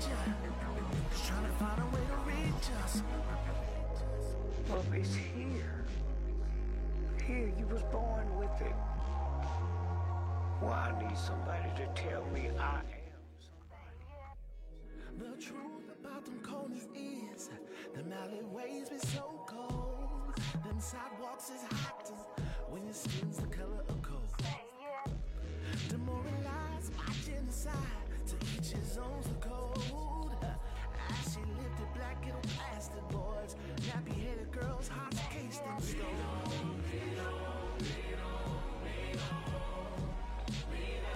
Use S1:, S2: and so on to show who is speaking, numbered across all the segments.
S1: ya. Just trying to find a way to reach us. Love is here. Here, you was born with it. Why I need somebody to tell me I am somebody.
S2: The truth about them corners is them alleyways be so cold. Them sidewalks is hot as when your skin's the color of coal. Demoralized by genocide, to each his own's the code. I see lifted black ghetto plastic boys, nappy headed girls, hearts cased in stone.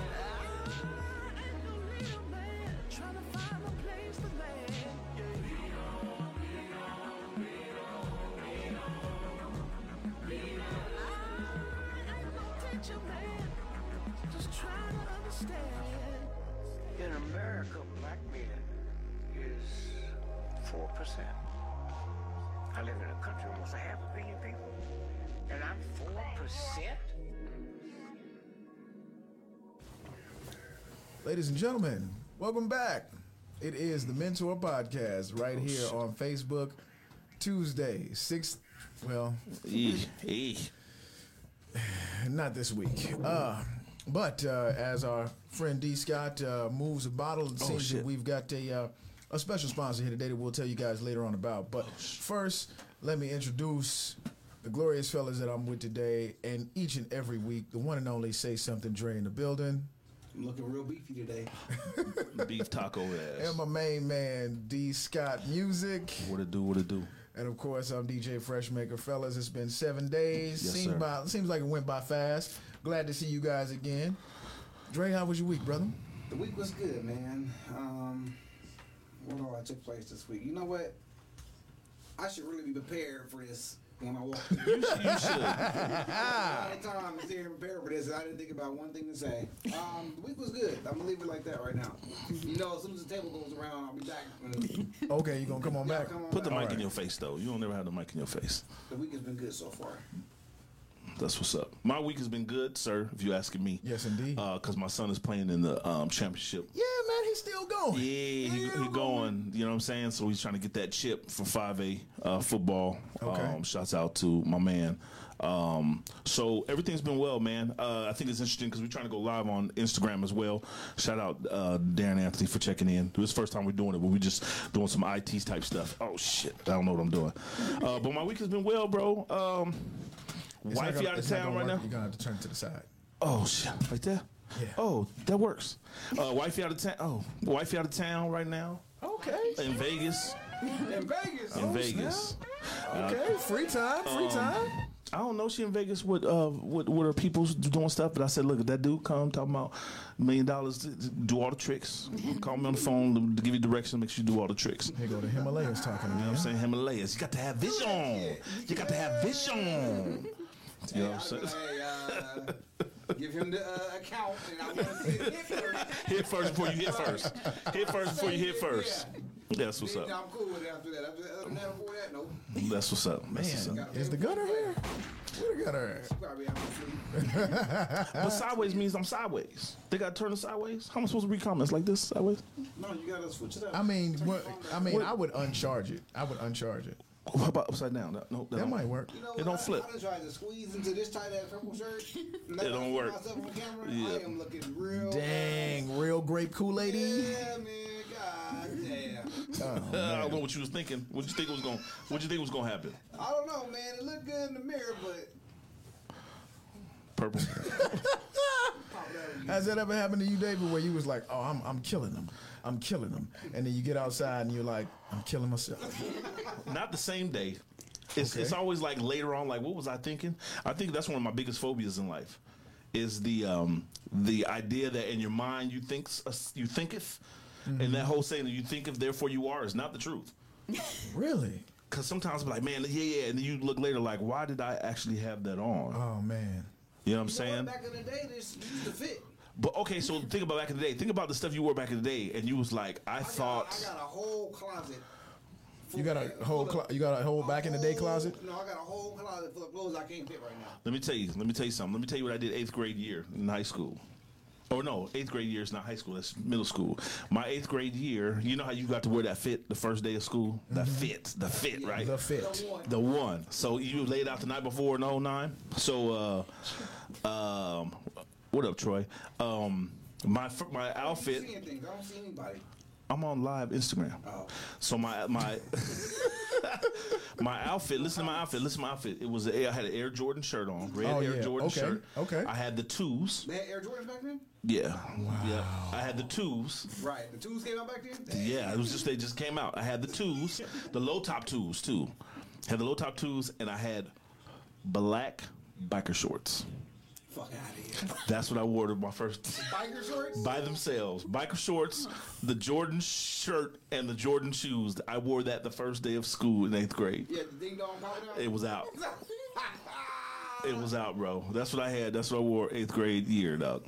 S2: I ain't no little man trying to find a place to land. I ain't no teacher man, just trying to understand.
S1: In America, black men is 4%. I live in a country with almost a half a billion people, and I'm 4%?
S3: Ladies and gentlemen, welcome back. It is the Mentor Podcast right here on Facebook Tuesday, 6th. Well,
S4: Eesh, eesh.
S3: not this week. Uh, but uh, as our friend D Scott uh, moves a bottle, it seems that
S4: shit.
S3: we've got a uh, a special sponsor here today that we'll tell you guys later on about. But first, let me introduce the glorious fellas that I'm with today, and each and every week, the one and only Say Something Dre in the building,
S5: I'm looking real beefy today.
S4: Beef taco
S3: and
S4: ass.
S3: my main man D Scott Music.
S4: What it do, what it do.
S3: And of course, I'm DJ Freshmaker, fellas. It's been seven days.
S4: Yes,
S3: seems
S4: sir.
S3: by, seems like it went by fast. Glad to see you guys again. Dre, how was your week, brother?
S5: The week was good, man. Um, what all took place this week? You know what? I should really be prepared for this when I walk. in.
S4: You should. You should.
S5: All the time I'm here prepared for this, and I didn't think about one thing to say. Um, the week was good. I'm gonna leave it like that right now. You know, as soon as the table goes around, I'll be back. Y'all
S3: Okay, you gonna come on back?
S5: come on
S4: Put the
S5: back.
S4: mic in your face, though. You don't ever have the mic in your face.
S5: The week has been good so far.
S4: That's what's up. My week has been good, sir, if you asking me.
S3: Yes, indeed.
S4: Because my son is playing in the um, championship.
S3: yeah, man, he's still going.
S4: Yeah, he, he going. You know what I'm saying? So he's trying to get that chip for 5A uh, football.
S3: Okay.
S4: Um, shouts out to my man. Um, so everything's been well, man. Uh, I think it's interesting because we're trying to go live on Instagram as well. Shout out uh, Darren Anthony for checking in. This is the first time we're doing it, but we're just doing some IT type stuff. Oh shit, I don't know what I'm doing. Uh, but my week has been well, bro. Um,
S3: It's not
S4: wifey
S3: gonna-
S4: out of
S3: it's not
S4: town
S3: gonna
S4: right
S3: work.
S4: now.
S3: You're gonna have to turn it to the side.
S4: Oh shit, like that.
S3: Yeah.
S4: Oh, that works. Uh, wifey out of town. Oh, wifey out of town right now
S3: Okay.
S4: in Vegas.
S5: In Vegas.
S4: In Vegas.
S3: Oh,
S4: Um,
S3: Okay. Free time. Free time.
S4: I don't know. She in Vegas with uh with with her people's doing stuff. But I said, look, if that dude come talking about million dollars, do all the tricks. Call me on the phone to give you directions. Make sure you do all the tricks.
S3: Here go the Himalayas talking.
S4: You know what I'm saying? Himalayas. You got to have vision. You got to have vision. You know what I'm
S5: I'll be
S4: saying?
S5: like, uh, give him the uh, account, and I want to see
S4: Hit first before you hit first. Hit first before you hit first. That's what's
S5: Then
S4: up.
S5: I'm cool with it after that. After that, other than that, before that, no.
S4: That's what's up. That's what's up.
S3: Man, is the gutter here? Where the gutter? At?
S5: Probably out of sleep.
S4: But sideways means I'm sideways. They got to turn it sideways. How am I supposed to read comments like this sideways?
S5: No, you gotta switch it up.
S3: I mean,
S5: Turn
S3: what,
S5: your phone back.
S3: I mean, I would uncharge it. I would uncharge it.
S4: What about upside down? No, no,
S3: That
S4: don't-
S3: might work.
S5: You know,
S4: It don't
S5: I,
S4: flip.
S5: I done tried to squeeze into this tight ass purple shirt. And
S4: It don't work.
S5: Myself on camera,
S4: Yeah.
S5: I am looking real.
S3: Dang, real grape Kool Aid.
S5: Yeah, man. God damn.
S4: Uh, I don't know what you was thinking. What you think was going? What you think was going to happen?
S5: I don't know, man. It looked good in the mirror, but
S4: Purple.
S3: Has that ever happened to you, David, where you was like, "Oh, I'm I'm killing them, I'm killing them," and then you get outside and you're like, "I'm killing myself."
S4: Not the same day. It's
S3: Okay.
S4: it's always like later on. Like what was I thinking? I think that's one of my biggest phobias in life. Is the um the idea that in your mind you thinks you thinketh, and that whole saying that you thinketh therefore you are is not the truth.
S3: Really?
S4: Because sometimes I'm like, man, yeah, yeah, and then you look later like, why did I actually have that on?
S3: Oh man.
S4: Uh, You know what I'm
S5: you know
S4: saying?
S5: what? back in the day, this used to fit.
S4: But okay, so think about back in the day. Think about the stuff you wore back in the day, and you was like, I,
S5: I
S4: thought.
S5: Got, I got a whole closet. full
S3: You got a
S5: of-
S3: whole
S5: full
S3: clo-
S5: of-
S3: you got a whole
S5: a
S3: back in the day
S5: whole-
S3: closet.
S5: No, I got a whole closet full of clothes I can't fit right now.
S4: Let me tell you. Let me tell you something. Let me tell you what I did eighth grade year in high school. or no, eighth grade year is not high school. That's middle school. My eighth grade year, you know how you got to wear that fit the first day of school. The fit, the fit, right?
S3: The fit.
S6: The one.
S4: The one. So you laid out the night before in 09. So, uh, um, what up, Troy? Um, my fir- my
S6: I'm
S4: outfit.
S6: seeing things. I don't see anybody.
S4: I'm on live Instagram.
S5: Oh.
S4: So my my my outfit. Listen to my outfit. Listen to my outfit. It was a, I had an Air Jordan shirt on, red
S3: Oh,
S4: Air
S3: yeah.
S4: Jordan
S3: Okay.
S4: shirt.
S3: Okay.
S4: I had the twos.
S6: They had Air Jordans back then?
S4: Yeah. Yeah. I had the twos.
S6: Right. The twos came out back then? Damn.
S4: Yeah. It was just they just came out. I had the twos, the low top twos too. Had the low top twos, and I had black biker shorts.
S6: Fuck out of here.
S4: That's what I wore to my first.
S6: Biker shorts?
S4: by themselves. Biker shorts, the Jordan shirt, and the Jordan shoes. I wore that the first day of school in eighth grade.
S6: yeah, the ding dong popping out?
S4: It was out. It was out, bro. That's what I had. That's what I wore eighth grade year, dog.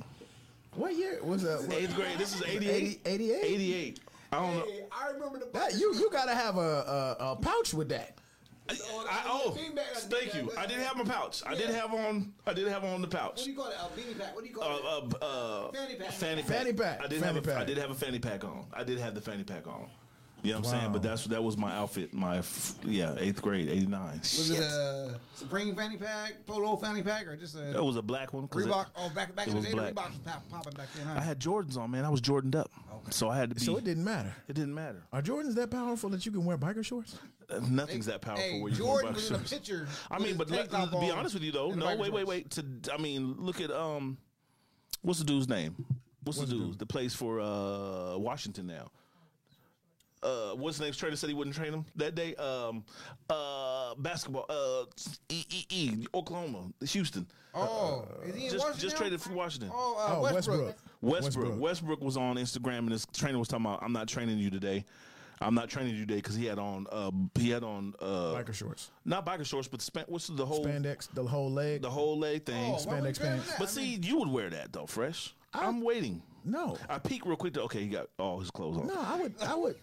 S3: What year was that? What-
S4: Eighth grade. This is 88.
S3: 88?
S4: 88. I don't know.
S6: Hey, I remember the
S3: That you you gotta have a, a, a pouch with that.
S4: I, oh, thank you. I did have my pouch. I did have on. I did have on the
S6: What
S4: pouch.
S6: do you call it? A beanie pack. What do you
S4: Uh,
S6: call it?
S4: uh, uh,
S6: Fanny pack.
S4: fanny pack.
S3: Fanny pack.
S4: I did
S3: Fanny
S4: have. A, I
S3: pack.
S4: did have a fanny pack on. I did have the fanny pack on. You know what I'm
S3: Wow.
S4: saying? But that's that was my outfit. My f- yeah, eighth grade, '89.
S6: Was it a Supreme fanny pack, Polo fanny pack, or just
S4: That
S6: a
S4: was a black one. 'cause it-
S6: Reebok? Oh, back back
S4: it
S6: in the
S4: was
S6: day,
S4: black.
S6: Reebok was pop, popping back then. Huh?
S4: I had Jordans on, man. I was Jordaned up, so I had to be.
S3: So it didn't matter.
S4: It didn't matter.
S3: Are Jordans that powerful that you can wear biker shorts?
S4: Uh, Nothing's that powerful.
S6: hey,
S4: where you
S6: Jordan
S4: wear
S6: was in
S4: boxer
S6: a
S4: shorts.
S6: picture
S4: I
S6: with
S4: mean,
S6: his
S4: but
S6: tank
S4: let,
S6: top
S4: to be
S6: on
S4: honest with you, though.
S6: and
S4: No,
S6: biker
S4: wait, wait,
S6: shorts.
S4: wait. To I mean, look at um, what's the dude's name? What's, the dude? The plays for uh Washington now. Uh, what's his name? Trainer said he wouldn't train him that day. Um, uh, basketball. Uh, E E E. Oklahoma, Houston.
S6: Oh, is he in
S4: Just
S6: Washington
S4: just
S6: now?
S4: traded for Washington.
S6: Oh, uh,
S3: Oh,
S6: Westbrook.
S3: Westbrook.
S4: Westbrook. Westbrook. was on Instagram and his trainer was talking about, "I'm not training you today. I'm not training you today because he had on uh, he had on uh,
S3: Biker shorts.
S4: not biker shorts, but span- what's the whole
S3: Spandex, the whole leg.
S4: the whole leg thing.
S6: Oh, why would
S3: Spandex
S6: you trade him
S3: pants.
S6: that?
S4: but
S6: I
S4: see,
S6: mean,
S4: you would wear that though, fresh. I, am waiting.
S3: no.
S4: I peek real quick. To, okay, he got all his clothes on.
S3: No, I would I would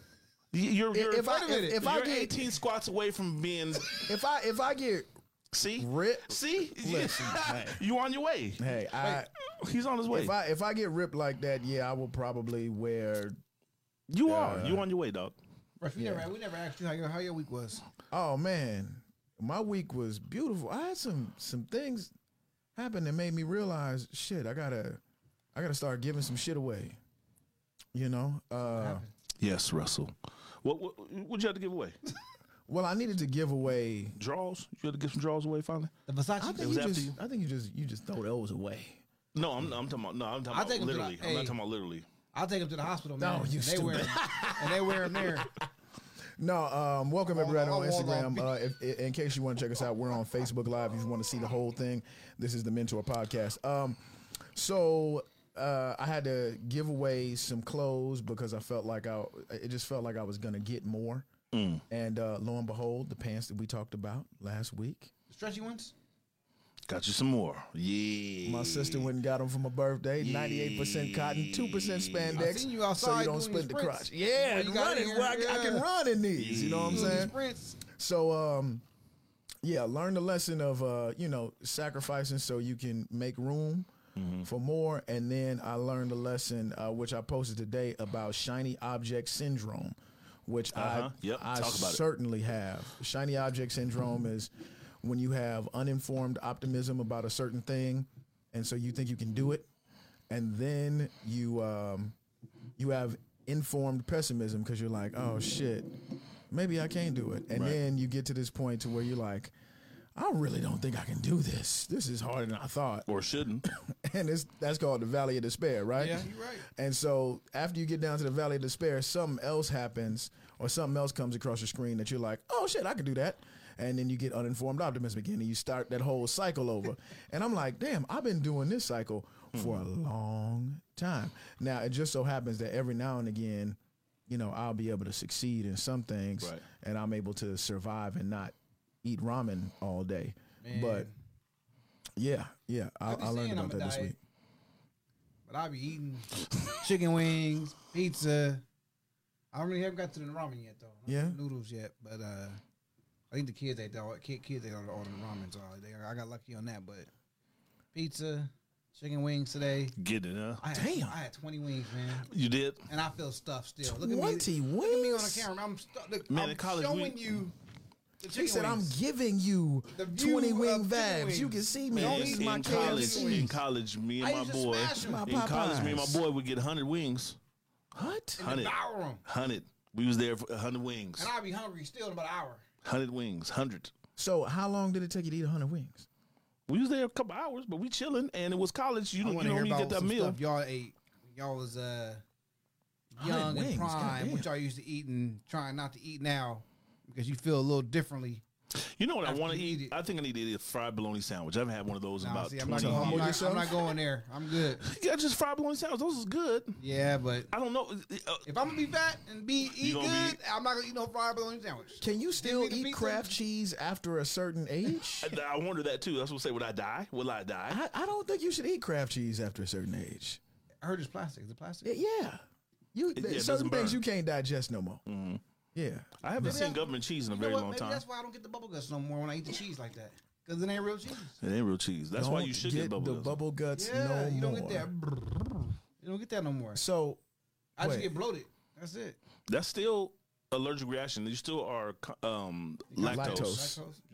S4: Y- You're, you're,
S3: if I
S4: you're
S3: if, if I get
S4: 18 squats away from being.
S3: if I if I get
S4: see,
S3: Rip.
S4: see,
S3: Listen, hey.
S4: you on your way.
S3: hey, I
S4: He's on his way.
S3: if I if I get ripped like that, yeah, I will probably wear
S4: you are. You on your way, dog.
S6: Ruff, we, never, we never asked you how your, how your week was.
S3: Oh man, my week was beautiful. I had some some things happen that made me realize shit. I gotta I gotta start giving some shit away. You know. Uh,
S4: Yes, Russell. What what would you have to give away?
S3: well, I needed to give away.
S4: draws. You had to get some draws away finally.
S6: The Versace.
S3: I
S6: I
S3: think
S4: was
S3: you
S4: after
S3: just
S4: you?
S3: I think you just you just throw those away.
S4: No, I'm, I'm talking about. No, I'm talking
S6: I
S4: about
S6: think I'm
S4: literally.
S6: talking-
S4: I'm not
S6: hey.
S4: talking about literally.
S6: will take him to the hospital.
S3: No,
S6: man.
S3: you
S6: and they wear 'em. and they wear them there.
S3: No, um, welcome everybody on
S6: I want all
S3: Instagram.
S6: the-
S3: Uh, if, i- in case you want to check us out, we're on Facebook Live. If you want to see the whole thing, this is the Mentor Podcast. Um, so uh, I had to give away some clothes because I felt like I, it just felt like I was gonna get more.
S6: Mm.
S3: And uh, lo and behold, the pants that we talked about last week,
S6: Stretchy ones.
S4: Got you some more. Yeah.
S3: my sister went and got them for my birthday. Ninety-eight percent cotton, two percent
S6: I
S3: spandex.
S6: seen you
S3: so
S6: outside
S3: you don't
S6: doing
S3: split the
S6: your sprints.
S3: crotch. Yeah,
S6: Well, you got
S3: running.
S6: in
S3: Well, I,
S6: here,
S3: I can
S6: yeah.
S3: run in these. You know what I'm
S6: Doing
S3: saying?
S6: Sprints.
S3: So um yeah, learn the lesson of uh, you know, sacrificing so you can make room
S4: Mm-hmm.
S3: for more. And then I learned a lesson uh, which I posted today about shiny object syndrome, which
S4: Uh-huh.
S3: I
S4: Yep.
S3: I
S4: Talk about it.
S3: certainly have. Shiny object syndrome is when you have uninformed optimism about a certain thing and so you think you can do it and then you um, you have informed pessimism because you're like, oh shit, maybe I can't do it, and then you get to this point to where you're like, I really don't think I can do this. This is harder than I thought,
S4: Or shouldn't.
S3: and it's that's called the valley of despair, right?
S6: Yeah, you're right.
S3: And so after you get down to the valley of despair, something else happens, or something else comes across your screen that you're like, oh shit, I could do that. And then you get uninformed optimism again, and you start that whole cycle over. and I'm like, damn, I've been doing this cycle
S6: Hmm.
S3: for a long time. Now it just so happens that every now and again, you know, I'll be able to succeed in some things,
S4: Right.
S3: and I'm able to survive and not eat ramen all day. But yeah, yeah, I,
S6: be
S3: I learned
S6: saying
S3: about
S6: I'm a
S3: that this
S6: diet.
S3: week.
S6: But I be eating chicken wings, pizza. I really haven't got to the ramen yet though. Not
S3: Yeah?
S6: the noodles yet, but uh, I think the kids ate all kid, kids ate all the, all the ramen, so they, I got lucky on that. But pizza,
S5: chicken wings today.
S4: Get it, huh?
S5: I had,
S3: Damn.
S5: I had 20 wings, man.
S4: You did?
S5: And I feel stuffed still. Look at me.
S3: 20
S5: Look at me on the
S3: wings?
S5: camera. I'm, stu- look,
S4: Man,
S5: I'm
S4: in college,
S5: showing
S4: we-
S5: you the chicken
S3: He said, "I'm
S5: wings.
S3: giving you
S5: The view
S3: twenty
S5: of
S3: wing
S5: chicken
S3: vibes.
S5: wings.
S3: You can see me.
S4: Man,
S5: Don't
S3: This is
S5: eat
S4: in,
S3: my
S4: in
S5: chicken
S4: college,
S3: KFC.
S5: wings.
S4: in college, me and
S5: I
S4: my
S5: used to
S4: boy,
S5: smash 'em. My
S4: in college, me and my
S3: Popeyes.
S4: boy would get hundred wings,
S3: What?
S4: hundred,
S5: Devour 'em.
S4: hundred. We was there for hundred wings,
S5: And I'll be hungry still in about an hour.
S4: hundred wings, hundred.
S3: So, how long did it take you to eat hundred wings?
S4: We was there a couple hours, but we chilling, and it was college. You
S5: I
S4: don't, you
S5: want to hear
S4: don't even get
S5: about
S4: that
S5: some
S4: meal.
S5: stuff y'all ate. when Y'all was uh,
S3: Hundred
S5: young
S3: wings,
S5: and prime,
S3: goddamn.
S5: what y'all used to eat and trying not to eat now because you feel a little differently.
S4: You know what I
S5: After
S4: want to
S5: you
S4: eat?
S5: eat it.
S4: I think I need to eat a fried bologna sandwich. I haven't had one of those in
S5: Nah,
S4: about
S5: see, I'm, not,
S4: twenty
S5: I'm,
S4: years.
S5: not, I'm
S3: yourself?
S5: not going there. I'm good.
S4: Yeah, just fried bologna sandwich. Those is good.
S5: Yeah, but
S4: I don't know. Uh,
S5: if I'm gonna be fat and be eat
S4: gonna
S5: good,
S4: be-
S5: I'm not gonna eat no fried bologna sandwich.
S3: Can you still
S5: me the
S3: eat
S5: pizza.
S3: Kraft cheese after a certain age?
S4: I- uh, I wonder that too. That's what I say. Would I die? Will I die?
S3: I, I don't think you should eat Kraft cheese after a certain age.
S5: I heard it's plastic. Is it plastic?
S3: Y- Yeah, you
S4: yeah, it doesn't
S3: certain things
S4: burn. Mm-hmm.
S3: you can't digest no more. Yeah,
S4: I haven't seen
S5: I-
S4: government cheese in a
S5: You know
S4: very
S5: what?
S4: long
S5: Maybe
S4: time.
S5: that's why I don't get the bubble guts no more when I eat the cheese like that. Cause it ain't real cheese.
S4: It ain't real cheese. That's why you should get, bubble
S3: the
S4: guts.
S3: bubble guts.
S5: Yeah,
S3: no
S5: you don't
S3: more.
S5: get that. You don't get that no more.
S3: So
S5: I just
S3: Wait.
S5: get bloated. That's it.
S4: That's still allergic reaction. You still are um,
S3: lactose.
S4: lactose.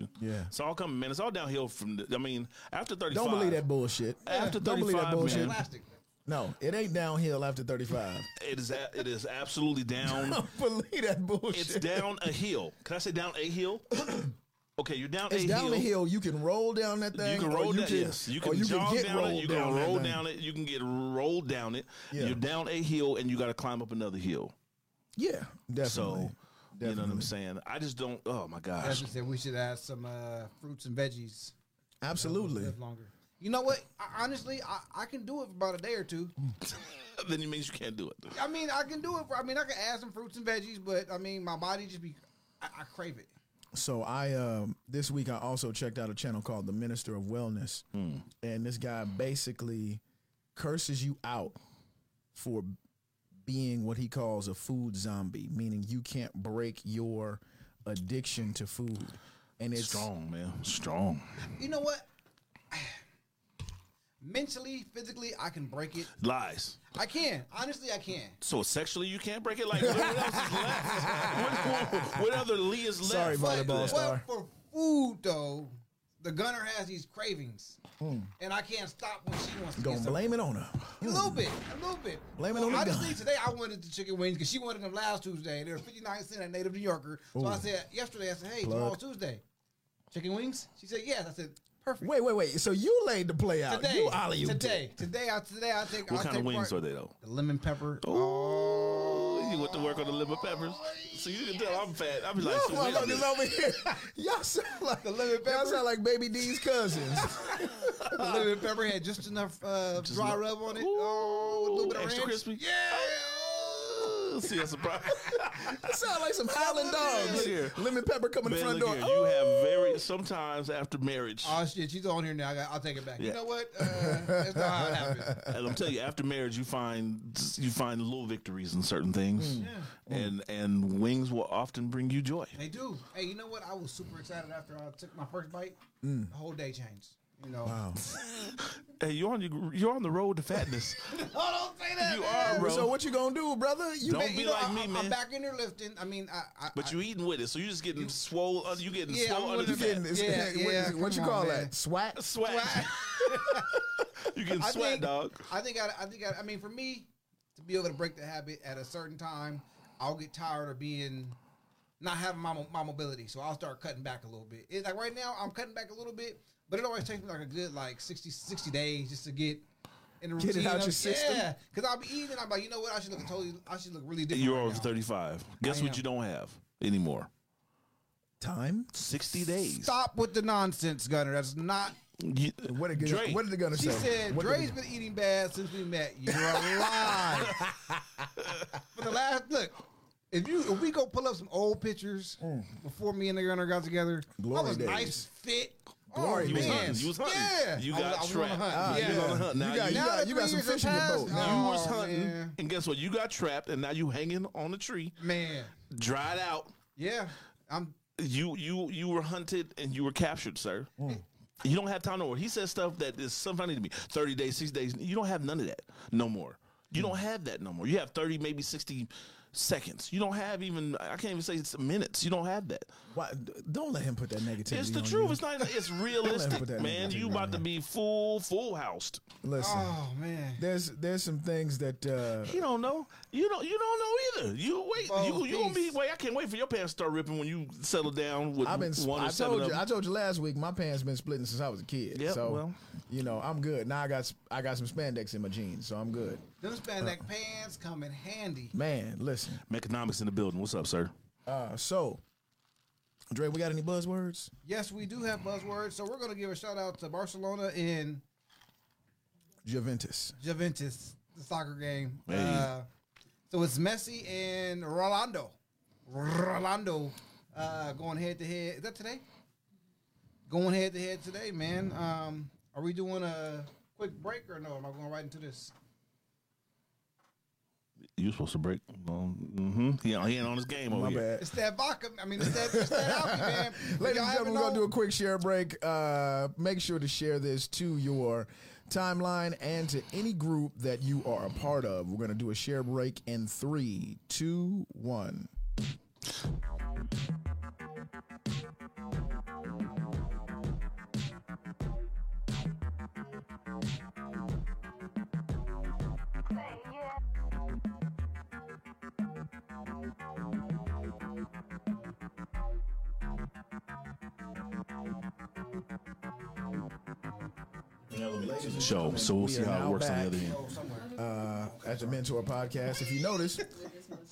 S5: Lactose.
S3: yeah,
S4: It's all coming, man. It's all downhill from. The, I mean, after thirty.
S3: don't believe that bullshit.
S4: After
S3: Don't believe that
S4: 35,
S3: bullshit.
S4: man,
S5: Plastic.
S3: No, it ain't downhill after thirty five.
S4: it is a- it is absolutely down.
S3: Don't believe that bullshit.
S4: it's down a hill. Can I say down a hill? okay, you're down
S3: It's
S4: a
S3: down
S4: hill.
S3: the hill. You can roll down that thing.
S4: You can
S3: or
S4: roll
S3: you
S4: down.
S3: Can,
S4: yes, you
S3: or
S4: can jog
S3: get
S4: down
S3: rolled
S4: it. You
S3: down
S4: can
S3: that
S4: roll
S3: thing.
S4: down it. You can get rolled down it.
S3: Yeah.
S4: You're down a hill, and you got to climb up another hill.
S3: Yeah, definitely.
S4: So, you know what I'm
S3: Definitely.
S4: saying? I just don't. Oh my gosh.
S5: Jasmine said we should add some uh, fruits and veggies.
S3: Absolutely.
S5: Live longer. You know what? I, honestly, I, I can do it for about a day or two.
S4: then it means you can't do it.
S5: I mean, I can do it. For, I mean, I can add some fruits and veggies, but I mean, my body just be. I, I crave it.
S3: So I um, this week I also checked out a channel called The Minister of Wellness,
S4: Hmm.
S3: and this guy basically curses you out for being what he calls a food zombie, meaning you can't break your addiction to food. And it's
S4: Strong man, strong.
S5: You know what? Mentally, physically, I can break it.
S4: Lies.
S5: I can. Honestly, I can.
S4: So sexually, you can't break it. Like what else is left? What, what- what other Lee is left?
S3: Sorry,
S4: Like,
S3: volleyball
S4: uh,
S3: star.
S5: But for food, though, the gunner has these cravings, and I can't stop when she wants to
S3: Hmm. gonna
S5: get something.
S3: blame it on her.
S5: A little bit, a little bit.
S3: Blame it on the
S5: Honestly,
S3: gun.
S5: today I wanted the chicken wings because she wanted them last Tuesday. They were 59 cent at Native New Yorker. So I said yesterday, I said, hey, tomorrow's Tuesday. Chicken wings? She said, yes. I said, perfect.
S3: Wait, wait, wait. So you laid the play out.
S5: Today,
S3: you alley
S5: today, today, I, today, I take.
S4: What
S5: I'll
S4: kind of
S5: take
S4: wings
S5: part-
S4: are they though?
S5: The lemon pepper.
S4: Oh, you went to work on the lemon peppers. So you can tell I'm fat. I'm like, so wait a
S3: Motherfuckers
S4: minute.
S3: over here. Y'all sound like the
S5: lemon
S3: Y'all
S5: pepper?
S3: sound like Baby D's cousins.
S5: The lemon pepper had just enough uh, dry
S4: enough-
S5: rub on it.
S4: Ooh,
S5: oh, with a little bit of
S4: extra
S5: ranch.
S4: crispy. Yeah. See, that's a problem.
S3: That sound like some Howling
S4: at
S3: Dogs.
S4: here.
S3: Lemon pepper coming
S4: Man,
S3: the front
S4: look
S3: door.
S4: here. You have very sometimes after marriage.
S5: Oh shit, she's on here now. I got, I'll take it back.
S4: Yeah.
S5: You know what? Uh, that's not how it happened.
S4: And I'm telling you, after marriage, you find you find little victories in certain things, and and wings will often bring you joy.
S5: They do. Hey, you know what? I was super excited after I took my first bite. The whole day changed. You know.
S4: Hey, you're on your, you're on the road to fatness.
S5: Oh, don't say that.
S4: You
S5: man.
S4: are, bro.
S3: So what you gonna do, brother? You
S4: Don't
S5: You
S4: be
S5: know,
S4: like
S5: I,
S4: me,
S5: I-
S4: man.
S5: I'm back in there lifting. I mean, I. I
S4: but you eating with it, so you just getting swole. Uh, you getting
S5: Yeah,
S4: swole
S5: I'm
S4: under
S5: with
S4: the
S5: it,
S4: fat.
S3: getting this,
S5: Yeah,
S3: what,
S5: yeah,
S3: what you
S5: come
S3: call
S5: on, man.
S3: that? Swat.
S4: Swag. you getting
S5: I
S4: swag,
S5: think,
S4: dog.
S5: I think. I, I think. I, I mean, for me, to be able to break the habit at a certain time, I'll get tired of being. Not having my, mo- my mobility, so I'll start cutting back a little bit. It's like right now, I'm cutting back a little bit, but it always takes me like a good like 60, 60 days just to get in the routine.
S3: Get it out
S5: of-
S3: your system.
S5: Yeah, because I'll be eating, and I'm like, you know what? I should look totally. I should look really different.
S4: You're
S5: right
S4: over
S5: now.
S4: 35. Guess
S5: I
S4: what
S5: am.
S4: you don't have anymore?
S3: Time.
S4: 60 days.
S5: Stop with the nonsense, Gunner. That's not.
S4: You-
S3: What are
S4: Dre,
S3: what are they gonna
S5: She
S3: say?
S5: said,
S3: What are
S5: Dre's been eating bad since we met. You're a lie. For the last look, if you if we go pull up some old pictures before me and the Gunner got together,
S3: Hmm. Glory
S5: I was
S3: days.
S5: nice, fit.
S3: Glory
S5: oh,
S4: you was
S3: days. Ah,
S5: man.
S4: hunting. You was hunting.
S5: Yeah.
S4: You
S5: I was-
S4: got
S5: I was on a
S4: trapped.
S5: hunt.
S4: You
S5: Yeah.
S4: was on a hunt. Now
S3: you got, you
S5: Now
S3: got,
S5: that
S3: you got
S5: three
S3: some
S5: years have
S3: fish in your boat.
S5: passed,
S3: now.
S5: uh,
S4: You was
S5: Oh,
S4: hunting,
S5: man.
S4: and guess what? You got trapped, and now you hanging on a tree,
S5: man.
S4: dried out.
S5: Yeah. I'm
S3: Hmm.
S4: You you you were hunted and you were captured, sir. You don't have time no more. He says stuff that is sometimes need to be 30 days, 60 days. You don't have none of that no more. You don't
S3: Hmm.
S4: have that no more. You have 30, maybe 60 seconds. You don't have even, I can't even say it's minutes. You don't have that.
S3: Why, don't let him put that negativity.
S4: It's the
S3: on
S4: truth.
S3: you.
S4: It's not, it's
S3: put
S4: realistic,
S3: that
S4: man.
S3: negativity
S4: You
S3: on
S4: about to
S3: you.
S4: be full, full housed.
S3: Listen,
S5: Oh man.
S3: there's there's some things that uh,
S4: You don't know. You don't. You don't know either. You wait.
S5: Oh,
S4: you you gonna be.
S5: peace.
S4: Wait. I can't wait for your pants to start ripping when you settle down with
S3: I've been.
S4: one or
S3: I
S4: seven
S3: told
S4: of
S3: you.
S4: them.
S3: I told you last week. My pants been splitting since I was a kid.
S4: Yep,
S3: so
S4: well.
S3: you know I'm good. Now I got s- I got some spandex in my jeans, so I'm good.
S5: Them spandex
S3: Uh.
S5: pants come in handy.
S3: Man, listen.
S4: Meconomics in the building. What's up, sir?
S3: Uh, so, Dre, we got any buzzwords?
S5: Yes, we do have buzzwords, so we're gonna give a shout out to Barcelona and
S3: Juventus.
S5: Juventus, the soccer game.
S4: Hey.
S5: Uh, so it's Messi and Rolando. Rolando uh, going head to head. Is that today? Going head to head today, man. Um, are we doing a quick break or no? Am I going right into this?
S4: You supposed to break. Um, mm-hmm. He, ain't- he ain't on his game over
S3: My
S4: here.
S3: bad.
S5: It's that vodka. I mean, it's that, it's that alcohol, man.
S3: Ladies
S5: If y'all
S3: and
S5: haven't
S3: gentlemen, we're gonna
S5: known-
S3: do a quick share break. Uh, make sure to share this to your timeline and to any group that you are a part of. We're gonna do a share break in three, two, one.
S4: Show. So we'll
S3: We
S4: see
S3: are
S4: how
S3: now
S4: it works on the
S3: back.
S4: other end.
S3: uh, at the Mentor Podcast. If you notice,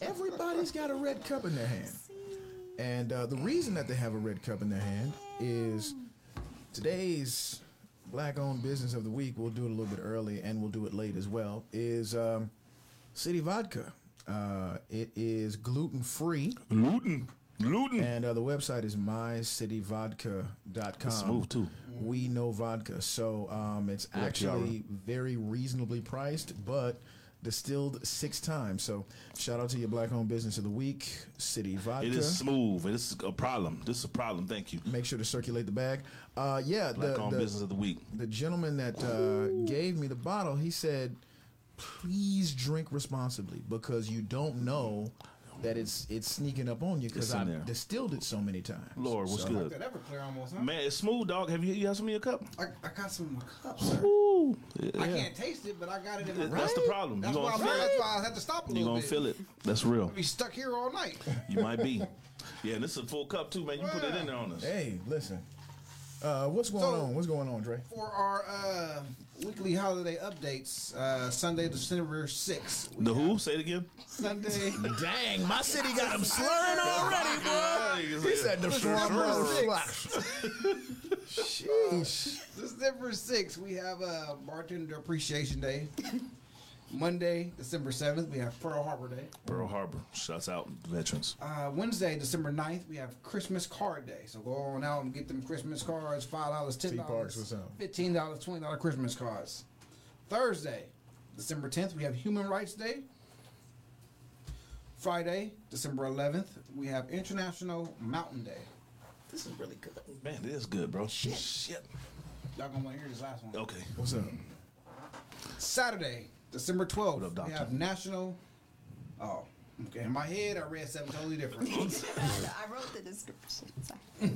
S3: everybody's got a red cup in their hand. And uh, the reason that they have a red cup in their hand is today's Black owned business of the week, we'll do it a little bit early and we'll do it late as well, is um, City Vodka. Uh, it is gluten free,
S4: Looting. Looting.
S3: and uh, the website is mycityvodka.com.
S4: smooth, too.
S3: We know vodka, so um, it's actually very reasonably priced, but distilled six times. So shout out to your black-owned business of the week, City Vodka.
S4: It is smooth. It is a problem. This is a problem. Thank you.
S3: Make sure to circulate the bag. Uh, yeah,
S4: Black
S3: the,
S4: on
S3: the,
S4: business of the week.
S3: the gentleman that uh, gave me the bottle, he said, "Please drink responsibly because you don't know that it's it's sneaking up on you because
S4: It's in
S3: I
S4: there.
S3: distilled it so many times."
S4: Lord, what's
S3: So-
S4: good?
S5: That Everclear almost, huh?
S4: Man, it's smooth, dog. Have you you have some in your cup?
S5: I, I got some in my cup, sir.
S4: Ooh. Yeah.
S5: I can't taste it, but I got it in my cup.
S4: That's the problem.
S5: That's
S4: you
S5: why,
S4: gonna
S5: I'm,
S4: feel
S5: that's
S4: it.
S5: why I had to stop a
S4: You
S5: little
S4: gonna
S5: bit.
S4: feel it. That's real.
S5: Be stuck here all night.
S4: You might be. Yeah, and this is a full cup too, man. You put that in there on us.
S3: Hey, listen. Uh, what's going
S5: So-
S3: on? What's going on, Dre?
S5: For our uh, weekly holiday updates, uh, Sunday, December 6th.
S4: The who? Say it again.
S5: Sunday.
S3: Dang, my city got him slurring already,
S4: boy.
S3: He said the
S5: Six.
S3: Sheesh.
S5: December 6th, we have uh, Bartender Appreciation Day. Monday, December 7th, we have Pearl Harbor Day.
S4: Pearl Harbor shuts out veterans.
S5: Uh, Wednesday, December 9th, we have Christmas Card Day. So go on out and get them Christmas cards $5, $10,
S3: Parks was out.
S5: $15, $20 Christmas cards. Thursday, December 10th, we have Human Rights Day. Friday, December 11th, we have International Mountain Day.
S6: This is really good.
S4: Man, this is good, bro. Shit.
S5: Y'all gonna wanna hear this last one.
S4: Okay.
S3: What's up?
S5: Saturday, December 12th,
S4: What up,
S5: we
S4: doctor?
S5: have National. Oh, okay. In my head, I read something totally different.
S7: I wrote the description. Sorry.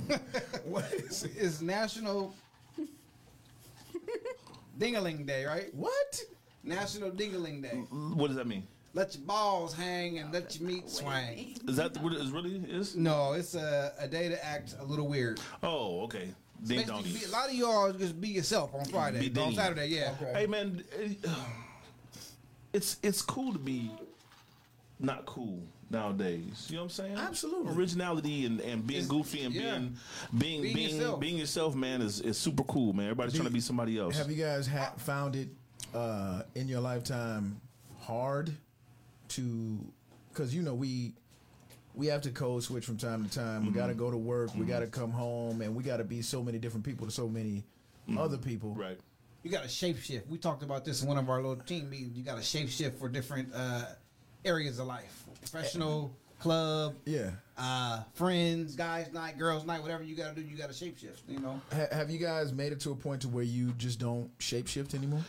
S5: what is, is National Dingaling Day, right?
S3: What?
S5: National Dingaling Day.
S4: What does that mean?
S5: Let your balls hang and let your meat swang.
S7: Wait.
S4: Is that what it is really is?
S5: No, it's a, a day to act a little weird.
S4: Oh, okay. Ding dong.
S5: Basically, be- a lot of y'all just be yourself on Friday,
S4: Be
S5: on
S4: dingy.
S5: Saturday, yeah.
S4: Hey man, eh, it's it's cool to be not cool nowadays. You know what I'm saying?
S3: Absolutely.
S4: Originality and, and being
S5: It's-
S4: goofy and
S5: yeah.
S4: being being
S5: Being
S4: being being
S5: yourself.
S4: yourself, man is, is super cool, man. Everybody's trying to be somebody else.
S3: Have you guys ha- found it uh, in your lifetime hard to? Because you know we we have to code switch from time to time. We got to go to work. We got to come home, and we got to be so many different people to so many other people.
S4: right.
S5: You got to shapeshift. We talked about this in one of our little team meetings. You got to shapeshift for different uh, areas of life, professional, club,
S3: Yeah.
S5: uh, friends, guys' night, girls' night, whatever you gotta do, you gotta shapeshift. You know,
S3: Ha- have you guys made it to a point to where you just don't shapeshift anymore?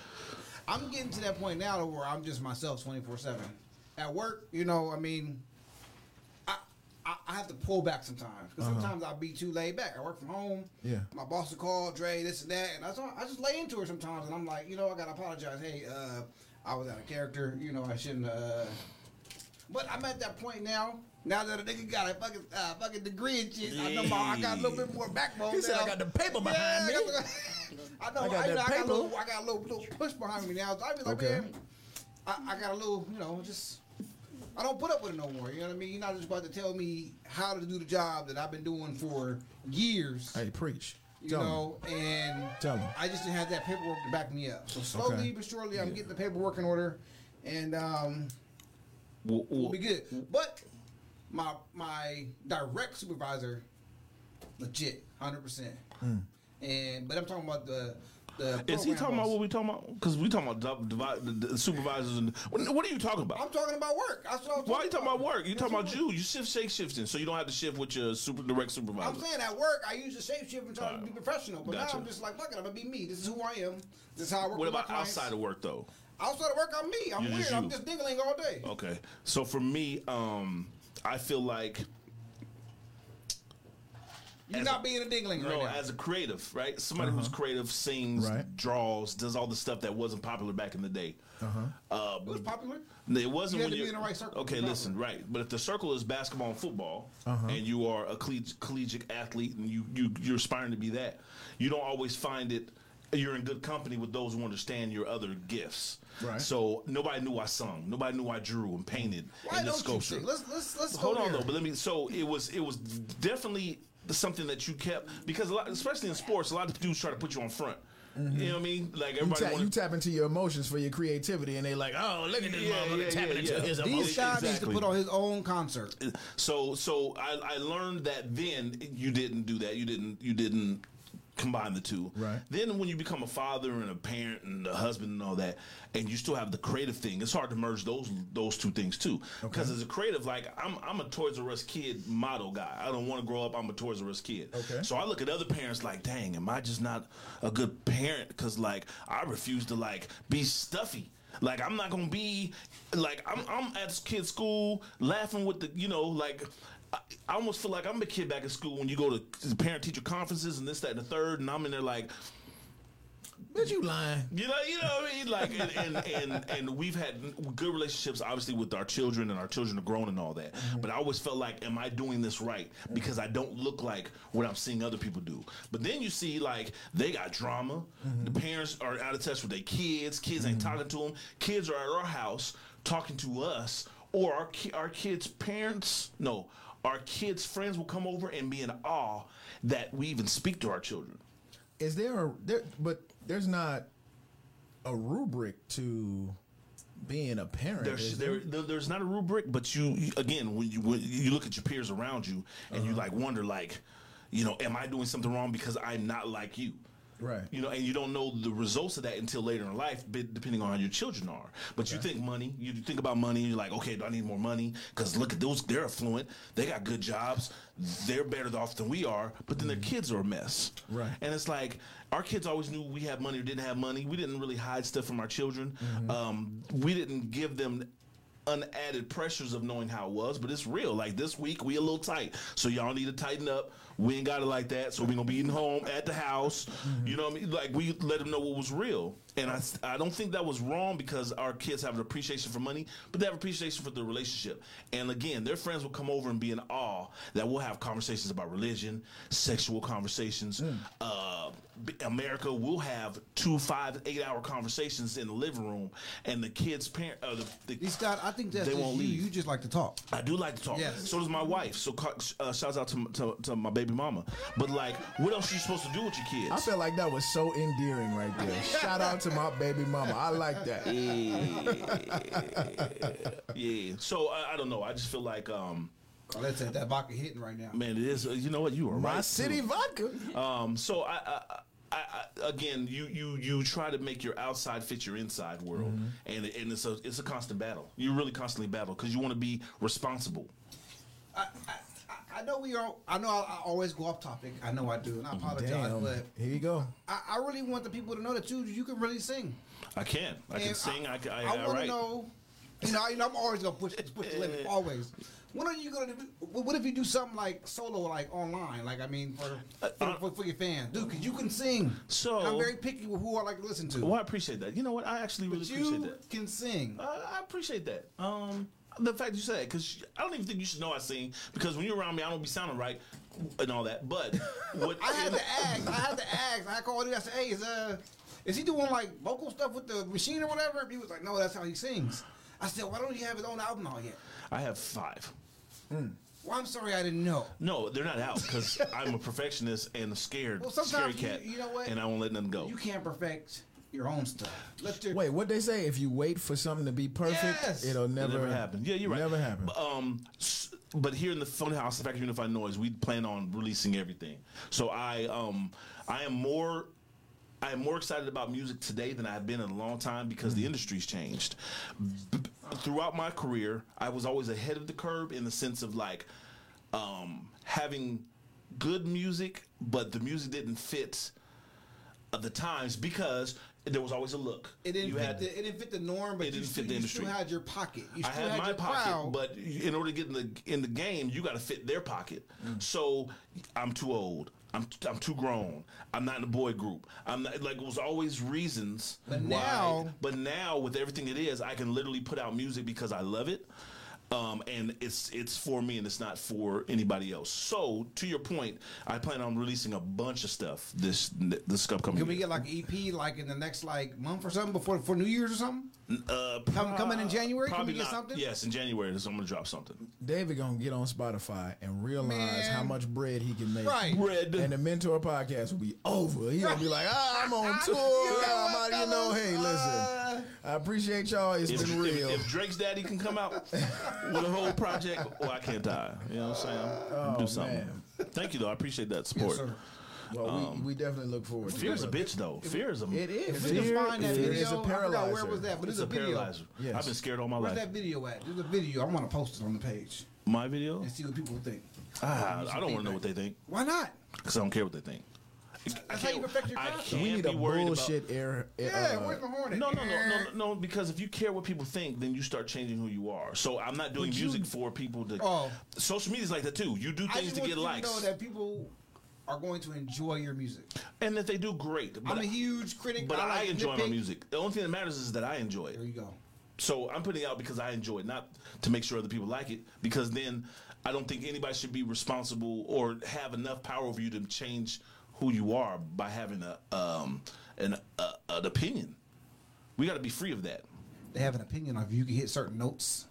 S5: I'm getting to that point now to where I'm just myself 24 seven. At work, you know, I mean, I I, I have to pull back sometimes because sometimes I'll be too laid back. I work from home.
S3: Yeah.
S5: My boss will call Dre this and that, and I just, I just lay into her sometimes, and I'm like, you know, I gotta apologize. Hey, uh, I was out of character. You know, I shouldn't. uh But I'm at that point now. Now that a nigga got a fucking uh, fucking degree and shit, I know my, I got a little bit more backbone.
S3: He said,
S5: now.
S3: "I got the paper
S5: Yeah,
S3: behind
S5: I got
S3: me."
S5: the- I know.
S3: I
S5: I
S3: got
S5: got, I,
S3: that
S5: got
S3: paper.
S5: a little, I got a little, little push behind me now. So I be like,
S3: Okay.
S5: man, I, I got a little, you know, just I don't put up with it no more. You know what I mean? You're not just about to tell me how to do the job that I've been doing for years.
S3: Hey, preach.
S5: you
S3: Tell 'em.
S5: know, and
S3: Tell 'em.
S5: I just didn't have that paperwork to back me up. So slowly
S3: Okay.
S5: but surely, I'm getting the paperwork in order, and um,
S4: Well, well,
S5: we'll be good. But my my direct supervisor, legit, hundred percent. And but I'm talking about the the.
S4: Is he
S5: program
S4: talking about
S5: boss.
S4: what we talking about? Because we talking about divi- the- the supervisors and what what are you talking about?
S5: I'm talking about work. That's what I'm
S4: Why are you talking about work? You
S5: That's
S4: talking about
S5: what-
S4: you? You shift shake shifting, so you don't have to shift with your super direct supervisor.
S5: I'm saying at work, I use the shapeshift and try to be professional, but
S4: Uh, Gotcha.
S5: now I'm just like, fuck it, I'm gonna be me. This is who I am. This is how I work.
S4: what
S5: with
S4: about
S5: my clients.
S4: outside of work though?
S5: Outside of work, I'm me. I'm
S4: You're
S5: weird.
S4: just you. Oh,
S5: I'm just dingling all day.
S4: Okay, so for me, um, I feel like
S5: You're
S4: as
S5: not
S4: a-
S5: being a dingling right
S4: no,
S5: now. Uh-huh.
S4: as a creative, right? Somebody who's creative sings,
S3: Right.
S4: draws, does all the stuff that wasn't popular back in the day.
S5: Uh-huh.
S4: Uh,
S5: it was popular.
S4: It wasn't
S5: You had
S4: when
S5: to be
S4: you-
S5: in the right circle to
S4: Okay,
S5: be popular.
S4: listen, right. But if the circle is basketball and football,
S5: Uh-huh.
S4: and you are a colleg- collegiate athlete and you, you you're aspiring to be that, you don't always find it. You're in good company with those who understand your other gifts.
S3: Right.
S4: So nobody knew I sung. Nobody knew I drew and painted
S5: Why
S4: and did
S5: don't you
S4: sculpture.
S5: sing? Let's let's let's
S4: Hold
S5: go
S4: on
S5: there.
S4: though, but let me. So it was it was definitely something that you kept because a lot, especially in sports, a lot of dudes try to put you on front.
S5: Mm-hmm.
S4: You know what I mean? Like
S3: You,
S4: everybody
S3: tap,
S4: wanna-
S3: you tap into your emotions for your creativity, and they like, oh, look at this
S4: Yeah,
S3: motherfucker
S4: yeah,
S3: tapping
S4: yeah,
S3: into
S4: yeah.
S3: his
S4: These
S3: emotions.
S5: These guys needs to
S4: Exactly.
S5: put on his own concert.
S4: so so I, I learned that then you didn't do that you didn't you didn't combine the two
S3: Right.
S4: then when you become a father and a parent and a husband and all that and you still have the creative thing it's hard to merge those those two things too because as a creative like I'm, I'm a Toys R Us kid model guy I don't want to grow up I'm a Toys R Us kid
S3: Okay.
S4: so I look at other parents like dang am I just not a good parent because like I refuse to like be stuffy like I'm not gonna be like I'm I'm at kid school laughing with the you know like I, I almost feel like I'm a kid back at school when you go to parent teacher conferences and this that and the third and I'm in there like
S3: Bitch, you lying.
S4: you know, you know what I mean? Like, and, and, and, and we've had good relationships, obviously, with our children, and our children are grown and all that. But I always felt like, am I doing this right? Because I don't look like what I'm seeing other people do. But then you see, like, they got drama. The parents are out of touch with their kids. Kids ain't talking to them. Kids are at our house talking to us, or our, ki- our kids' parents, no, our kids' friends will come over and be in awe that we even speak to our children.
S3: is there a there but there's not a rubric to being a parent
S4: There's
S3: is there?
S4: there, there, there's not a rubric, but you you- again when you when you look at your peers around you and you like wonder like, you know, am I doing something wrong because I'm not like you.
S3: Right.
S4: You know, and you don't know the results of that until later in life, be- depending on how your children are. But you think money, you think about money, and you're like, okay, do I need more money? Because look at those, they're affluent, they got good jobs, they're better off than we are, but then their kids are a mess.
S3: Mm-hmm. Right.
S4: And it's like our kids always knew we had money or didn't have money. We didn't really hide stuff from our children.
S3: Mm-hmm.
S4: Um, we didn't give them unadded pressures of knowing how it was, but it's real. Like this week, we a little tight, so y'all need to tighten up. We ain't got it like that, so we gonna be eating home at the house. You know what I mean? Like we let them know what was real, and I I don't think that was wrong because our kids have an appreciation for money, but they have appreciation for the relationship. And again, their friends will come over and be in awe that we'll have conversations about religion, sexual conversations. Uh, B- America will have two, five, eight-hour conversations in the living room, and the kids' parent, uh, the, the
S5: These guys, I think that's
S4: They
S5: just
S4: won't
S5: you.
S4: leave.
S5: You just like to talk.
S4: I do like to talk.
S5: Yes.
S4: So does my wife. So co- uh, shouts out to, m- to to my baby mama. But like, what else are you supposed to do with your kids?
S3: i felt like that was so endearing right there shout out to my baby mama i like that
S4: yeah. So I, I don't know. I just feel like, um,
S5: Oh, that's that, that vodka hitting right now.
S4: man, it is. uh, You know what? You are
S3: my
S4: right.
S3: city
S4: too.
S3: vodka
S4: Um, so I, I, I, I, again, you, you, you try to make your outside fit your inside world, and
S5: Mm-hmm.
S4: and it's a it's a constant battle. You really constantly battle because you want to be responsible.
S5: I, I, I know we are. I know I, I always go off topic. I know I do, and I apologize.
S3: Damn.
S5: But
S3: Here you go.
S5: I, I really want the people to know that you you can really sing.
S4: I can. I can
S5: And
S4: sing. I, can. I,
S5: I
S4: I,
S5: wanna
S4: write.
S5: know. You know, I, you know, I'm always gonna push push the limit. Always. When are you gonna do? wh- What if you do something like solo, like online? Like I mean, for for, for, for your fans, dude, because you can sing.
S4: Uh, So-
S5: And I'm very picky with who I like to listen to.
S4: Well, I appreciate that. You know what? I actually really
S5: But
S4: appreciate
S5: you
S4: that.
S5: can sing.
S4: I, I appreciate that. Um, the fact that you said because I don't even think you should know I sing because when you're around me, I don't be sounding right and all that. But what
S5: I had to ask. I had to ask. I called him. I said, "Hey, is uh, is he doing like vocal stuff with the machine or whatever?" He was like, "No, that's how he sings." I said, "Why don't he have his own album out yet?"
S4: I have five.
S5: Well, I'm sorry, I didn't know.
S4: No, they're not out because I'm a perfectionist and a scared,
S5: Well,
S4: scary
S5: sometimes you-
S4: cat.
S5: you know what?
S4: And I won't let nothing go.
S5: You can't perfect your own stuff. Let your
S3: Wait, what they say? If you wait for something to be perfect,
S5: Yes.
S3: it'll never,
S4: It'll never happen. Yeah, you're right.
S3: Never happen.
S4: But, um, s- but here in the Funhouse Factory Unified Noise, we plan on releasing everything. So I um, I am more. I am more excited about music today than I've been in a long time because
S3: Hmm.
S4: the industry's changed. B- b- throughout my career, I was always ahead of the curve in the sense of like um, having good music, but the music didn't fit of the times because there was always a look.
S5: it didn't
S4: You
S5: fit
S4: had-
S5: the it didn't fit the norm, but
S4: it
S5: you,
S4: didn't
S5: still,
S4: fit the
S5: you still
S4: industry.
S5: had your pocket. You
S4: I
S5: still
S4: had my
S5: your
S4: pocket,
S5: crowd.
S4: but in order to get in the in the game, you got to fit their pocket.
S5: Mm.
S4: So I'm too old. I'm t- I'm too grown. I'm not in a boy group. I'm not, like it was always reasons.
S5: But now-
S4: but now with everything it is, I can literally put out music because I love it. Um, and it's it's for me and it's not for anybody else. So to your point, I plan on releasing a bunch of stuff this this upcoming.
S5: Can we
S4: year.
S5: get like EP like in the next like month or something before for New Year's or something?
S4: uh,
S5: Come coming in January? Can
S4: probably
S5: we get
S4: not.
S5: something?
S4: Yes, in January, so I'm gonna drop something.
S3: David gonna get on Spotify and realize
S5: Man.
S3: how much bread he can make.
S5: Right.
S4: Bread.
S3: And the mentor podcast will be over. He gonna be like, ah, I'm on tour. I'm out
S5: what,
S3: of you know.
S5: fellas?
S3: Hey, listen,
S5: Uh,
S3: I appreciate y'all. It's
S4: if,
S3: been
S4: if-
S3: real.
S4: if Drake's daddy can come out with a whole project, why can't I? You know what I'm saying? Do something.
S3: man.
S4: Thank you though. I appreciate that support.
S5: Oh, sir.
S3: well, we, we definitely look forward. to
S4: Fear is um, a
S3: it.
S4: bitch though. Fear is a
S3: It is.
S5: If we can
S3: Fear
S5: find that
S3: is a
S5: video, I forgot where
S3: paralyzer.
S5: was that, but
S4: It's
S5: there's
S4: a
S5: a video.
S4: paralyzer.
S3: Yes.
S4: I've been scared all my
S5: Where's
S4: life.
S5: that video at? There's a video. I want to post it on the page
S4: My video?
S5: and see what people think.
S4: Ah, I don't want to know what they think
S5: Why not?
S4: because I don't care what they think. I
S5: how you
S4: can't-
S5: perfect your
S4: I
S5: craft, though.
S4: can't
S3: We need
S4: be
S3: a
S4: worried about-
S3: bullshit air.
S5: Yeah,
S3: uh,
S5: where's the hornet?
S4: No, no, no, no, no. Because if you care what people think, then you start changing who you are. So I'm not doing
S5: But you-
S4: music for people to.
S5: Oh.
S4: Social media's like that too. You do
S5: I
S4: things
S5: just
S4: to
S5: want
S4: get
S5: you
S4: likes,
S5: to know that people are going to enjoy your music.
S4: and if they do, great. But
S5: I'm a huge critic,
S4: But I,
S5: like
S4: enjoy my
S5: nitpick.
S4: music. The only thing that matters is that I enjoy it.
S5: There you go.
S4: So I'm putting it out because I enjoy it, not to make sure other people like it. Because then I don't think anybody should be responsible or have enough power over you to change who you are by having a um an a, an opinion. We got to be free of that.
S5: They have an opinion of you can hit certain notes.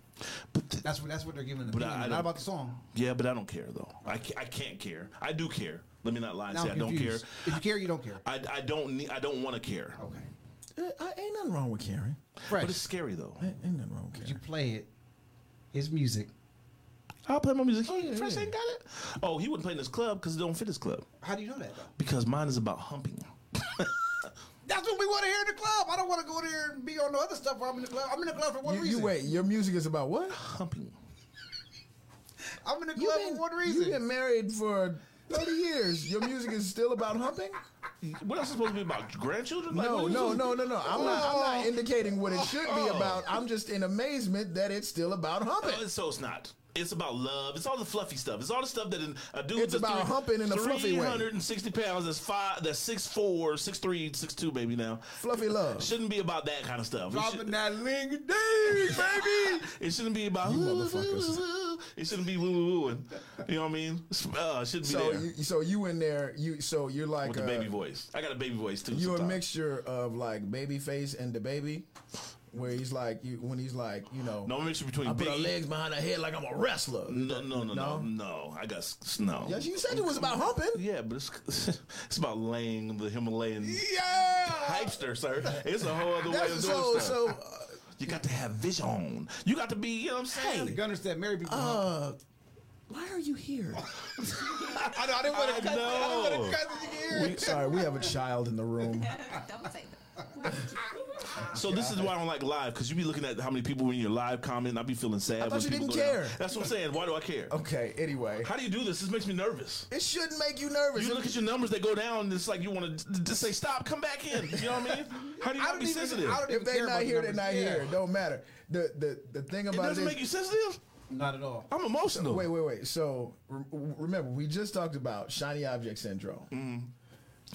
S4: But th-
S5: That's what that's what they're giving an opinion.
S4: I- I
S5: not
S4: don't-
S5: about the song.
S4: yeah, but I don't care though. I ca- I can't care. I do care. Let me not lie and
S5: Now
S4: say I
S5: I'm
S4: don't care.
S5: confused. If you care, you don't care.
S4: I, I don't need. I don't want to care.
S5: Okay.
S3: I eh, uh, ain't nothing wrong with caring.
S5: Fresh.
S4: But it's scary though.
S3: Ain't ain't nothing wrong with
S5: you
S3: caring.
S5: play it. His music.
S4: I'll play my music. He,
S3: yeah,
S4: Fresh
S3: yeah.
S4: ain't got it. Oh, he wouldn't play in this club because it don't fit his club.
S5: How do you know that though?
S4: Because mine is about humping.
S5: That's what we want to hear in the club. I don't want to go there and be on the other stuff where I'm in the club. I'm in the club for one
S3: You, you
S5: reason.
S3: wait. Your music is about what?
S4: Humping.
S5: I'm in the
S3: You
S5: club for one reason.
S3: You've been married for 30 years. Your music is still about humping?
S4: What else is supposed to be about grandchildren? Like,
S3: No,
S4: what is
S3: no,
S4: this?
S3: no, no, no. I'm not, I'm
S4: Oh.
S3: not indicating what it should be about. I'm just in amazement that it's still about
S4: Oh,
S3: humping.
S4: it's- so it's not. It's about love. It's all the fluffy stuff. It's all the stuff that in, a dude.
S3: It's about humping in a fluffy way.
S4: Three hundred and sixty pounds. That's five. That's six four, six three, six two. Baby now.
S3: Fluffy love.
S4: Shouldn't be about that kind of stuff. It, should,
S5: Dropping that ling ding, baby.
S4: it shouldn't be about.
S3: motherfuckers.
S4: It shouldn't be woo woo woo. You know what I mean? Uh, it shouldn't be
S3: So
S4: there
S3: you, so you in there, you so you're like
S4: with the
S3: uh,
S4: baby voice. I got a baby voice too.
S3: you're a
S4: sometimes.
S3: mixture of like baby face and the baby, where he's like you when he's like you know
S4: No mixture between
S3: I put her
S4: Biggie.
S3: legs behind her head like I'm a wrestler.
S4: No, no, no,
S3: No?
S4: no, no. I got s- no.
S3: Yes, you said it was about humping.
S4: Yeah, but it's it's about laying the Himalayan
S3: Yeah.
S4: hypester, sir. It's a whole other way of doing
S3: That's so
S4: stuff.
S3: so. Uh,
S4: you got to have vision. You got to be, you know what I'm saying?
S5: The gunner said, "Married people."
S3: uh, why are you here?
S5: I, I didn't want to.
S4: I know.
S3: Oh.
S5: cut it. You can hear it.
S3: We, sorry, we have a child in the room.
S7: Don't say that.
S4: So this is why I don't like live because you be looking at how many people in your live comment. and I be feeling sad.
S3: thought
S4: when
S3: you
S4: people
S3: didn't
S4: go down.
S3: care.
S4: That's what I'm saying. Why do I care?
S3: Okay. Anyway,
S4: How do you do this? This makes me nervous.
S3: it shouldn't make you nervous.
S4: You look at your numbers that go down, and it's like you want to just say stop, come back in. You know what I mean? How do you
S5: I
S4: not
S5: don't
S4: be
S5: even-
S4: sensitive?
S5: I don't
S3: if
S5: even
S3: they
S5: care about
S3: not
S5: the
S3: here, they're
S5: numbers.
S3: not
S5: Yeah.
S3: here. It Don't matter. The the the thing
S4: it
S3: about
S4: doesn't
S3: this-
S4: make you sensitive.
S5: Not at all.
S4: I'm emotional.
S3: Wait, wait, wait. So re- remember, we just talked about shiny object syndrome.
S4: Mm-hmm.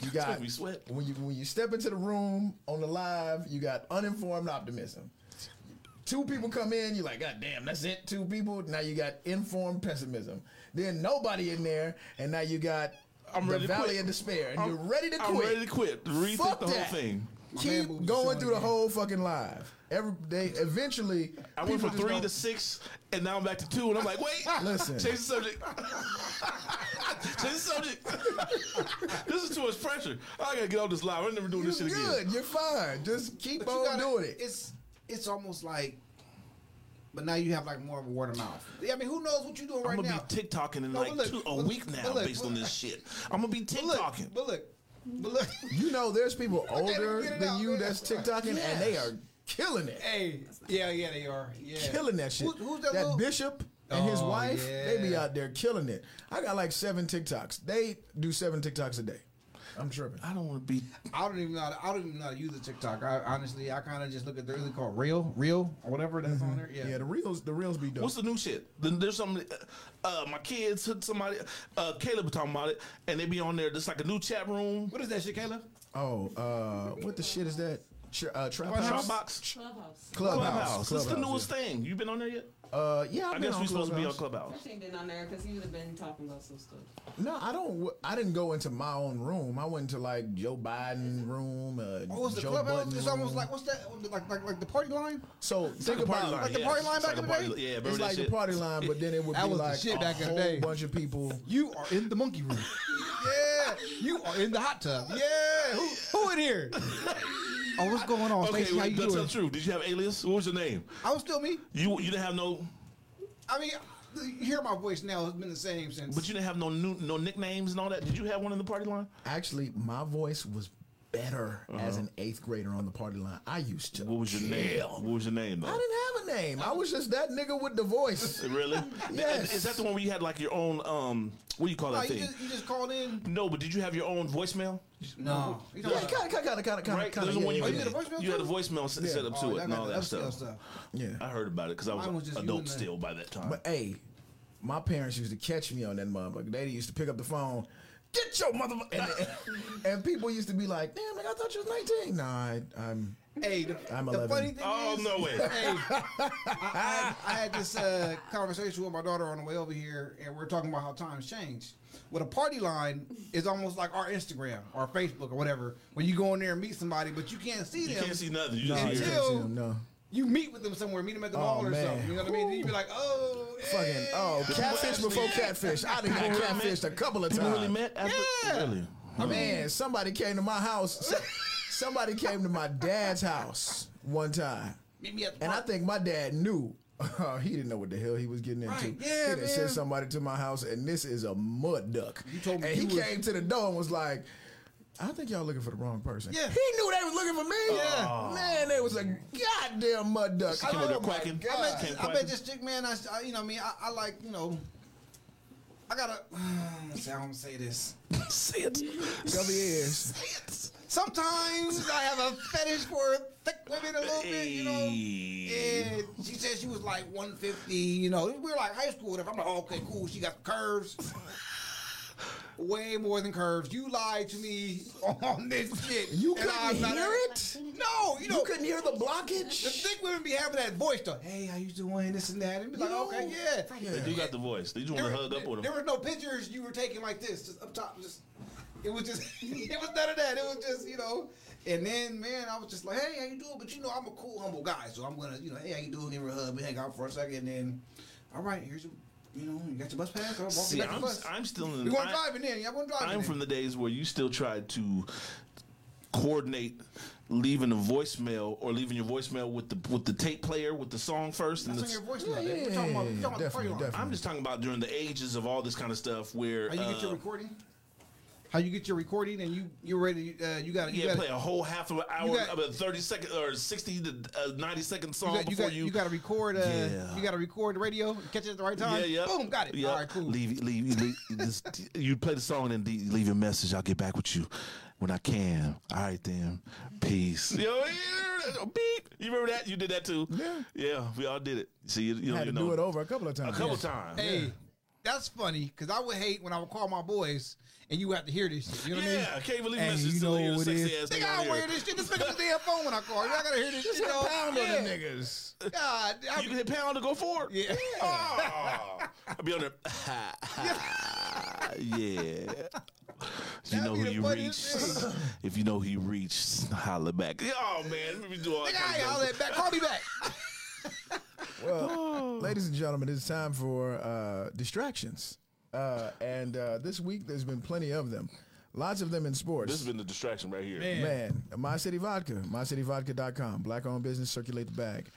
S3: You got
S4: making me sweat.
S3: when you when you step into the room on the live. You got uninformed optimism. Two people come in, you're like, God damn, that's it. Two people. Now you got informed pessimism. Then nobody in there, and now you got
S4: I'm
S3: the
S4: ready to
S3: valley
S4: quit.
S3: of despair, and
S4: I'm-
S3: you're ready to
S4: Oh, I'm
S3: quit.
S4: ready to quit. Rethink
S3: Fuck
S4: the whole
S3: that.
S4: thing.
S5: man moved
S3: Keep
S5: to
S3: going
S5: Sony,
S3: through the
S5: man.
S3: whole fucking live. Every day, eventually,
S4: I went
S3: people
S4: from
S3: just
S4: three
S3: don't-
S4: to six, and now I'm back to two, and I'm like, wait,
S3: Listen.
S4: change the subject. change the subject. this is too much pressure. I gotta get off this live. I'm never doing
S3: You're
S4: this shit
S3: good.
S4: again.
S3: You're fine. Just keep
S5: But you
S3: on
S5: gotta-
S3: doing it.
S5: It's it's almost like, but now you have like more of a word of mouth. Yeah, I mean, who knows what you're doing
S4: I'm
S5: right
S4: gonna
S5: now?
S4: be TikToking in
S5: No,
S4: like
S5: but look,
S4: two, a
S5: but-
S4: week now
S5: but look,
S4: based on
S5: but-
S4: this shit. I'm gonna be
S5: But look,
S4: TikToking.
S5: but look, but look.
S3: You know, there's people
S5: can't even
S3: older
S5: get it
S3: than
S5: out,
S3: you
S5: man.
S3: that's TikToking, and they are killing it,
S5: hey, yeah, yeah, they are. Yeah,
S3: killing that shit.
S5: Who- who's that? little-
S3: bishop and his
S5: Oh,
S3: wife, they be
S5: yeah.
S3: out there killing it. I got like seven TikToks. They do seven TikToks a day. I'm tripping.
S4: I don't want to be.
S5: I don't even know. How to, I don't even know how to use the TikTok. I honestly, I kind of just look at the really called real, real or whatever that's on there. Yeah.
S3: Mm-hmm. Yeah, the reels, the reels be dope.
S4: What's the new shit? Then There's some. Uh, my kids, somebody, uh, Caleb was talking about it, and they be on there. There's like a new chat room.
S5: What is that shit, Kayla?
S3: oh, uh, what the shit is that? Ch- uh, trap house,
S4: Dropbox,
S8: Clubhouse.
S3: clubhouse,
S4: Clubhouse. That's the
S3: Clubhouse,
S4: newest thing. You been on there yet?
S3: yeah. Uh, yeah, I've
S4: I
S3: been
S4: guess
S3: on
S4: we supposed to be on
S3: Clubhouse.
S4: Clubhouse.
S8: She ain't been on there because you've been talking about some stuff.
S3: No, I don't. w- I didn't go into my own room. I went to like Joe Biden room.
S4: Oh,
S3: Uh,
S5: What was the
S3: Joe
S5: clubhouse?
S3: Budden
S5: It's
S3: room.
S5: almost like what's that? Like like like the party line?
S3: so. Think
S4: Like a
S3: about
S4: party line,
S5: like the
S4: yeah.
S5: party line
S4: It's
S5: back
S4: like
S5: in
S4: a
S5: the
S4: party
S5: day?
S4: li- Yeah, remember
S3: It's
S4: that
S3: like
S4: shit?
S3: the party line, but then it would
S5: That
S3: be
S5: was the
S3: like
S5: shit
S3: a
S5: back in the
S3: whole
S5: day.
S3: bunch of people.
S5: You are in the monkey room. yeah, you are in the hot tub. Yeah, who, who in here? oh, what's going on,
S4: Okay,
S5: Stacey? How
S4: wait,
S5: you
S4: but tell
S5: doing?
S4: the truth. Did you have alias? What was your name?
S5: I was still me.
S4: You you didn't have no,
S5: I mean, you hear my voice now. It's been the same since.
S4: but you didn't have no new, no nicknames and all that. Did you have one in the party line?
S3: Actually, my voice was better as an eighth grader on the party line. I used to.
S4: Uh-huh. What was your name? What was your name
S3: I
S4: though?
S3: didn't have a name. I was just that nigga with the voice.
S4: Really?
S3: Yes.
S4: Is that the one where you had like your own um? What do you call
S5: no,
S4: that
S5: you
S4: thing?
S5: just, you just called in.
S4: No, but did you have your own voicemail?
S5: No, you
S3: Yeah, kind of, kind of, kind of,
S4: Right,
S3: kind of,
S4: there's the one you,
S5: Oh, you
S4: could-
S5: did a voicemail
S4: you had a
S5: too?
S4: voicemail s- set up to
S5: Oh,
S4: it
S5: y'all
S4: and
S5: got
S4: all
S5: the
S4: that
S5: upscale
S4: stuff.
S5: stuff.
S4: I
S3: yeah.
S4: heard about it because I was,
S5: Mine was just you
S4: adult
S5: and the-
S4: still by that time.
S3: But hey, my parents used to catch me on that motherfucker. They used to pick up the phone. Get your motherfucker! And, and people used to be like, "Damn, like I thought you was 19." Nah, I, I'm.
S5: Hey, the,
S3: I'm
S5: the
S3: 11.
S5: funny thing
S4: oh
S5: is,
S4: no way!
S5: hey, I, I, had, I had this uh, conversation with my daughter on the way over here, and we are talking about how times change. Well, a party line is almost like our Instagram or Facebook or whatever, when you go in there and meet somebody, but you can't see
S4: You
S5: them.
S4: can't see nothing. You
S3: No,
S4: just
S3: you
S4: hear.
S3: can't
S5: Until-
S3: see them, no.
S5: You meet with them somewhere, meet them at the
S3: Oh,
S5: mall or
S3: man.
S5: something. You know what I mean? Then you be like, oh,
S3: Fucking
S5: hey.
S3: oh, catfish
S4: actually-
S3: before catfish. I done got
S4: People
S3: catfished a couple of
S4: People
S3: times.
S4: really met after.
S5: Yeah.
S4: Really.
S3: Man, somebody came to my house. Somebody came to my dad's house one time,
S5: meet me at the
S3: and I
S5: park.
S3: think my dad knew. he didn't know what the hell he was getting into.
S5: Right,
S3: he
S5: yeah,
S3: done sent
S5: man.
S3: somebody to my house, and this is a mud duck.
S5: You told me
S3: and he
S5: you was-
S3: came to the door and was like, "I think y'all looking for the wrong person."
S5: Yeah.
S3: he knew they was looking for me. Oh.
S5: Yeah.
S3: man, they was a goddamn mud duck.
S4: Came over there
S5: my
S4: quacking.
S5: God. I bet,
S4: Came
S5: this, I bet
S4: quacking.
S5: this chick, man. I, I- you know, what I mean, I, I like, you know, I gotta. say, I don't say this.
S4: Say it.
S3: Cover your ears.
S5: Sometimes I have a fetish for thick women a little bit, you know. And she said she was like 150, you know. We were like high school. whatever. I'm like, okay, cool. She got curves. Way more than curves. You lied to me on this shit.
S3: You
S5: and I'm
S3: couldn't
S5: not-
S3: hear it.
S5: No, you know.
S3: You couldn't hear the
S5: The
S3: blockage.
S5: thick women be having that voice though. Hey, how you doing? This and that. And be like,
S3: No.
S5: okay, yeah.
S4: They do got the voice. They just want to hug up with
S5: There
S4: them.
S5: was no pictures you were taking like this, just up top. Just it was just it was none of that. It was just you know. And then man, I was just like, hey, how you doing? But you know, I'm a cool, humble guy, so I'm gonna you know, hey, how you doing? Give her a hug. We hang out for a second. And then, all right, here's your you know, you got your bus pass. I'll walk you
S4: See,
S5: back to
S4: I'm,
S5: the bus.
S4: I'm still in.
S5: we weren't
S4: I-
S5: driving in. Yeah, I wasn't driving.
S4: I'm
S5: in.
S4: from the days where you still tried to coordinate leaving a voicemail or leaving your voicemail with the with the tape player with the song first. And
S5: That's on
S4: the-
S5: your voice now. We're talking about, we're talking about the
S3: definitely,
S5: party line.
S3: definitely.
S4: I'm just talking about during the ages of all this kind of stuff where
S5: How you get your
S4: uh,
S5: recording? how you get your recording and you you ready. Uh, you got you
S4: Yeah,
S5: got
S4: play a whole half of an hour,
S5: got-
S4: of a thirty second or sixty to uh, ninety second
S5: you
S4: song
S5: got, you,
S4: before
S5: got, you got to record. Uh,
S4: Yeah.
S5: You got to record the radio. Catch it at the right time.
S4: Yeah, yeah.
S5: Boom, got it.
S4: Yeah.
S5: All right, cool.
S4: Leave, leave, leave. this, you play the song and then de- leave your message. I'll get back with you when I can. All right, then. Peace. Yo, yeah, beep. You remember that? You did that too.
S3: Yeah.
S4: Yeah, we all did it. See, you, you,
S3: had
S4: you
S3: to do it
S4: know,
S3: over a couple of
S4: a
S3: times.
S4: couple times.
S5: Hey, that's funny because I would hate when I would call my boys and you have to hear this shit. You know what I mean?
S4: yeah, I can't believe
S3: Hey,
S4: messages
S3: you
S4: still
S3: know
S4: here.
S3: what it
S4: Sexy
S3: is?
S4: ass
S5: Nigga,
S4: nigga
S5: I
S4: out
S5: don't wear
S4: here.
S5: this shit. Just pick up the damn phone when I call. Y'all gotta hear this shit. dog.
S3: Pound on
S5: yeah.
S3: the niggas.
S5: God, I,
S4: You can hit pound to go forward.
S5: yeah.
S4: Oh, I'll be on there. yeah. You know
S5: be
S4: who
S5: the
S4: you reach.
S5: funniest
S4: If you know who you reach, holla back. Oh man, we do all
S5: Nigga, I
S4: kinds
S5: ain't
S4: of-
S5: hollering back. Call me back.
S3: Well, ladies and gentlemen, it's time for uh, distractions. Uh, and uh, this week, there's been plenty of them. Lots of them in sports.
S4: This has been the distraction right here.
S3: Man, My City Vodka, mycityvodka.com, black owned business, circulate the bag.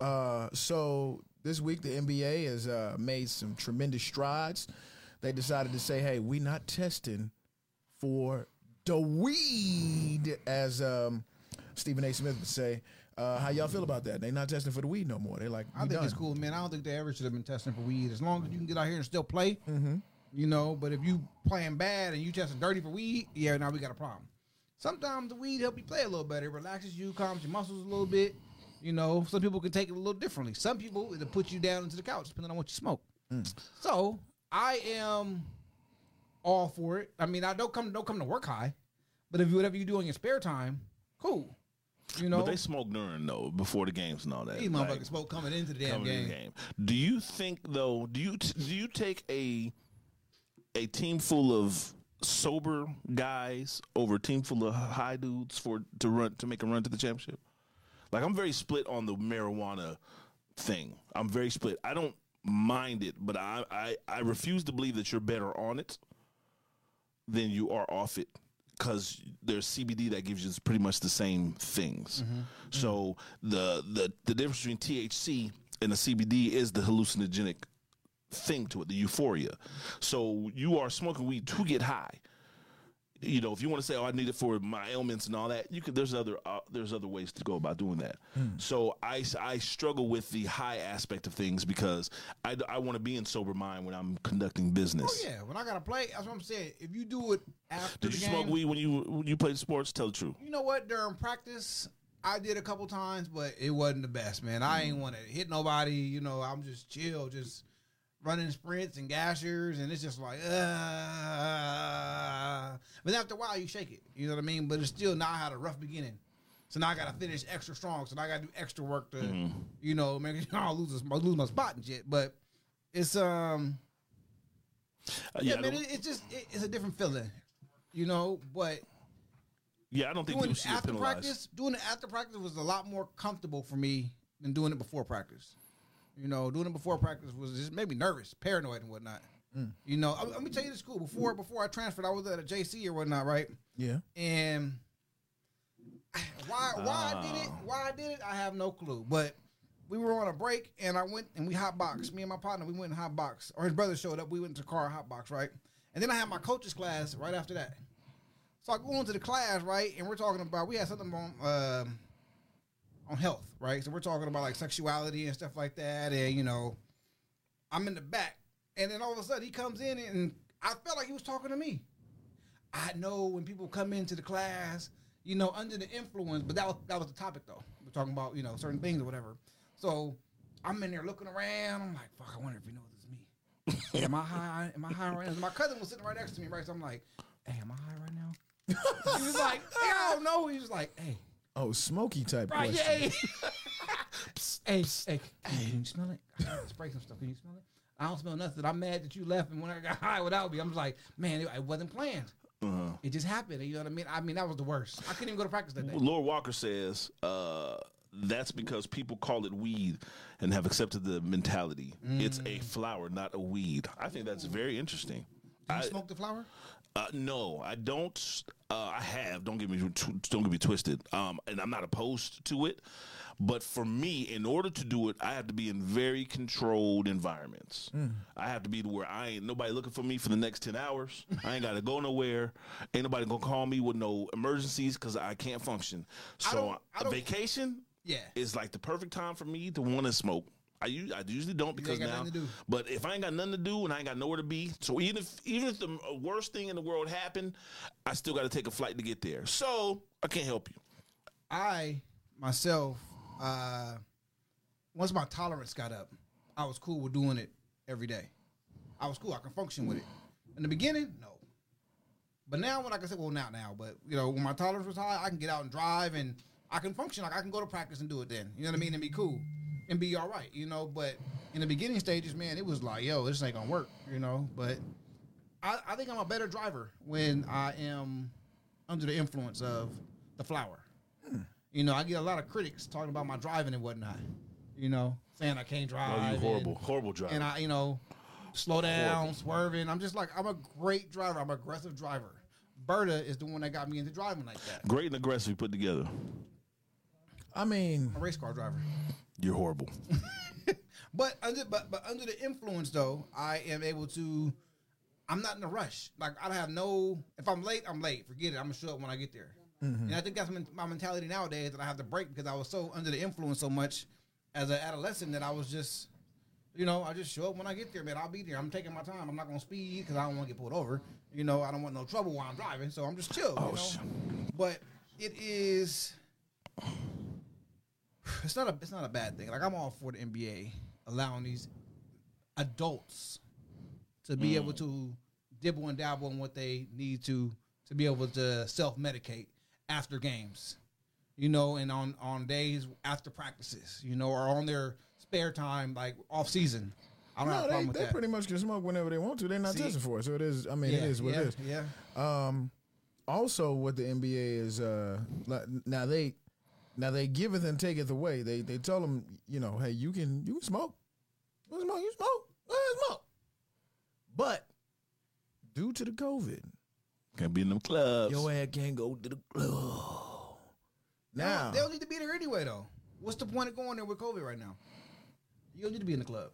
S3: Uh, so this week, the NBA has uh, made some tremendous strides. They decided to say, hey, we not testing for the weed, as um, Stephen A. Smith would say. Uh, how y'all feel about that? They not testing for the weed no more. They like,
S5: I think it's cool, man. I don't think they ever should have been testing for weed. As long as you can get out here and still play, you know. But if you playing bad and you testing dirty for weed, yeah, now we got a problem. Sometimes the weed help you play a little better. It relaxes you, calms your muscles a little bit. You know, some people can take it a little differently. Some people it'll put you down into the couch, depending on what you smoke. So I am all for it. I mean, I don't come don't come to work high, but if you whatever you do in your spare time, cool. You know,
S4: But they smoke during though, before the games and all that.
S5: these
S4: Like,
S5: motherfuckers smoke coming into the damn
S4: coming to
S5: game.
S4: the game. Do you think though? Do you t- do you take a a team full of sober guys over a team full of high dudes for to run to make a run to the championship? Like I'm very split on the marijuana thing. I'm very split. I don't mind it, but I I, I refuse to believe that you're better on it than you are off it because there's CBD that gives you pretty much the same things.
S5: Mm-hmm.
S4: So the the the difference between THC and the CBD is the hallucinogenic thing to it, the euphoria. So you are smoking weed to get high. You know, if you want to say, "Oh, I need it for my ailments and all that," you could. There's other uh, there's other ways to go about doing that.
S5: Hmm.
S4: So I, s- I struggle with the high aspect of things because I, d- I want to be in sober mind when I'm conducting business.
S5: Oh yeah, when I gotta play, that's what I'm saying. If you do it after
S4: Did
S5: the
S4: you
S5: game,
S4: smoke weed when you when you played sports? Tell the truth.
S5: you know what? During practice, I did a couple times, but it wasn't the best, man. I
S4: Mm-hmm.
S5: ain't want to hit nobody. You know, I'm just chill, just running sprints and gashers, and it's just like, uh, but after a while, you shake it. You know what I mean? But it's still now I had a rough beginning. So now I gotta finish extra strong. So now I gotta do extra work to,
S4: Mm-hmm.
S5: you know, make sure I don't lose, this- lose my spot and shit. But it's um,
S4: Uh,
S5: yeah,
S4: yeah, I
S5: man,
S4: don't-
S5: it, it's just it, it's a different feeling, you know. But
S4: yeah, I don't think
S5: doing
S4: you
S5: it
S4: should get
S5: after
S4: penalized.
S5: practice, doing it after practice was a lot more comfortable for me than doing it before practice. You know, doing it before practice was just made me nervous, paranoid, and whatnot. You know, I- let me tell you this cool. Before before I transferred, I was at a JC or whatnot, right?
S3: Yeah.
S5: And why why I did it? Why I did it? I have no clue. But we were on a break, and I went and we hot box. Me and my partner, we went and hot box, or his brother showed up. We went to car hot box, right? And then I had my coaches class right after that. So I go into the class, right, and we're talking about we had something on um, on health, right? So we're talking about like sexuality and stuff like that, and you know, I'm in the back, and then all of a sudden he comes in, and I felt like he was talking to me. I know when people come into the class, you know, under the influence, but that was that was the topic though. We're talking about, you know, certain things or whatever. So I'm in there looking around. I'm like, fuck, I wonder if he knows it's me. am I high? Am I high right now? My cousin was sitting right next to me, right? So I'm like, hey, am I high right now? he was like, hey, I don't know. He was like, hey,
S3: Oh, smoky type
S5: right,
S3: question.
S5: yeah. Hey, hey, hey, hey, can you smell it? I gotta Spray some stuff. Can you smell it? I don't smell nothing. I'm mad that you left, and when I got high without me, I'm just like, man, it, it wasn't planned. It just happened. You know what I mean? I mean, that was the worst. I couldn't even go to practice that day.
S4: Lord Walker says uh, that's because people call it weed and have accepted the
S5: Mm.
S4: mentality. It's a flower, not a weed. I think that's very interesting.
S5: Do
S4: I-
S5: you smoke the flower?
S4: Uh, no, I don't. Uh, I have. Don't get me tw- don't get me twisted. Um, and I'm not opposed to it, but for me, in order to do it, I have to be in very controlled environments. I have to be where I ain't nobody looking for me for the next ten hours. I ain't got to go nowhere. Ain't nobody gonna call me with no emergencies because I can't function. So
S5: don't- I don't-
S4: a vacation,
S5: Yeah.
S4: is like the perfect time for me to want to smoke. I, u- I usually don't because
S5: got
S4: now,
S5: nothing to do.
S4: but if I ain't got nothing to do and I ain't got nowhere to be, so even if even if the uh, worst thing in the world happened, I still got to take a flight to get there. So I can't help you.
S5: I myself, uh, once my tolerance got up, I was cool with doing it every day. I was cool. I can function with it. In the beginning, no. But now, when I can say, well, not now, but you know, when my tolerance was high, I can get out and drive, and I can function. Like I can go to practice and do it then. You know what I mean? And be cool, and be all right. You know. But in the beginning stages, man, it was like, yo, this ain't gonna work. You know. But I, I think I'm a better driver when I am under the influence of the flower.
S4: Hmm.
S5: You know, I get a lot of critics talking about my driving and whatnot. You know, saying I can't drive.
S4: Oh, you
S5: and-
S4: horrible, horrible driver.
S5: and I, you know, slow down, swerving. I'm just like, I'm a great driver. I'm an aggressive driver. Berta is the one that got me into driving like that.
S4: Great and aggressive put together.
S3: I mean,
S5: A race car driver.
S4: You're horrible.
S5: But under, but, but under the influence though, I am able to. I'm not in a rush. Like I don't have no. If I'm late, I'm late. Forget it. I'm gonna show up when I get there. And I think that's men- my mentality nowadays that I have to break because I was so under the influence so much as an adolescent that I was just, you know, I just show up when I get there, man. I'll be there. I'm taking my time. I'm not gonna speed because I don't want to get pulled over. You know, I don't want no trouble while I'm driving, so I'm just chill. you know?
S4: shit.
S5: But it is. It's not a. It's not a bad thing. Like I'm all for the NBA allowing these adults to be
S3: Mm.
S5: able to dibble and dabble in what they need to to be able to self medicate after games, you know, and on on days after practices, you know, or on their spare time, like off season. I don't have a
S3: no,
S5: problem
S3: they,
S5: with
S3: they
S5: that.
S3: pretty much can smoke whenever they want to. They're not
S5: See?
S3: testing for it, so it is. I mean,
S5: yeah,
S3: it is what
S5: yeah,
S3: it is.
S5: Yeah,
S3: also what the NBA is uh like, now they now they giveth and taketh away. They they tell them, you know, hey, you can you can smoke. You can smoke, you smoke, you can smoke. But due to the COVID,
S4: Can't be in them clubs.
S5: eh.
S3: your ass can't go to the club. Now
S5: they don't need to be there anyway, though. What's the point of going there with COVID right now? You don't need to be in the club.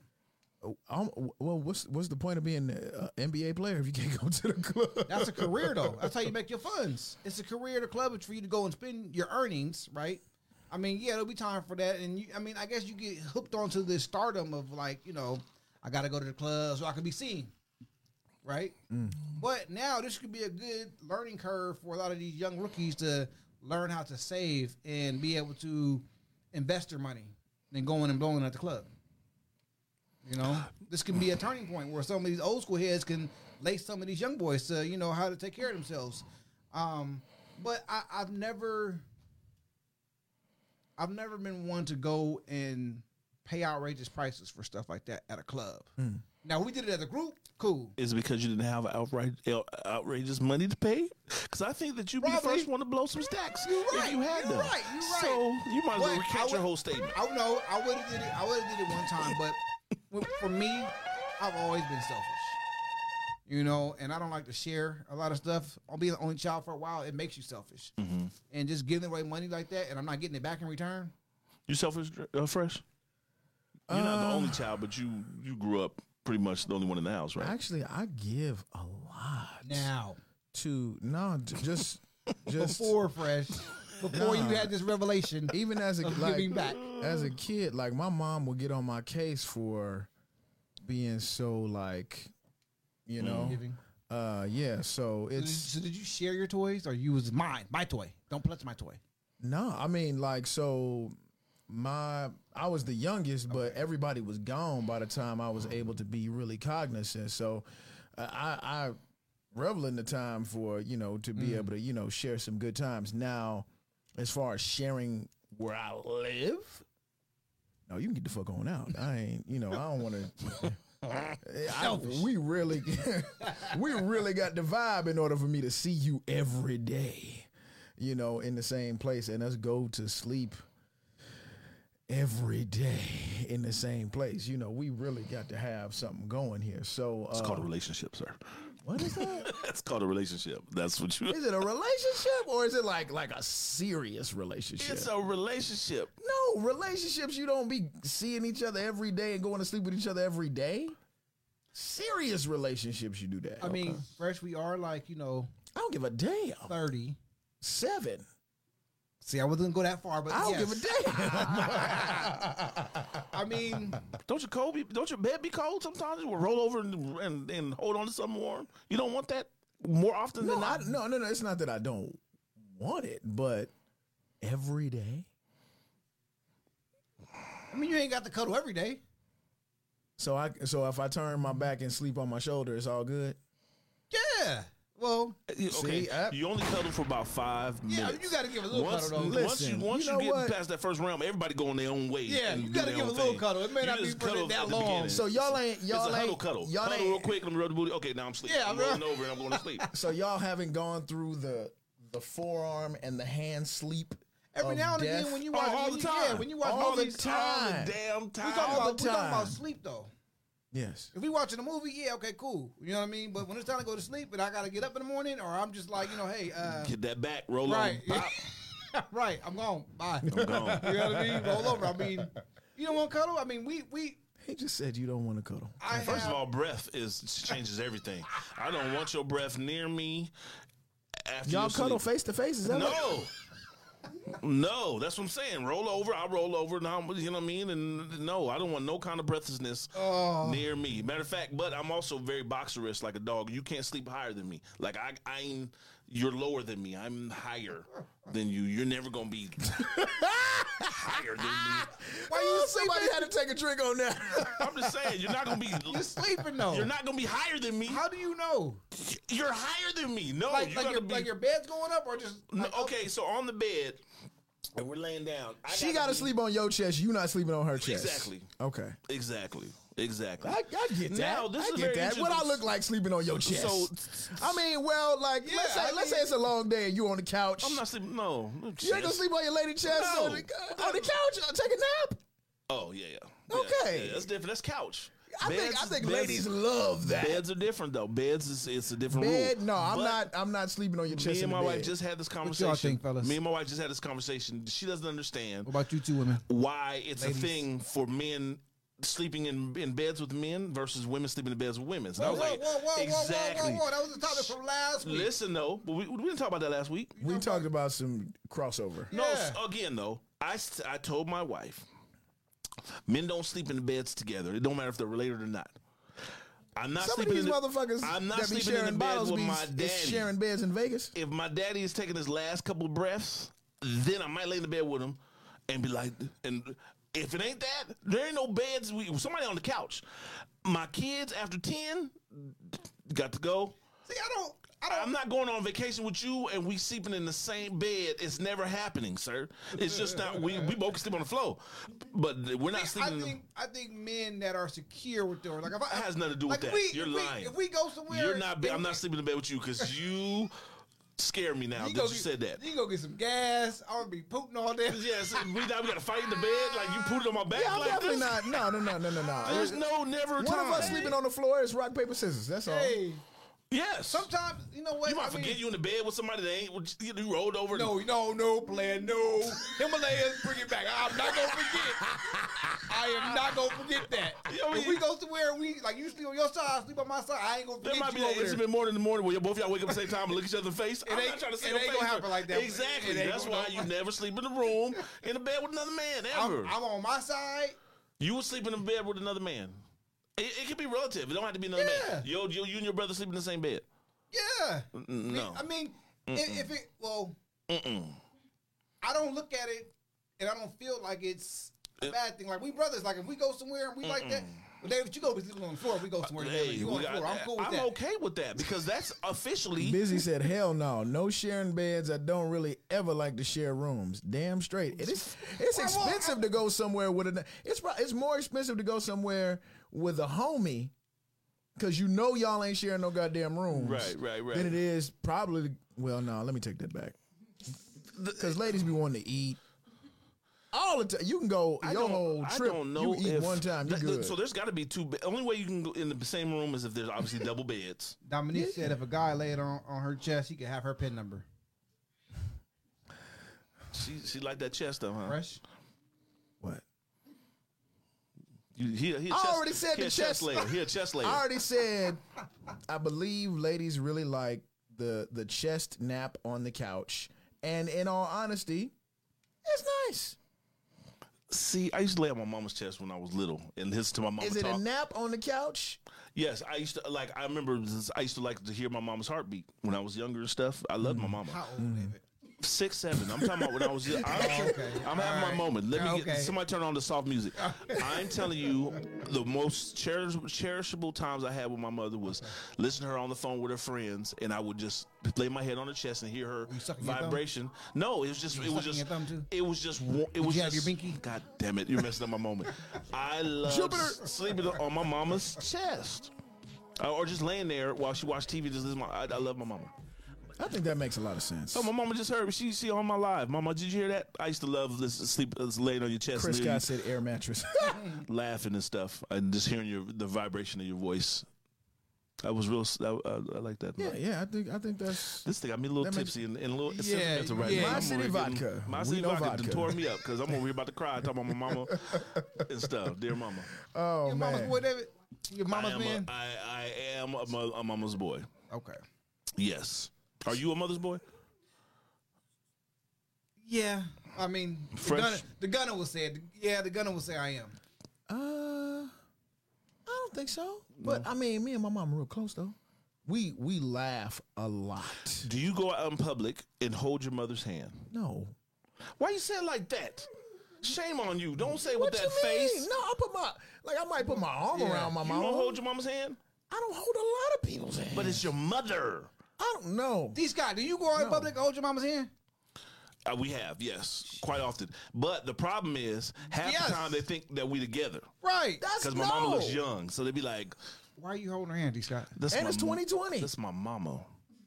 S3: um, well, what's what's the point of being an NBA player if you can't go to the club?
S5: That's a career though. That's how you make your funds. It's a career at a club. It's for you to go and spend your earnings, right? I mean, yeah, there'll be time for that. And you, I mean, I guess you get hooked onto this stardom of like, you know, I got to go to the club so I can be seen, right? But now this could be a good learning curve for a lot of these young rookies to learn how to save and be able to invest their money than going and blowing at the club. You know, this can be a turning point where some of these old school heads can lace some of these young boys to, you know, how to take care of themselves. Um, but I, I've never, I've never been one to go and pay outrageous prices for stuff like that at a club. Now we did it as a group, cool.
S4: Is it because you didn't have outright, out- outrageous money to pay? Because I think that you'd be the
S5: Probably.
S4: first one to blow some stacks
S5: You're
S4: if
S5: right,
S4: you had
S5: you're
S4: them.
S5: right, you're right.
S4: So you might as well
S5: But I
S4: recant your
S5: would-
S4: whole statement.
S5: I know I would have did it. I would have did it one time, but w- for me, I've always been selfish. You know, and I don't like to share a lot of stuff. I'll be the only child for a while. It makes you selfish,
S4: Mm-hmm.
S5: and just giving away money like that, and I'm not getting it back in return.
S4: You selfish, uh, fresh. You're not the only child, but you you grew up pretty much the only one in the house, right?
S3: Actually, I give a lot
S5: Now,
S3: to no, j- just just
S5: before fresh, before
S3: Nah.
S5: you had this revelation,
S3: even as a
S5: Of
S3: like,
S5: giving back.
S3: as a kid, like my mom would get on my case for being so like, you know,
S5: giving.
S3: uh, yeah. So it's
S5: oh. So did you share your toys, or you was mine, my toy? Don't touch my toy.
S3: no, I mean like so. My I was the youngest, but everybody was gone by the time I was able to be really cognizant. So, uh, I I revel in the time for you know to be able to you know share some good times. Now, as far as sharing where I live, no, you can get the fuck on out. I ain't, you know, I don't want to. I, we really, we really got the vibe in order for me to see you every day, you know, in the same place, and us go to sleep every day in the same place. You know, we really got to have something going here. So
S4: It's
S3: uh,
S4: called a relationship, sir.
S3: What is that?
S4: That's called a relationship. That's what you.
S3: is it a relationship or is it like like a serious relationship?
S4: It's a relationship.
S3: no, relationships you don't be seeing each other every day and going to sleep with each other every day. Serious relationships you do that.
S5: I mean, fresh, we are like, you know,
S3: I don't give a damn.
S5: 30.
S3: Seven.
S5: See, I wasn't going to go that far, but
S3: I don't
S5: yes.
S3: give a damn.
S5: I mean,
S4: Don't your cold be, don't your bed be cold sometimes? We'll roll over and, and and hold on to something warm. You don't want that more often
S3: no,
S4: than
S3: I,
S4: not.
S3: no, no, no. It's not that I don't want it, but every day.
S5: I mean, you ain't got to cuddle every day.
S3: So I so if I turn my back and sleep on my shoulder, it's all good.
S5: Yeah. Well,
S4: Okay,
S3: See, I-
S4: you only cuddle for about five
S5: Yeah,
S4: minutes.
S5: you gotta give a little
S4: once,
S5: cuddle, though.
S4: Once you
S3: Listen,
S4: once
S3: you
S4: you,
S3: know
S4: get
S3: what?
S4: past that first round, everybody go on their own way.
S5: Yeah,
S4: and
S5: you
S4: do
S5: gotta
S4: their
S5: give
S4: own
S5: a little
S4: thing.
S5: cuddle. It may
S4: You
S5: not be
S4: just
S5: for
S4: cuddle
S5: that
S4: at the
S5: long.
S4: beginning.
S3: So y'all ain't y'all
S4: it's a
S3: ain't
S4: huddle cuddle.
S3: y'all
S4: huddle
S3: ain't
S4: real quick. Let me rub the booty. Okay, now I'm sleeping.
S5: Yeah,
S4: I'm
S5: I'm-
S4: rolling over and I'm going to sleep.
S3: So y'all haven't gone through the the forearm and the hand sleep
S5: every
S3: of
S5: now and
S3: death?
S5: again when you
S4: Oh,
S5: watch
S4: all
S5: when
S4: the
S5: you- yeah,
S4: time.
S5: when you watch
S3: All the
S5: movies,
S3: time.
S4: All the damn time.
S5: we talking,
S3: All
S5: about,
S3: the
S5: we talking about
S3: time.
S5: sleep though.
S3: yes,
S5: If we watching a movie, yeah, okay, cool. You know what I mean? But when it's time to go to sleep and I gotta get up in the morning, or I'm just like, you know, hey, uh,
S4: Get that back. Roll
S5: right,
S4: on. Bop.
S5: right, I'm gone. Bye.
S4: I'm gone.
S5: You know what I mean? Roll over. I mean, you don't want to cuddle. I mean, we we.
S3: he just said you don't want to cuddle.
S5: I
S4: First
S5: have,
S4: of all, breath is changes everything. I don't want your breath near me. After
S3: Y'all
S4: you
S3: cuddle
S4: sleep.
S3: face to face? Is that what?
S4: No. No, that's what I'm saying. Roll over, I roll over, and I'm, you know what I mean. And no, I don't want no kind of breathlessness
S5: Oh.
S4: near me. Matter of fact, but I'm also very boxerist, like a dog. You can't sleep higher than me. Like I, I'm, you're lower than me. I'm higher than you. You're never gonna be higher than me.
S5: why
S3: Oh,
S5: you
S3: somebody
S5: sleeping?
S3: had to take a drink on that.
S4: I'm just saying, you're not gonna be.
S5: You're sleeping though.
S4: You're not gonna be higher than me.
S5: How do you know?
S4: You're higher than me. No,
S5: Like
S4: Oh, you
S5: like
S4: gotta
S5: your
S4: be.
S5: like your bed's going up or just
S4: No,
S5: like,
S4: okay, so on the bed, and we're laying down. I
S3: she got to
S4: be-
S3: sleep on your chest. You not sleeping on her chest.
S4: Exactly.
S3: Okay.
S4: Exactly. Exactly.
S3: I, I get that.
S4: Now, this
S3: I get
S4: is very
S3: that. What I
S4: interesting.
S3: look like sleeping on your chest?
S4: So-
S3: I mean, well, like
S5: Yeah,
S3: let's say
S5: I
S3: let's say
S5: mean-
S3: it's a long day and you on the couch.
S4: I'm not sleeping. No.
S3: you ain't gonna sleep on your lady chest
S4: No.
S3: on, the, on the couch. uh, Take a nap.
S4: Oh yeah, yeah. Yeah,
S3: Okay.
S4: yeah, that's different. That's couch.
S3: I think I think ladies love that.
S4: Beds are different though. Beds is it's a different
S3: Bed?
S4: rule.
S3: No, I'm
S4: But
S3: not. I'm not sleeping on your chest.
S4: Me
S3: in
S4: and
S3: the
S4: my wife
S3: bed.
S4: just had this conversation.
S5: y'all think, fellas?
S4: Me and my wife just had this conversation. She doesn't understand
S5: What about you two women?
S4: why it's
S5: Ladies.
S4: a thing for men sleeping in, in beds with men versus women sleeping in beds with women. And I
S5: Whoa,
S4: was
S5: whoa,
S4: like,
S5: whoa, whoa,
S4: exactly.
S5: whoa, whoa, whoa! That was the topic from last week.
S4: Listen though, but we, we didn't talk about that last week.
S3: We talked about some crossover.
S4: No,
S5: Yeah.
S4: s- again though, I s- I told my wife, men don't sleep in beds together. It don't matter if they're related or not. I'm not
S3: Some of
S4: sleeping
S3: these
S4: in the-
S3: motherfuckers
S4: I'm not
S3: that be
S4: sleeping
S3: sharing
S4: in the bed
S3: bottles
S4: with
S3: be
S4: my
S3: is
S4: daddy.
S3: sharing beds in Vegas.
S4: If my daddy is taking his last couple breaths, then I might lay in the bed with him and be like, and if it ain't that, there ain't no beds. We somebody on the couch. My kids after ten got to go.
S5: See, I don't. I don't.
S4: I'm not going on vacation with you and we sleeping in the same bed. It's never happening, sir. It's just not we we both can sleep on the floor. But we're not
S5: I
S4: sleeping in
S5: think I think men that are secure with their like if I,
S4: That has nothing to do
S5: like
S4: with
S5: if
S4: that.
S5: We,
S4: You're
S5: if
S4: lying.
S5: We, if we go
S4: the
S5: somewhere,
S4: You're not be- I'm not
S5: and-
S4: sleeping in the bed with you because you scare me now
S5: You
S4: that
S5: go
S4: you
S5: get-
S4: said that.
S5: You go get some gas. I'm gonna be pooting all day.
S4: Yes, we now we gotta fight in the bed, like you put it on my back.
S3: Yeah, I'm
S4: like
S3: definitely
S4: this.
S3: not. No, no, no, no, no, no.
S4: There's no never
S3: One
S4: time.
S3: of us sleeping on the floor is rock paper scissors. That's all.
S5: Hey,
S4: Yes.
S5: sometimes you know what?
S4: you might
S5: I mean,
S4: forget you in the bed with somebody that ain't you, you rolled over. and-
S5: No, no, no, plan, no. Himalayas, bring it back. I'm not gonna forget. I am not gonna forget that.
S4: Yeah, we-
S5: if we go to where we like, you sleep on your side, I sleep on my side. I ain't gonna
S4: There
S5: forget
S4: might be
S5: you
S4: an
S5: over there.
S4: intimate morning in the morning where both of y'all wake up at the same time and look each other in the face. It I'm
S5: ain't-
S4: not trying to see
S5: it
S4: no
S5: ain't
S4: face,
S5: gonna happen
S4: but-
S5: like that.
S4: Exactly.
S5: It ain't
S4: That's
S5: gonna
S4: why you
S5: happen.
S4: never sleep in the room in the bed with another man ever.
S5: I'm, I'm on my side.
S4: you would sleep in the bed with another man. It, it could be relative. It don't have to be another man. Yo, yo, you and your brother sleep in the same bed.
S5: Yeah.
S4: No.
S5: I mean, i- if it well, I don't look at it, and I don't feel like it's a bad thing. Like we brothers, like if we go somewhere and we like that, well, David, you go be sleeping on the floor. We go somewhere together.
S4: Uh, Hey,
S5: You
S4: we
S5: on the
S4: got-
S5: floor? I'm cool with
S4: I'm
S5: that.
S4: okay with that because that's officially
S3: Busy said, "Hell no, no sharing beds. I don't really ever like to share rooms. Damn straight. It is. It's
S5: Well, well,
S3: expensive to go somewhere with a. It's pro- it's more expensive to go somewhere with a homie, because you know y'all ain't sharing no goddamn rooms.
S4: Right, right, right.
S3: Than it is probably. Well, no, let me take that back. Because ladies be wanting to eat. I all the time. You can go
S4: I
S3: your
S4: don't,
S3: whole
S4: I
S3: trip.
S4: don't know
S3: you eat
S4: if-
S3: one time. You
S4: that-
S3: good.
S4: So there's got to be two. Be- only way you can go in the same room is if there's obviously double beds.
S5: Dominique said if a guy laid on, on her chest, he could have her pin number.
S4: She she like that chest though, huh?
S5: Fresh.
S3: what?
S4: You, he, he a
S3: I
S4: chest-
S3: already said
S4: he
S3: the
S4: a
S3: chest.
S4: layer. He a chest layer.
S3: I already said. I believe ladies really like the the chest nap on the couch, and in all honesty, it's nice.
S4: See, I used to lay on my mama's chest when I was little and listen to my mama
S3: Is it
S4: talk.
S3: a nap on the couch?
S4: yes, I used to like. I remember. this- I used to like to hear my mama's heartbeat when I was younger and stuff. I loved my
S3: Mm.
S4: mama.
S5: How old
S4: Mm.
S5: is it?
S4: Six, seven. I'm talking about when I was. young. I'm,
S5: okay.
S4: I'm having my
S5: Alright.
S4: moment. Let me get
S5: Okay.
S4: somebody turn on the soft music. I'm telling you, the most cherish, cherishable times I had with my mother was listening to her on the phone with her friends, and I would just lay my head on her chest and hear her
S5: you sucking your thumb?
S4: vibration. No, it was just. It was
S5: sucking
S4: just.
S5: your thumb, too?
S4: It was just. wa- It was
S5: you have
S4: just.
S5: your binky?
S4: God damn it! You're messing up my moment. I love
S3: Jupiter.
S4: sleeping on my mama's chest, Uh, or just laying there while she watched TV. Just listening. to my- I, I love my mama.
S3: I think that makes a lot of sense.
S4: Oh, my mama just heard. She she on my live. Mama, did you hear that? I used to love this sleep uh, laying on your chest,
S3: Chris
S4: and
S3: Scott said air mattress.
S4: laughing and stuff, and just hearing your the vibration of your voice. I was real. I, I, I like that.
S3: yeah, yeah. I think I think that's
S4: This thing got me a little
S3: That makes-
S4: tipsy and, and a little
S5: Yeah,
S4: sentimental right
S5: yeah.
S4: now.
S5: My
S4: I'm
S3: city
S4: over here getting-
S3: vodka.
S4: My
S3: We
S4: city
S3: know
S4: vodka,
S3: vodka.
S4: done tore me up because I'm over here about to cry talking about my mama and stuff. Dear mama,
S3: oh
S5: Your mama's
S3: man.
S5: boy, David. Your
S4: I
S5: mama's
S4: am
S5: man.
S4: A, I, I am a, mo- a mama's boy.
S5: okay.
S4: Yes. Are you a mother's boy?
S5: Yeah. I mean, the
S4: Fresh.
S5: gunner, the gunner will say it. Yeah, the gunner will say I am.
S3: Uh, I don't think so. But I mean, me and my mom are real close though. We we laugh a lot.
S4: Do you go out in public and hold your mother's hand?
S3: No.
S4: Why you say it like that? Shame on you. Don't say
S3: What
S4: with that
S3: you mean?
S4: face.
S3: No, I put my like I might put my arm
S5: Yeah.
S3: around my
S4: You
S3: mom.
S4: don't hold your mama's hand?
S3: I don't hold a lot of people's hands.
S4: But it's your mother.
S3: I don't know.
S5: D Scott, do you go out in
S3: No.
S5: public and hold your mama's hand?
S4: Uh, we have, yes, quite often. But the problem is, half
S5: Yes.
S4: the time they think that we together.
S5: Right.
S3: That's
S4: Because
S3: no.
S4: my mama looks young. So they be like,
S5: Why are you holding her hand, D Scott?
S4: that's
S3: And
S4: my
S3: it's
S4: mo-
S3: 2020.
S4: That's my mama.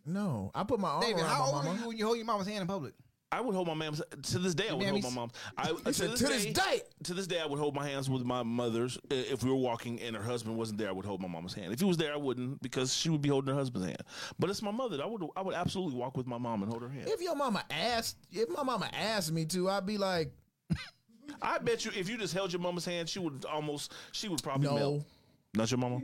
S3: No, I put my arm
S5: David,
S3: around
S5: how
S3: my
S5: old are
S3: mama.
S5: you when you hold your mama's hand in public?
S4: I would hold my mom's to this day. I would hold my
S5: mammies?
S4: mom. I to,
S3: said, "To this day."
S4: To this day, I would hold my hands with my mother's. Uh, If we were walking and her husband wasn't there, I would hold my mama's hand. If he was there, I wouldn't because she would be holding her husband's hand. But it's my mother. I would. I would absolutely walk with my mom and hold her hand.
S3: If your mama asked, if my mama asked me to, I'd be like,
S4: I bet you, if you just held your mama's hand, she would almost. She would probably melt.
S3: no.
S4: Not your mama.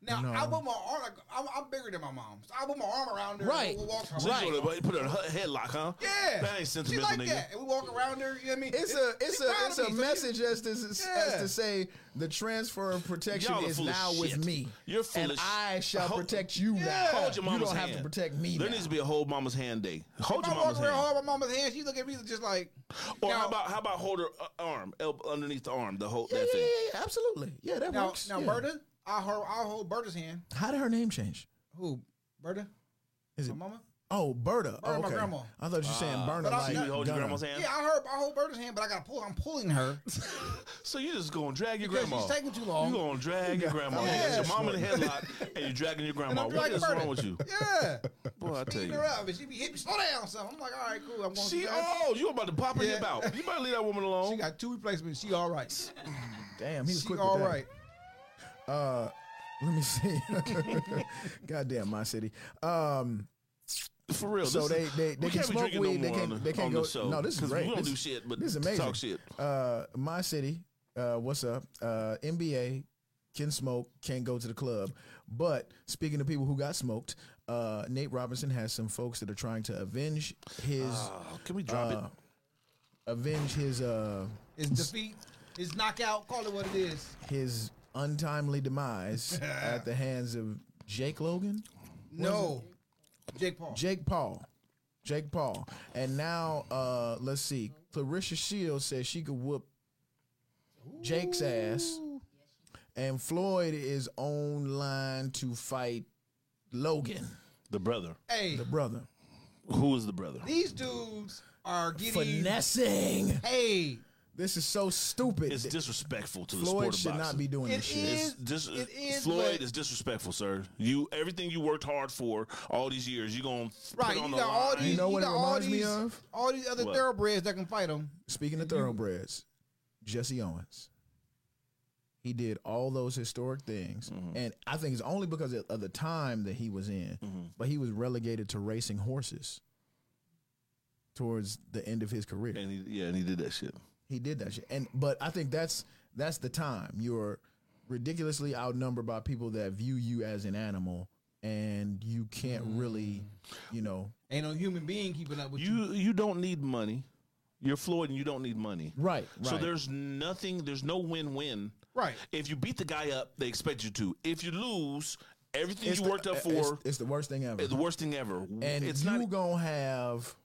S5: Now
S3: No.
S5: I put my arm. Like, I'm, I'm bigger than my mom. So I put my arm around her.
S3: Right.
S5: And we'll walk
S4: So
S5: around.
S4: you wanna put her in a hu- headlock, huh?
S5: Yeah.
S4: That ain't
S5: She
S4: sentimental,
S5: like
S4: nigga.
S5: that, and we walk around her. You know what I mean?
S3: It's a it's
S5: she
S3: a
S5: proud
S3: it's
S5: of
S3: a
S5: me, so she-
S3: message as to as
S5: Yeah.
S3: to say the transfer of protection
S4: Y'all are
S3: is
S4: full of
S3: now
S4: shit.
S3: with me.
S4: You're full
S3: and
S4: of sh-
S3: I shall
S4: Hold-
S3: protect you
S5: Yeah.
S3: now.
S4: Hold your mama's
S3: you don't
S4: hand.
S3: have to protect me.
S4: There
S3: now.
S4: needs to be a hold mama's hand day. Hold
S5: If
S4: your
S5: I walk
S4: mama's
S5: real
S4: hand.
S5: hard with my mama's hand, she look at me just like.
S4: Or
S5: now,
S4: how about how about hold her uh, arm el- underneath the arm, the whole
S3: yeah,
S4: that
S3: yeah,
S4: thing.
S3: yeah, yeah, absolutely. Yeah, that
S5: now,
S3: works.
S5: now
S3: yeah.
S5: Berta? I hold I hold Berta's hand.
S3: How did her name change?
S5: Who? Berta?
S3: Is
S5: My
S3: it?
S5: mama?
S3: Oh, Berta. Oh,
S5: Berta, my
S3: okay.
S5: grandma.
S3: I thought you were
S4: Ah.
S3: saying Berta.
S5: But I-
S3: like,
S4: You hold your
S3: Gunna.
S4: grandma's hand.
S5: Yeah, I heard I hold Berta's hand, but I gotta pull. I'm pulling her.
S4: So you just gonna drag your
S5: Because
S4: grandma.
S5: she's taking too long.
S4: You gonna drag your grandma.
S5: Yeah.
S4: It's your mom in the headlock, and you're dragging your grandma.
S5: I'm
S4: What
S5: dragging
S4: is
S5: Berta.
S4: wrong with you?
S5: Yeah.
S4: Boy, I tell
S5: Beating
S4: you.
S5: her up, and she be hitting me. Slow down, son. I'm like, all right, cool. I'm going.
S4: She
S5: got,
S4: oh, you about to pop her
S5: Yeah.
S4: hip out. You better leave that woman
S5: she
S4: alone.
S5: got two replacements. She all right.
S3: Damn, he was
S5: She
S3: quick.
S5: all
S3: with that.
S5: right.
S3: Let me see. Goddamn, my city. Um,
S4: For real.
S3: So
S4: this is-
S3: they- they- they can
S4: we can't
S3: smoke
S4: be drinking
S3: weed,
S4: No
S3: they
S4: more
S3: can-
S4: on the,
S3: they can't
S4: on the
S3: go-
S4: show.
S3: no, this is
S4: 'cause
S3: great.
S4: We don't
S3: This-
S4: do shit, but
S3: this is amazing.
S4: talk shit.
S3: uh, my city. Uh, what's up? Uh, NBA can smoke, can't go to the club. But speaking to people who got smoked, uh, Nate Robinson has some folks that are trying to avenge his
S4: Oh, can we drop
S3: Uh,
S4: it?
S3: avenge his uh
S5: It's defeat. It's knockout. Call it what it is.
S3: his untimely demise at the hands of Jake Logan.
S5: No. Jake Paul.
S3: Jake Paul. Jake Paul. And now, uh, let's see. Clarissa Shields says she could whoop Jake's ass. And Floyd is online to fight Logan,
S4: The brother.
S5: hey,
S3: the brother.
S4: Who is the brother?
S5: these dudes are getting
S3: Finessing
S5: paid.
S3: This is so stupid.
S4: It's disrespectful to the sport
S3: Floyd
S4: of
S3: should
S4: boxing.
S3: not be doing
S5: It
S3: this shit.
S5: is-
S4: It's dis-
S5: It is,
S4: Floyd
S5: but-
S4: is disrespectful, sir. You everything you worked hard for all these years, you gonna
S5: Right,
S4: put on
S5: you
S4: the
S5: got all
S4: line.
S5: these.
S3: You know what it
S5: got all
S3: reminds me
S5: these-
S3: of?
S5: All these other
S4: What?
S5: thoroughbreds that can fight him.
S3: Speaking of thoroughbreds, Jesse Owens. He did all those historic things.
S4: Mm-hmm.
S3: And I think it's only because of of the time that he was in,
S4: Mm-hmm.
S3: but he was relegated to racing horses towards the end of his career.
S4: and he, yeah, and he did that shit.
S3: He did that shit. And but I think that's that's the time. You're ridiculously outnumbered by people that view you as an animal and you can't really,
S4: Mm.
S3: you know,
S5: Ain't no human being keeping up with you.
S4: You you don't need money. You're Floyd, and you don't need money.
S3: right, right.
S4: So there's nothing. There's no win-win.
S5: Right.
S4: If you beat the guy up, they expect you to. If you lose, everything
S3: It's
S4: you
S3: the-
S4: worked up
S3: it's-
S4: for
S3: It's, the worst thing ever.
S4: is the worst thing ever.
S3: and
S4: it's
S3: you
S4: not.
S3: gonna have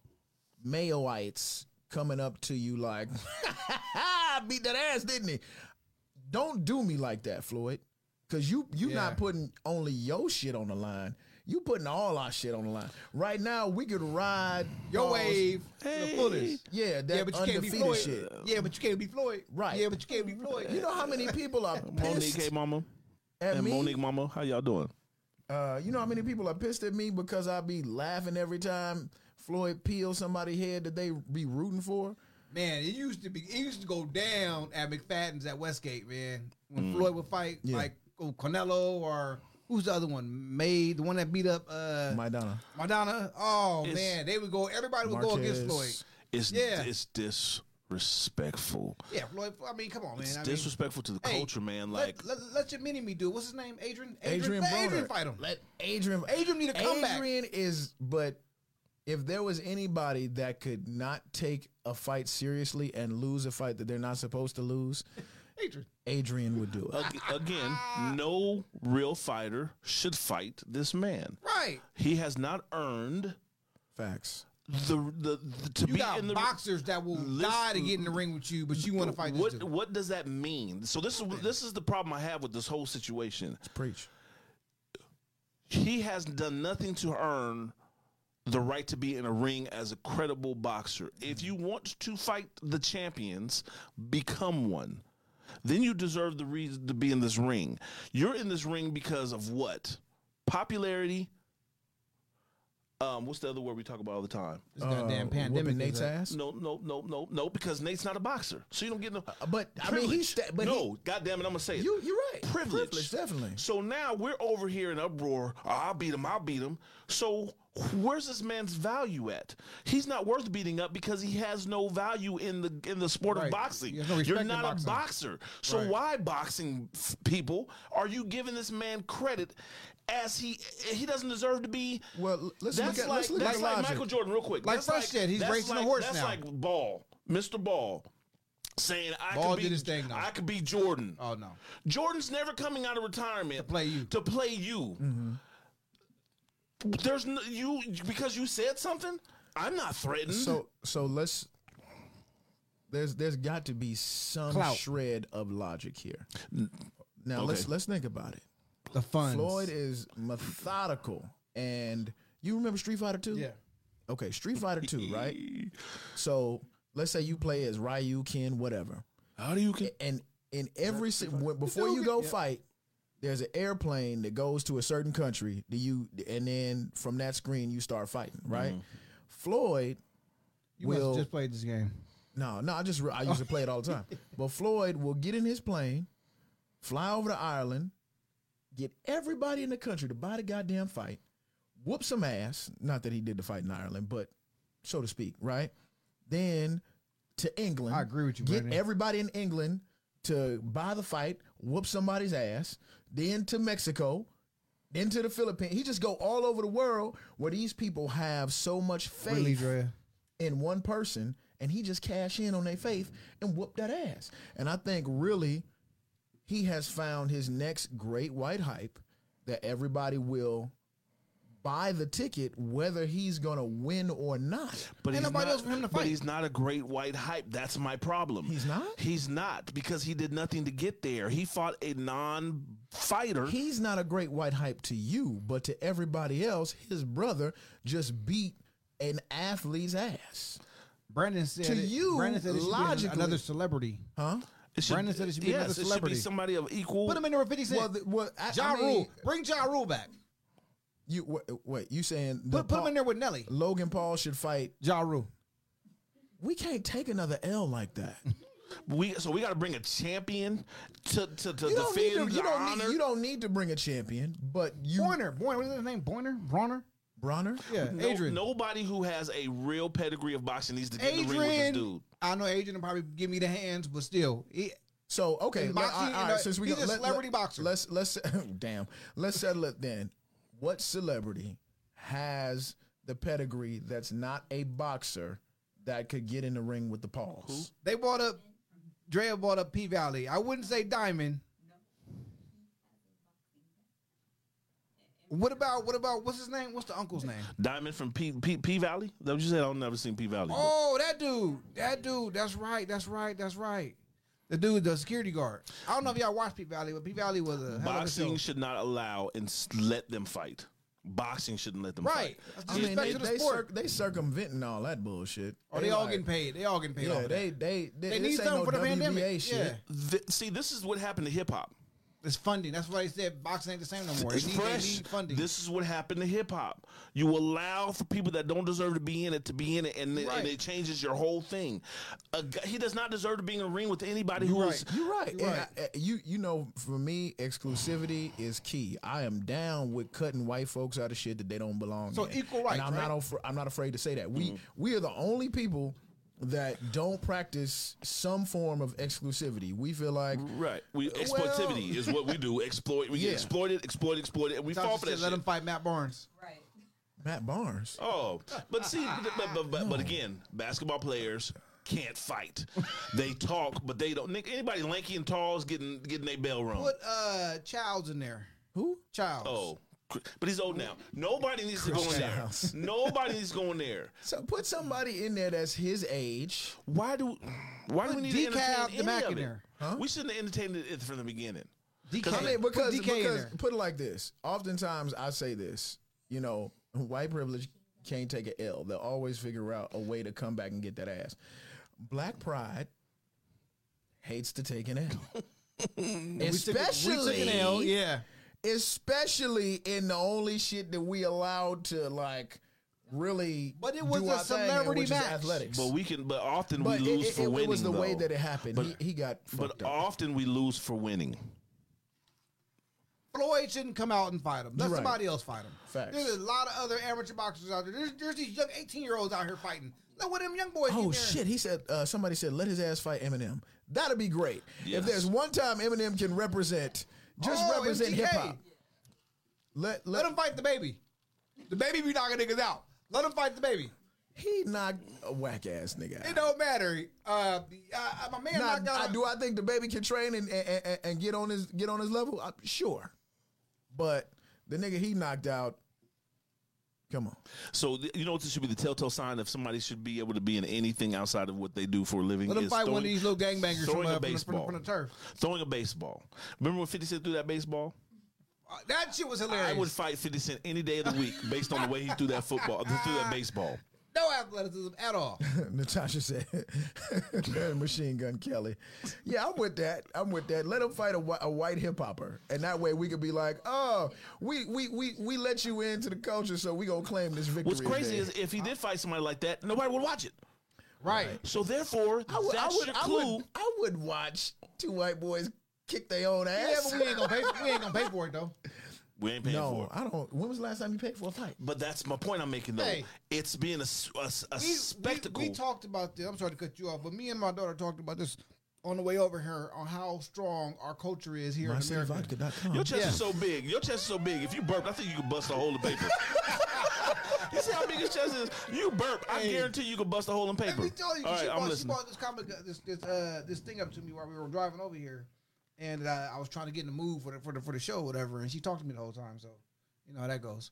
S3: Mayoites coming up to you like, beat that ass, didn't he? Don't do me like that, Floyd. Cause you you
S5: Yeah.
S3: not putting only your shit on the line. You putting all our shit on the line. Right now, we could ride
S5: Your
S3: balls-
S5: wave to the fullest.
S3: Yeah, that
S5: yeah, but you can't be
S3: undefeated
S5: Floyd.
S3: shit.
S5: Yeah, but you can't be Floyd.
S3: Right.
S5: Yeah, but you can't be Floyd.
S3: You know how many people are
S4: Monique,
S3: pissed
S4: hey mama,
S3: at
S4: and
S3: me?
S4: Monique, mama, how y'all doing?
S3: Uh, you know how many people are pissed at me because I be laughing every time Floyd peels somebody's head that they be rooting for?
S5: Man, it used to be. It used to go down at McFadden's at Westgate, man. When Floyd would fight,
S3: Yeah.
S5: like oh, Canelo or who's the other one? May the one that beat up uh,
S3: Maidana.
S5: Madonna. Oh
S4: It's-
S5: man, they would go. Everybody would go against
S3: Marquez.
S5: Floyd.
S4: It's
S5: Yeah.
S4: it's disrespectful.
S5: Yeah, Floyd. I mean, come on, man.
S4: It's
S5: I mean,
S4: disrespectful to the
S5: hey,
S4: culture, man. Like
S5: let, let, let your mini me do. it. What's his name? Adrian.
S3: Adrian
S5: let Adrian
S3: Broner.
S5: fight him.
S3: Let Adrian.
S5: Adrian need a comeback.
S3: Adrian is, but if there was anybody that could not take a fight seriously and lose a fight that they're not supposed to lose,
S5: Adrian.
S3: Adrian would do it.
S4: ag- again, no real fighter should fight this man.
S5: Right.
S4: He has not earned
S3: Facts.
S4: the the, the- to
S5: You
S4: be
S5: got
S4: in the
S5: boxers that will
S4: Listen- Uh,
S5: die to get in the ring with you, but you want to fight this
S4: What
S5: dude.
S4: what does that mean? So this is this is the problem I have with this whole situation.
S3: Preach.
S4: He has done nothing to earn the right to be in a ring as a credible boxer. If you want to fight the champions, become one. Then you deserve the reason to be in this ring. You're in this ring because of what? Popularity. Um, what's the other word we talk about all the time?
S5: This goddamn pandemic.
S3: Uh, whooping Nate's
S5: is a-
S3: ass.
S4: No, no, no, no, no, because Nate's not a boxer, so you don't get no.
S3: Uh, But I mean,
S4: privilege.
S3: he's sta- but
S4: no, goddamn it, I'm gonna say it.
S3: he, you you're right.
S4: Privilege.
S3: privilege definitely.
S4: So now we're over here in uproar. Oh, I'll beat him. I'll beat him. So where's this man's value at? He's not worth beating up because he has no value in the in the sport
S5: Right.
S4: of boxing.
S5: He has no respect
S4: You're
S5: in
S4: not
S5: boxing.
S4: a boxer. So
S5: Right.
S4: why boxing f- people are you giving this man credit as he he doesn't deserve to be?
S3: Well, l- let's
S4: that's
S3: look at-
S4: like
S3: let's look
S4: that's
S3: at
S4: like
S3: logic.
S4: Michael Jordan, real quick.
S5: Like
S4: that's
S5: Fresh said, he's
S4: that's
S5: racing a
S4: like-
S5: horse
S4: That's
S5: now.
S4: like Ball, Mr. Ball. Saying I
S5: Ball
S4: could be
S5: did his thing, though.
S4: I could be Jordan.
S5: Oh no.
S4: Jordan's never coming out of retirement to
S5: play you. Mm-hmm.
S4: To play you. There's no, you because you said something. I'm not threatened.
S3: So so let's. There's there's got to be some
S5: Clout.
S3: shred of logic here. Now let's
S4: Okay.
S3: let's think about it.
S5: The funds.
S3: Floyd is methodical, and you remember Street Fighter Two?
S5: Yeah.
S3: Okay, Street Fighter Two, right? So let's say you play as Ryu, Ken, whatever,
S4: how do you get?
S3: and in every si- when- before you go fight, there's an airplane that goes to a certain country. Do you? And then from that screen, you start fighting, right? Floyd
S5: You must
S3: will
S5: have just played this game.
S3: no, no, I just re- I used to play it all the time. But Floyd will get in his plane, fly over to Ireland, get everybody in the country to buy the goddamn fight, whoop some ass. Not that he did the fight in Ireland, but so to speak, right? Then to England.
S5: I agree with you,
S3: Get
S5: Brandon.
S3: everybody in England to buy the fight, whoop somebody's ass. Then to Mexico. Then to the Philippines. He just go all over the world where these people have so much faith
S5: Really, Drea?
S3: in one person and he just cash in on their faith and whoop that ass. And I think really he has found his next great white hype that everybody will buy the ticket whether he's going to win or not.
S4: But
S5: Ain't
S4: he's
S5: nobody
S4: not,
S5: else for him to
S4: But
S5: fight.
S4: he's not a great white hype. That's my problem.
S3: He's not?
S4: He's not because he did nothing to get there. He fought a non-fighter.
S3: He's not a great white hype to you, but to everybody else, his brother just beat an athlete's ass.
S5: Brandon said
S3: To
S5: it-
S3: you,
S5: Brandon said it should be
S3: logically-
S5: another celebrity.
S3: huh?
S4: It should-
S5: Brandon said it should be another
S4: yes, It should
S5: celebrity.
S4: be somebody of equal.
S5: Put him in number fifty six.
S3: Well, the, well, I,
S5: Ja
S3: I mean,
S5: Rule. Bring Ja Rule back.
S3: You wait, wait, you saying the
S5: Put, put him
S3: Paul-
S5: in there with Nelly.
S3: Logan Paul should fight?
S5: Ja Rule.
S3: We can't take another L like that.
S4: we so we got to bring a champion to to, to
S3: You don't, need
S4: defend
S3: to, you,
S4: the
S3: don't
S4: honor.
S3: need, you don't need to bring a champion, but you
S5: Boyner. Boyner. What is his name? Boyner? Bronner?
S3: Bronner.
S5: Yeah.
S4: No-
S5: Adrian.
S4: nobody who has a real pedigree of boxing needs to get in the ring with this
S5: Adrian.
S4: dude.
S5: I know Adrian will probably give me the hands, but still. He,
S3: So okay,
S5: In
S3: let-
S5: boxing,
S3: all
S5: you
S3: right,
S5: know,
S3: since we
S5: he's
S3: go-
S5: a celebrity boxer.
S3: Let's let's damn. Let's settle it then. What celebrity has the pedigree that's not a boxer that could get in the ring with the Pauls?
S5: they bought up, Drea bought up P Valley. I wouldn't say Diamond. What about, what about, what's his name? What's the uncle's name?
S4: Diamond from P P, P Valley. That what you said? I've never seen P Valley.
S5: Oh, that dude. That dude. That's right. That's right. That's right. The dude, the security guard. I don't know if y'all watched P Valley, but P Valley was a hell of a show.
S4: boxing should not allow and s- let them fight. Boxing shouldn't let them
S5: Right.
S4: fight.
S5: That's
S3: I mean,
S5: disrespect
S3: they,
S5: to the
S3: they,
S5: sport.
S3: cir- they circumventing all that bullshit.
S5: Or Oh, they all
S3: like-
S5: getting paid. They all getting paid.
S3: Yeah,
S5: off of
S3: they,
S5: that.
S3: they they
S5: they
S3: this
S5: need
S3: ain't
S5: something
S3: no
S5: for the
S3: WBA
S5: pandemic.
S3: shit.
S5: Yeah,
S4: Th- see, this is what happened to hip hop.
S5: it's funding. That's why they said boxing ain't the same no more. They
S4: It's
S5: need, they
S4: fresh.
S5: need funding.
S4: This is what happened to hip hop. You allow for people that don't deserve to be in it to be in it, and, then
S5: Right.
S4: and it changes your whole thing. A guy, he does not deserve to be in a ring with anybody who is.
S3: You're right. And
S5: right.
S3: I- I- you you know, for me, exclusivity is key. I am down with cutting white folks out of shit that they don't belong.
S5: So
S3: in.
S5: equal
S3: And
S5: rights,
S3: I'm not
S5: right? Mm-hmm.
S3: afra- I'm not afraid to say that. We we are the only people that don't practice some form of exclusivity. We feel like
S4: Right, we exploitivity is what we do. Exploit, we
S3: Yeah.
S4: get exploited, exploited, exploited, and we
S5: Tasha
S4: fall for
S5: said
S4: that.
S5: let
S4: shit.
S5: them fight Matt Barnes.
S8: Right.
S3: Matt Barnes.
S4: Oh, but see, but but, but, but, but again, basketball players can't fight. they talk, but they don't. Nick, anybody lanky and tall is getting getting their bell rung.
S5: Put uh Childs in there.
S3: Who?
S5: Childs.
S4: Oh, cr- but he's old now. Nobody needs to go in
S3: Chris
S4: there.
S3: Childs.
S4: Nobody needs to go in there.
S3: So put somebody in there that's his age.
S4: Why do Why do we
S5: Put
S4: need
S5: Decaf
S4: to entertain
S5: the
S4: any
S5: Mac
S4: of
S5: in
S4: it?
S5: there.
S4: We shouldn't have entertained it from the beginning.
S5: DK.
S4: I
S3: I mean, because,
S5: put DK in
S3: because
S5: there.
S3: put it like this. Oftentimes, I say this. You know, white privilege can't take an L. They'll always figure out a way to come back and get that ass. Black pride hates to take an L, especially
S5: We took an L. Yeah.
S3: especially in the only shit that we allowed to like really.
S5: But it was
S3: do
S5: a
S3: our thing in,
S5: celebrity
S3: which is
S5: match.
S3: athletics.
S4: But we can. But often
S3: But
S4: we lose
S3: it, it,
S4: for
S3: it
S4: winning.
S3: was the
S4: though.
S3: way that it happened.
S4: But-
S3: he, he got fucked
S4: But
S3: up.
S4: often we lose for winning.
S5: Floyd shouldn't come out and fight him. Let
S3: Right.
S5: somebody else fight him.
S3: Facts.
S5: There's a lot of other amateur boxers out there. There's, there's these young 18 year olds out here fighting. Let one of them young boys. get
S3: Oh
S5: there.
S3: shit! He said uh, somebody said let his ass fight Eminem. That'd be great.
S4: Yes.
S3: If there's one time Eminem can represent, just
S5: Oh,
S3: represent
S5: MGK.
S3: hip hop. Let
S5: Let
S3: let,
S5: him fight the baby. The baby be knocking niggas out. Let him fight the baby.
S3: he knock a whack ass nigga.
S5: It
S3: Out.
S5: don't matter. Uh, uh, my man
S3: Now,
S5: knocked out.
S3: I, do I think the baby can train and, and, and, and get on his get on his level? I, sure, but the nigga he knocked out. Come on,
S4: So th- you know what this should be the telltale sign if somebody should be able to be in anything outside of what they do for a living.
S5: Let him
S4: is
S5: fight one
S4: throwing-
S5: of these little gangbangers from,
S4: throwing
S5: uh,
S4: a
S5: from, the, from, the,
S4: baseball.
S5: from the turf.
S4: Throwing a baseball. Remember when Fifty Cent threw that baseball?
S5: Uh, that shit was hilarious.
S4: I would fight Fifty Cent any day of the week based on the way he threw that football, threw that baseball.
S5: no athleticism at all.
S3: Natasha said. Machine Gun Kelly. Yeah, I'm with that. I'm with that. Let him fight a, whi- a white hip hopper, and that way we could be like, oh, we we we we let you into the culture, so we gonna claim this victory.
S4: What's crazy
S3: today.
S4: is if he did fight somebody like that, nobody would watch it.
S5: right.
S4: So therefore,
S3: I would, I
S4: that's
S3: would,
S4: your
S3: I
S4: clue.
S3: would, I would watch two white boys kick their own
S5: Yeah,
S3: ass.
S5: but we ain't gonna pay. We ain't gonna pay for it though.
S4: we ain't paying for
S3: no,
S4: it.
S3: I don't. When was the last time you paid for a fight?
S4: But that's my point I'm making though.
S5: Hey.
S4: It's being a, s- a s- a
S5: We- we-
S4: spectacle.
S5: We, talked about this. I'm sorry to cut you off, but me and my daughter talked about this on the way over here on how strong our culture is here in America.
S3: MyCityVodka.com.
S4: your chest
S5: Yeah.
S4: is so big. Your chest is so big. If you burp, I think you could bust a hole in paper. you see how big his chest is? You burp, I
S5: Hey.
S4: guarantee you could bust a hole in
S5: Let
S4: paper.
S5: me tell you,
S4: All
S5: she,
S4: right, I'm
S5: brought, she
S4: listening.
S5: brought this comic, this this uh, this thing up to me while we were driving over here, and uh, I was trying to get in the mood for the for the for the show, or whatever. And she talked to me the whole time, so you know how that goes.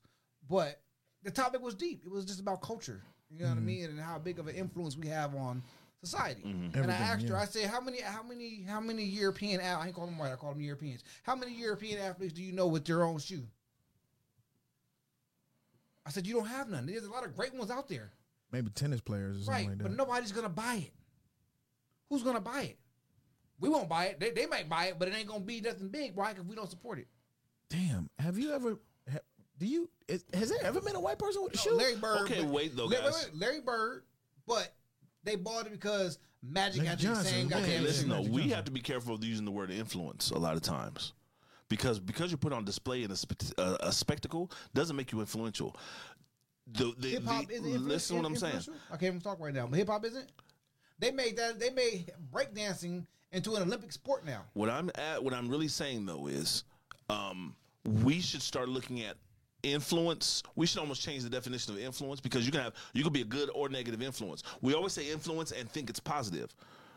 S5: But the topic was deep. It was just about culture. You know what I
S4: Mm-hmm.
S5: mean, and how big of an influence we have on society.
S4: Mm-hmm.
S5: And I
S3: Everything,
S5: asked her,
S3: yeah.
S5: I said, how many, how many, how many European? a- I ain't call them white. I call them Europeans. How many European athletes do you know with their own shoe? I said, you don't have none. There's a lot of great ones out there.
S3: maybe tennis players or something
S5: Right,
S3: like that.
S5: but nobody's gonna buy it. Who's gonna buy it? We won't buy it. They, they might buy it, but it ain't gonna be nothing big. Why? Because we don't support it.
S3: Damn, have you ever? Ha, do you? Is, has there ever been a white person with a shoe?
S5: Larry Bird.
S4: Okay,
S5: but-
S4: wait, though,
S5: Larry,
S4: guys.
S5: Larry Bird, but they bought it because Magic
S3: Magic
S5: had the
S3: Johnson,
S5: same
S3: yeah.
S4: Okay,
S5: goddamn
S4: listen
S5: shoe.
S4: though, we have to be careful of using the word influence a lot of times, because because you put on display in a, spe- a, a spectacle doesn't make you influential. The, the,
S5: Hip hop
S4: the-
S5: is
S4: listen to what I'm saying.
S5: I can't even talk right now. But hip hop isn't. They made that. They made breakdancing into an Olympic sport now.
S4: What I'm at, what I'm really saying though is, um, we should start looking at influence. We should almost change the definition of influence because you can have you can be a good or negative influence. We always say influence and think it's positive.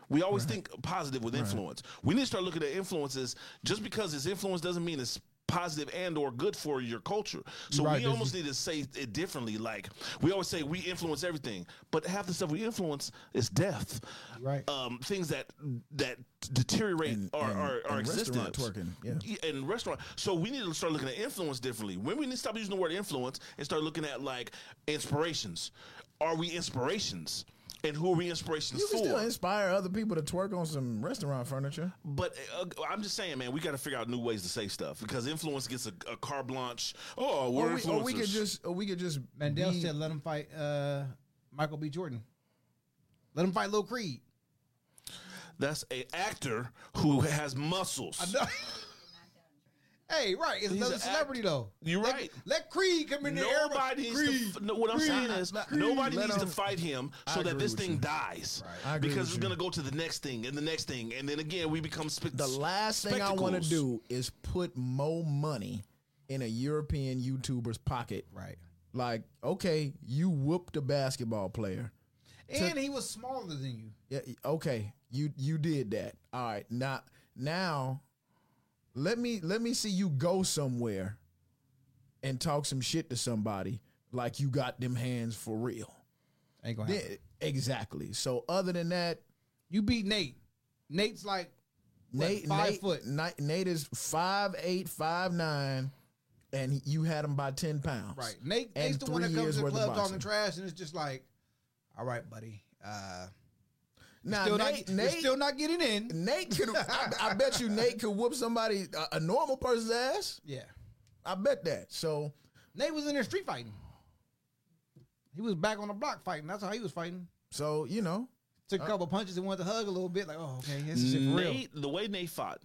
S4: We always think positive with influence. We need to start looking at influences. Just because it's influence doesn't mean it's positive and or good for your culture. So
S3: Right,
S4: we
S3: this
S4: almost need to say it differently. Like we always say we influence everything, but half the stuff we influence is death.
S5: Right.
S4: Um, things that that deteriorate
S3: And-
S4: our,
S3: and-
S4: our, our
S3: and restaurant
S4: existence.
S3: twerking, yeah.
S4: And restaurant. So we need to start looking at influence differently. When we need to stop using the word influence and start looking at like inspirations. Are we inspirations? And who are we inspirations
S3: You can
S4: for?
S3: still inspire other people to twerk on some restaurant furniture.
S4: But uh, I'm just saying, man, we got to figure out new ways to say stuff because influence gets a, a car blanche. Oh, we're
S3: Or we,
S4: influencers.
S3: or we could just, or we could just
S5: Mandel
S3: be-
S5: said, "Let him fight uh, Michael B. Jordan. Let him fight Lil Creed."
S4: That's a actor who has muscles.
S5: hey, right? It's
S4: He's
S5: another
S4: an
S5: celebrity
S4: act-
S5: though.
S4: You're
S5: Let-
S4: right.
S5: Let Creed come in there.
S4: Nobody
S5: Everybody-
S4: needs to, f- no, what I'm
S5: Creed,
S4: saying is
S5: Creed.
S4: nobody
S3: Let
S4: needs to
S3: him-
S4: fight him so
S3: I
S4: that
S3: agree
S4: this
S3: with
S4: thing
S3: you.
S4: dies
S3: I agree
S4: because
S3: with
S4: it's
S3: you.
S4: going to go to the next thing and the next thing and then again we become spe-
S3: The last thing I want to
S4: spectacles.
S3: do is put more money in a European YouTuber's pocket.
S5: Right.
S3: Like, okay, you whooped a basketball player.
S5: And he was smaller than you.
S3: Yeah, y- okay, you you did that. All right, now now, let me let me see you go somewhere, and talk some shit to somebody like you got them hands for real.
S5: Ain't gonna
S3: Yeah, exactly. So other than that,
S5: You beat Nate. Nate's like What,
S3: Nate
S5: five
S3: Nate,
S5: foot?
S3: Nate, Nate is five eight five nine, and you had him by ten pounds.
S5: right. Nate.
S3: And
S5: Nate's the one
S3: three
S5: that comes
S3: years
S5: to the
S3: worth of
S5: club talking
S3: boxing.
S5: trash, and it's just like, all right, buddy. Uh,
S3: Now
S5: still
S3: Nate,
S5: not, you're
S3: Nate,
S5: still not getting in.
S3: Nate could. I, I bet you Nate could whoop somebody a, a normal person's ass.
S5: Yeah.
S3: I bet that. So
S5: Nate was in there street fighting. He was back on the block fighting. That's how he was fighting.
S3: so you know.
S5: Took a couple punches and wanted to hug a little bit. Like, oh, okay, this is it for real.
S4: Nate, the way Nate fought.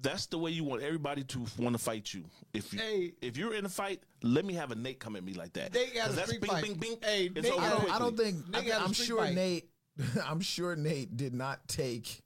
S4: That's the way you want everybody to want to fight you. If you
S5: Hey.
S4: if you're in a fight, let me have a Nate come at me like that.
S5: They got
S4: 'Cause
S5: a
S4: that's
S5: street
S4: bing,
S5: fight.
S4: bing, bing.
S5: Hey,
S4: it's
S5: Nate
S4: over
S3: I
S5: got-
S3: don't,
S4: quickly.
S3: I don't think.
S5: Nigga
S3: I
S5: had a
S3: am
S5: street
S3: sure
S5: fight.
S3: Nate. I'm sure Nate did not take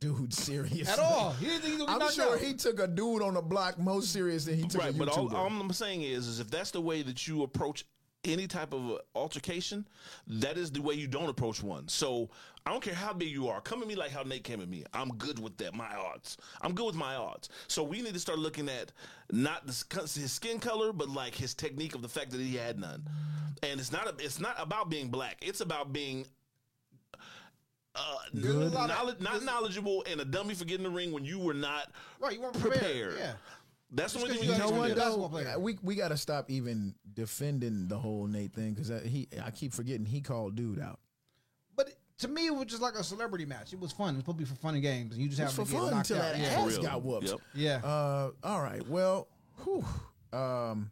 S3: dude seriously
S5: At all. He didn't think he was gonna
S3: I'm
S5: knock
S3: sure
S5: out.
S3: he took a dude on the block more serious than he took a
S4: right.
S3: YouTuber.
S4: But all, all I'm saying is, is if that's the way that you approach any type of uh, altercation, that is the way you don't approach one. So I don't care how big you are, come at me like how Nate came at me. I'm good with that. My odds. I'm good with my odds. So we need to start looking at not the, sc- his skin color, but like his technique of the fact that he had none. And it's not a, it's not about being black. It's about being uh,
S5: Good.
S4: knowledge, not knowledgeable and a dummy for getting in the ring when you were not
S5: Right, you weren't prepared.
S4: prepared.
S5: Yeah.
S4: That's the only
S5: 'cause
S4: thing we
S5: you
S4: need
S3: you
S4: to
S3: know
S5: He's
S4: do.
S5: gonna
S3: what
S5: be a basketball
S3: though?
S5: player.
S3: We we got to stop even defending the whole Nate thing because he I keep forgetting he called dude out.
S5: But to me, it was just like a celebrity match. It was fun. It was supposed to be for fun and games, and you just
S3: It's
S5: have
S3: for
S5: to get
S3: fun
S5: knocked
S3: until
S5: out.
S3: that
S5: yeah.
S3: ass
S4: Real.
S3: got whooped.
S4: Yep.
S5: yeah.
S3: Uh, all right. Well, whew. Um,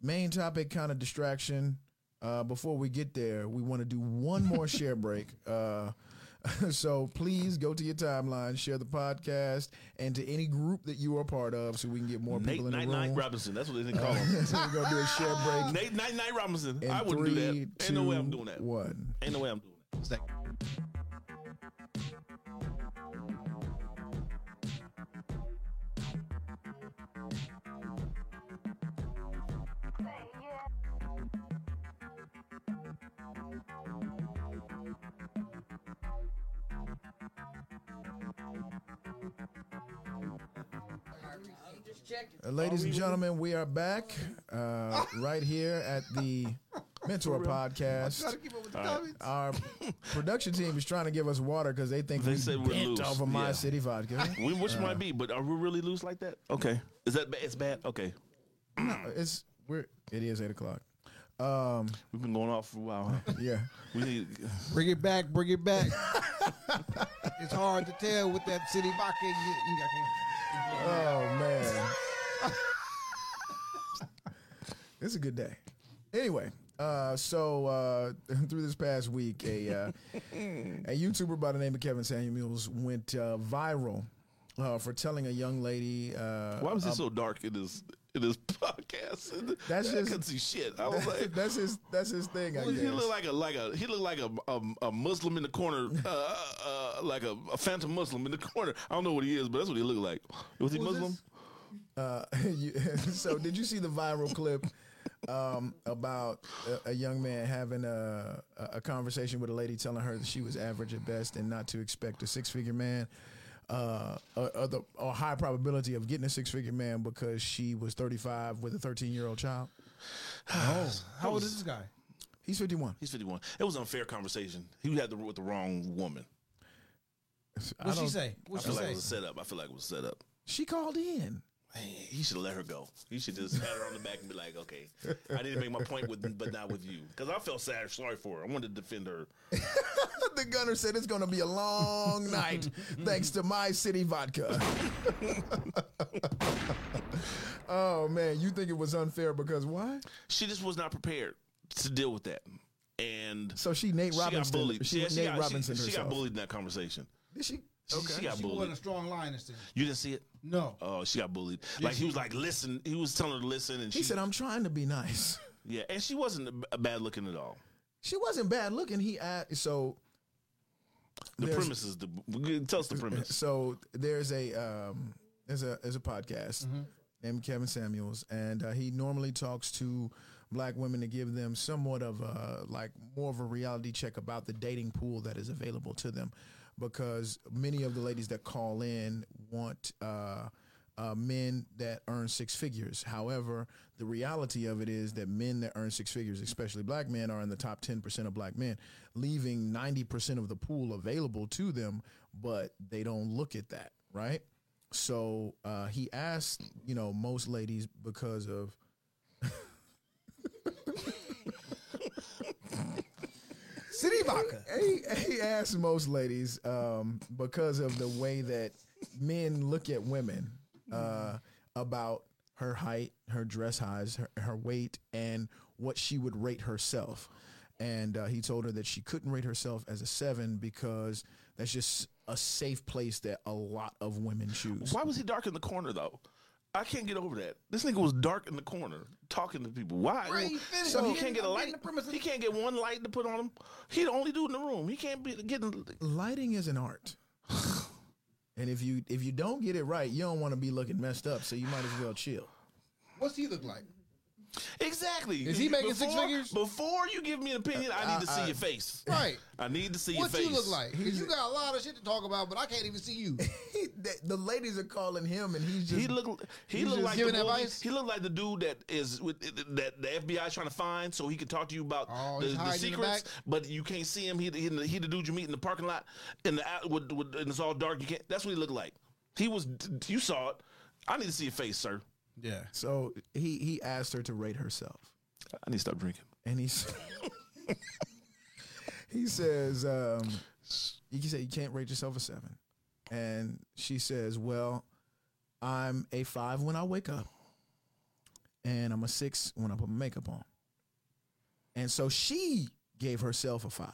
S3: main topic kind of distraction. Uh, before we get there, we want to do one more share break. Uh, so please go to your timeline, share the podcast, and to any group that you are a part of, so we can get more
S4: Nate
S3: people in
S4: Night
S3: the
S4: Night
S3: room.
S4: Robinson. That's what they call him.
S3: so we're gonna do a share break.
S4: Nate Night Night Robinson.
S3: in
S4: I wouldn't do
S3: three,
S4: that. Ain't no way I'm
S3: two,
S4: doing that.
S3: One.
S4: Ain't no way I'm doing that.
S5: It's like-
S3: Uh, ladies and gentlemen, we are back uh, right here at the Mentor Podcast.
S5: Gotta keep up with the comments.
S3: Our production team is trying to give us water because they think
S4: They
S3: we
S4: say we're
S3: bent
S4: loose,
S3: off of My
S4: yeah.
S3: City Vodka.
S4: We, which
S3: Uh.
S4: might be, but are we really loose like that? Okay. Is that ba- it's bad? Okay.
S3: it's we're it is eight o'clock. Um,
S4: We've been going off for a while. huh?
S3: yeah.
S4: We need.
S5: Bring it back, bring it back. it's hard to tell with that city vodka. You, you got-
S3: Oh man. it's a good day. Anyway, uh, so uh, through this past week, a uh, a YouTuber by the name of Kevin Samuels went uh, viral uh, for telling a young lady. Uh,
S4: Why was it so dark in this in this podcast?
S3: That's
S4: I
S3: just-
S4: couldn't see shit. I was like,
S3: that's his. That's his thing. I
S4: he looked
S3: guess.
S4: like a like a he looked like a a, a Muslim in the corner, uh, uh, like a, a phantom Muslim in the corner. I don't know what he is, but that's what he looked like. Was he
S5: Who's
S4: Muslim?
S5: this?
S3: Uh, you- so, did you see the viral clip um, about a, a young man having a, a a conversation with a lady telling her that she was average at best and not to expect a six figure man, uh, or, or the or high probability of getting a six figure man because she was thirty five with a thirteen year old child?
S5: How old is this guy?
S3: He's fifty one.
S4: He's fifty one. It was an unfair conversation. He had the with the wrong woman.
S5: What'd she say? What'd
S4: I feel
S5: she
S4: like
S5: say?
S4: it was a setup. I feel like it was a setup.
S3: She called in.
S4: Man, he should let her go. He should just pat her on the back and be like, "Okay, I need to make my point with, but not with you," because I felt sad, sorry for her. I wanted to defend her.
S3: The gunner said it's going to be a long night thanks to my city vodka. oh man, you think it was unfair because why?
S4: She just was not prepared to deal with that, and
S3: So she Nate
S4: she got
S3: Robinson.
S4: bullied.
S3: She,
S4: Yeah,
S3: went
S4: she
S3: Nate
S4: got, she-
S3: Robinson
S4: she,
S3: herself.
S4: got bullied in that conversation.
S3: Did she?
S4: She, she got
S5: She
S4: bullied.
S5: wasn't a strong lioness. Then.
S4: You didn't see it?
S5: No.
S4: Oh, she got bullied. Like he was like, listen. He was telling her to listen, and
S3: He
S4: she
S3: said, "I'm trying to be nice."
S4: yeah, and she wasn't a b- a bad looking at all.
S3: She wasn't bad looking. He uh, so
S4: The
S3: There's-
S4: premise is the tell us the premise.
S3: so there's a um, there's a there's a podcast
S4: Mm-hmm.
S3: named Kevin Samuels, and uh, he normally talks to black women to give them somewhat of a like more of a reality check about the dating pool that is available to them, because many of the ladies that call in want. Uh, uh, men that earn six figures. However, the reality of it is that men that earn six figures, especially black men, are in the top 10% of black men, leaving 90% of the pool available to them, but they don't look at that, right? So uh, he asked, you know, most ladies because of.
S5: City vodka.
S3: He, he asked most ladies um, because of the way that men look at women uh, about her height, her dress size, her, her weight, and what she would rate herself. And uh, he told her that she couldn't rate herself as a seven because that's just a safe place that a lot of women choose.
S4: Why was he dark in the corner though? I can't get over that. This nigga was dark in the corner talking to people. Why?
S5: Right, he finished.
S4: so
S5: I'm
S4: he
S5: getting-
S4: can't get a
S5: I'm
S4: light.
S5: getting the premise.
S4: He can't get one light to put on him. He the only dude in the room. He can't be getting.
S3: Lighting is an art. And if you if you don't get it right, you don't want to be looking messed up, so you might as well chill.
S5: What's he look like?
S4: Exactly.
S5: Is he making six
S4: Before-
S5: figures?
S4: Before you give me an opinion, I need to see your face.
S5: Right.
S4: I need to see
S5: What
S4: your face.
S5: you look like? 'Cause you got a lot of shit to talk about, but I can't even see you.
S3: He, the, the ladies are calling him, and he's just
S4: He looked. He
S5: You
S4: looked
S5: just
S4: like the
S5: giving
S4: dude,
S5: advice?
S4: He looked like the dude that is with that the FBI trying to find, so he can talk to you about
S5: Oh,
S4: the,
S5: he's
S4: the
S5: hiding in the
S4: secrets.
S5: back?
S4: but you can't see him. He the- he, the, he the dude you meet in the parking lot, in the out- with, with, and it's all dark. You can't. That's what he looked like. He was. You saw it. I need to see your face, sir.
S5: Yeah.
S3: So he he asked her to rate herself,
S4: I need to stop drinking.
S3: and he s- he says um, you can say you can't rate yourself a seven, and she says, "Well, I'm a five when I wake up, and I'm a six when I put my makeup on," and so she gave herself a five.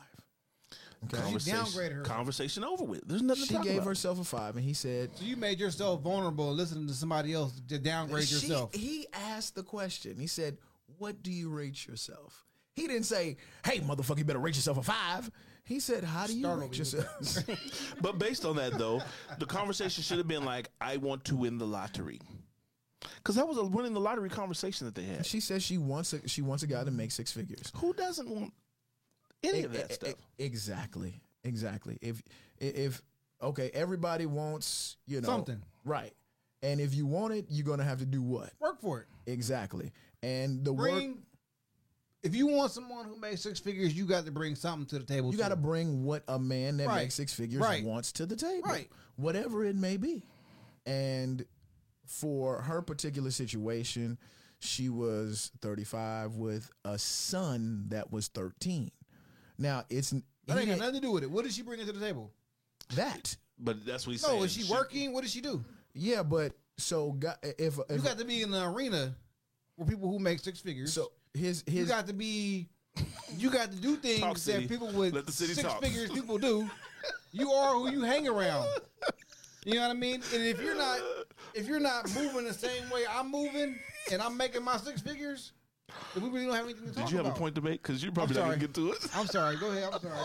S3: Okay,
S5: downgraded her.
S4: Conversation over with. There's nothing. to
S3: she
S4: talk
S3: gave
S4: about.
S3: herself a five, and he said.
S5: So you made yourself vulnerable listening to somebody else to downgrade
S3: She-
S5: yourself.
S3: He asked the question. He said, "What do you rate yourself?" He didn't say, "Hey, motherfucker, you better rate yourself a five. He said, "How do you
S5: Startled
S3: rate
S5: me
S3: yourself?"
S4: But based on that, though, the conversation should have been like, "I want to win the lottery," because that was a winning the lottery conversation that they had.
S3: she says she wants a she wants a guy to make six figures.
S4: Who doesn't want any of
S3: E-
S4: that
S3: e-
S4: stuff?
S3: Exactly, exactly. If if okay, everybody wants you know
S5: Something.
S3: right? And if you want it, you're gonna have to do what
S5: Work for it.
S3: exactly? And the work
S5: Bring. If you want someone who makes six figures, you got to bring something to the table.
S3: you got to
S5: too.
S3: bring what a man that
S5: Right.
S3: makes six figures
S5: Right.
S3: wants to the table,
S5: Right.
S3: whatever it may be. And for her particular situation, She was 35 with a son that was 13. Now it's he
S5: That ain't got
S3: didn't-
S5: nothing to do with it. What did she bring into the table?
S3: that.
S4: But that's what he's saying.
S5: No, is she working? What did she do?
S3: Yeah, but so go- if, if
S5: You got to be in the arena with people who make six figures.
S3: so his
S5: you
S3: his
S5: got to be, you got to do things
S4: Talk,
S5: that
S4: city.
S5: people with
S4: Let the city
S5: six
S4: talk.
S5: figures people do. You are who you hang around. You know what I mean? And if you're not, if you're not moving the same way I'm moving, and I'm making my six figures, then we really don't have anything to talk about.
S4: Did you have a point to make? Because you're probably
S5: I'm
S4: not gonna
S5: sorry.
S4: get to it.
S5: I'm sorry. Go ahead. I'm sorry.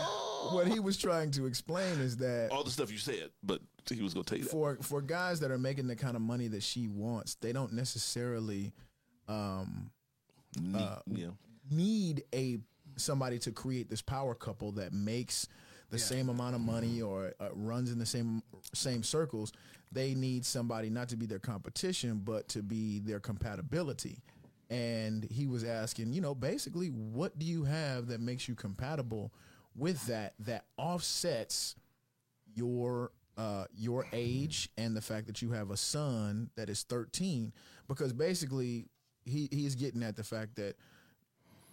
S3: what he was trying to explain is that
S5: Oh,
S4: All the stuff you said, but he was gonna take that.
S3: for for guys that are making the kind of money that she wants, they don't necessarily
S4: Ne- yeah.
S3: need a somebody to create this power couple that makes the same amount of money or uh, runs in the same same circles. They need somebody not to be their competition, but to be their compatibility. And he was asking, you know, basically, what do you have that makes you compatible with that that offsets your uh, your age and the fact that you have a son that is 13 because basically he he's getting at the fact that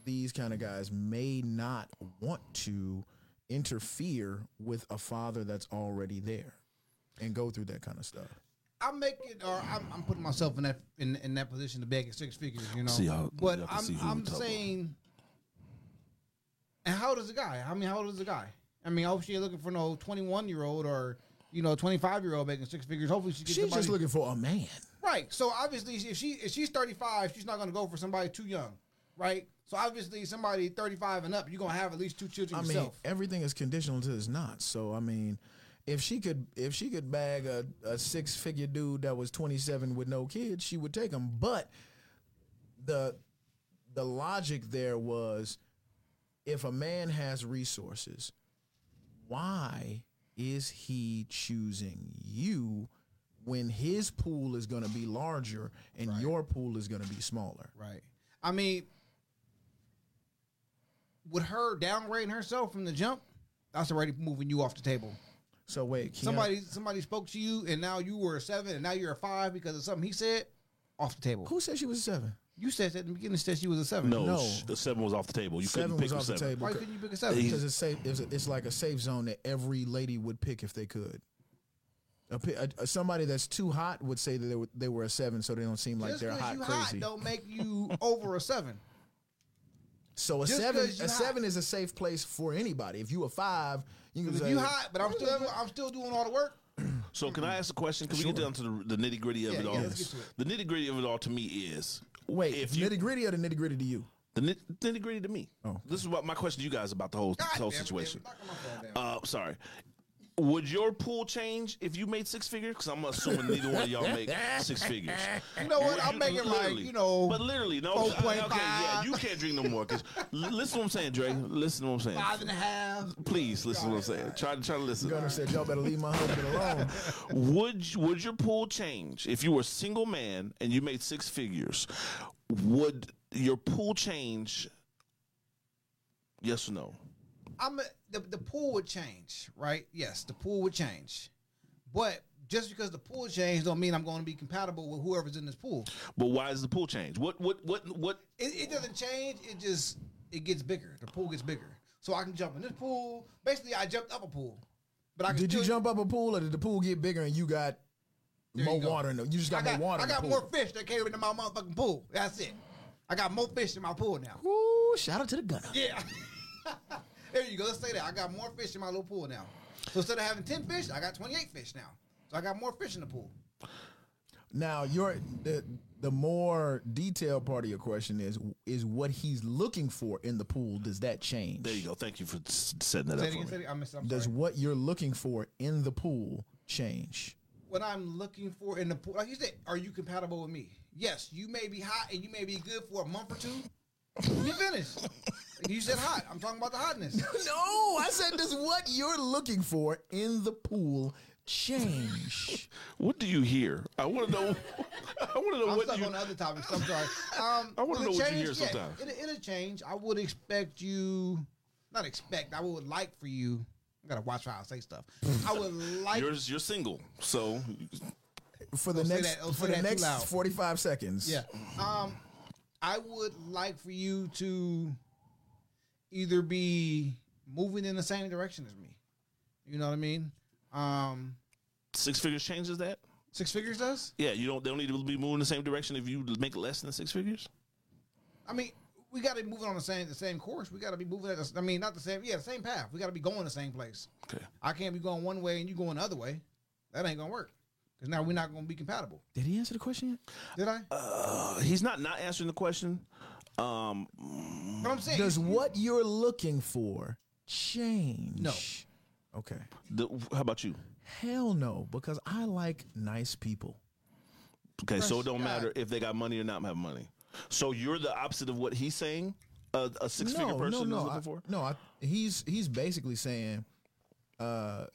S3: these kind of guys may not want to interfere with a father that's already there and go through that kind of stuff.
S5: I'm making, or I'm, I'm putting myself in that in, in that position to beg at six figures, you know.
S4: See how-
S5: but
S4: y'all can
S5: I'm
S4: see who we
S5: I'm
S4: talk about.
S5: saying, and how old is the guy? I mean, how old is the guy? I mean, hopefully she's looking for no 21 year old or you know 25 year old making six figures. Hopefully she gets
S3: She's
S5: somebody,
S3: just looking for a man.
S5: right. So obviously, if she if she's 35, she's not going to go for somebody too young, right? So obviously, somebody 35 and up, you're gonna have at least two children
S3: I mean,
S5: yourself.
S3: everything is conditional to it's not. So I mean, if she could if she could bag a, a six figure dude that was 27 with no kids, she would take him. But the the logic there was if a man has resources, why is he choosing you when his pool is going to be larger and your pool is going to be smaller?
S5: Right. I mean, with her downgrading herself from the jump, that's already moving you off the table.
S3: So wait, Keanu-
S5: Somebody somebody spoke to you, and now you were a seven, and now you're a five because of something he said. Off the table.
S3: who said she was seven?
S5: You said that in the beginning. Said she was a seven.
S4: No,
S3: No.
S4: sh- the seven was off the table. You
S3: seven
S4: couldn't pick
S3: was off
S4: seven.
S3: the table.
S5: Why couldn't you pick a seven?
S3: because it's safe. It's, it's like a safe zone that every lady would pick if they could. A, pi- a, a- somebody that's too hot would say that they were, they were a seven, so they don't seem like
S5: Just
S3: they're
S5: 'cause
S3: hot
S5: you
S3: crazy.
S5: hot don't make you over a seven.
S3: so a
S5: just
S3: seven,
S5: 'cause you
S3: a
S5: hot.
S3: seven is a safe place for anybody. If you a five, you can
S5: If
S3: say,
S5: you hot, but I'm still I'm still doing all the work.
S4: So can I ask a question? Can we get down to the, the nitty gritty of
S5: Yeah,
S4: it
S5: yeah,
S4: all?
S5: let's get to it.
S4: The nitty gritty of it all to me is
S3: "Wait,
S4: If you
S3: nitty gritty or the nitty gritty to you?"
S4: the nitty gritty to me.
S3: Oh.
S4: This is what my question to you guys about the whole
S5: God
S4: whole
S5: damn it,
S4: situation.
S5: David, knock my phone down.
S4: Uh, sorry. Would your pool change if you made six figures? Because I'm assuming neither one of y'all make six figures.
S5: You know what?
S4: Would
S5: I'm
S4: you-
S5: making like
S4: literally.
S5: you know
S4: but literally, no. I- okay,
S5: 4.5.
S4: yeah, you can't drink no more. Because listen to what I'm saying, Dre. Listen to what I'm saying.
S5: five and a half.
S4: Please listen to what I'm saying. Try to try to listen.
S3: Gunner said, "Y'all better leave my husband alone."
S4: Would you- would your pool change if you were a single man and you made six figures? Would your pool change? Yes or no?
S5: I'm a, the the pool would change, right? Yes, the pool would change, but just because the pool changed don't mean I'm going to be compatible with whoever's in this pool.
S4: But why is the pool change? What what what what?
S5: It, it doesn't change. It just it gets bigger. The pool gets bigger, so I can jump in this pool. Basically, I jumped up a pool, but I can
S3: did you
S5: still-
S3: jump up a pool, or did the pool get bigger and you got
S5: There you
S3: more
S5: go.
S3: water? In the, you just
S5: I
S3: got,
S5: got
S3: more water.
S5: I
S3: in the
S5: got
S3: pool.
S5: more fish that came into my motherfucking pool. That's it. I got more fish in my pool now.
S3: Ooh, shout out to the Gunner.
S5: Yeah. there you go. Let's say that. I got more fish in my little pool now. So instead of having ten fish, I got twenty eight fish now. So I got more fish in the pool.
S3: Now, your the the more detailed part of your question is is what he's looking for in the pool. Does that change?
S4: There you go. Thank you for s- setting that
S5: Say
S4: up
S5: it
S4: for
S5: again,
S4: me.
S5: say it again. I missed it. I'm
S3: Does
S5: sorry.
S3: what you're looking for in the pool change?
S5: What I'm looking for in the pool, like you said, are you compatible with me? Yes, you may be hot and you may be good for a month or two. You're finished. you said hot. I'm talking about the hotness.
S3: No, I said does what you're looking for in the pool change?
S4: What do you hear? I want to know. I want to know
S5: I'm
S4: what
S5: stuck
S4: you.
S5: on the other topics. I'm sorry. Um,
S4: I wanna
S5: will it
S4: know what you
S5: change?
S4: hear
S5: Yeah,
S4: sometimes.
S5: It, it'll change. I would expect you, not expect. I would like for you. I gotta watch how I say stuff. I would like.
S4: You're you're single, so
S3: for the
S5: say
S3: next
S5: that- don't
S3: for
S5: say that
S3: the
S5: too
S3: next
S5: loud.
S3: 45 seconds.
S5: Yeah. Um, I would like for you to either be moving in the same direction as me. You know what I mean? Um,
S4: Six figures changes that.
S5: six figures does.
S4: Yeah, you don't. They don't need to be moving in the same direction if you make less than six figures.
S5: I mean, we got to be moving on the same the same course. We got to be moving at the, I mean, not the same. Yeah, the same path. We got to be going the same place.
S4: Okay.
S5: I can't be going one way and you going the other way. That ain't gonna work. Cause now we're not gonna be compatible.
S3: Did he answer the question yet?
S5: Did I?
S4: Uh, he's not not answering the question. Um,
S5: but I'm saying
S3: Does what you're looking for change?
S5: No.
S3: Okay.
S4: the, how about you?
S3: Hell no, because I like nice people.
S4: Okay, so it don't
S5: God.
S4: matter if they got money or not have money. So you're the opposite of what he's saying. A, a six figure person
S3: no,
S4: is
S3: no,
S4: looking
S3: I,
S4: for.
S3: No, I, he's he's basically saying, uh,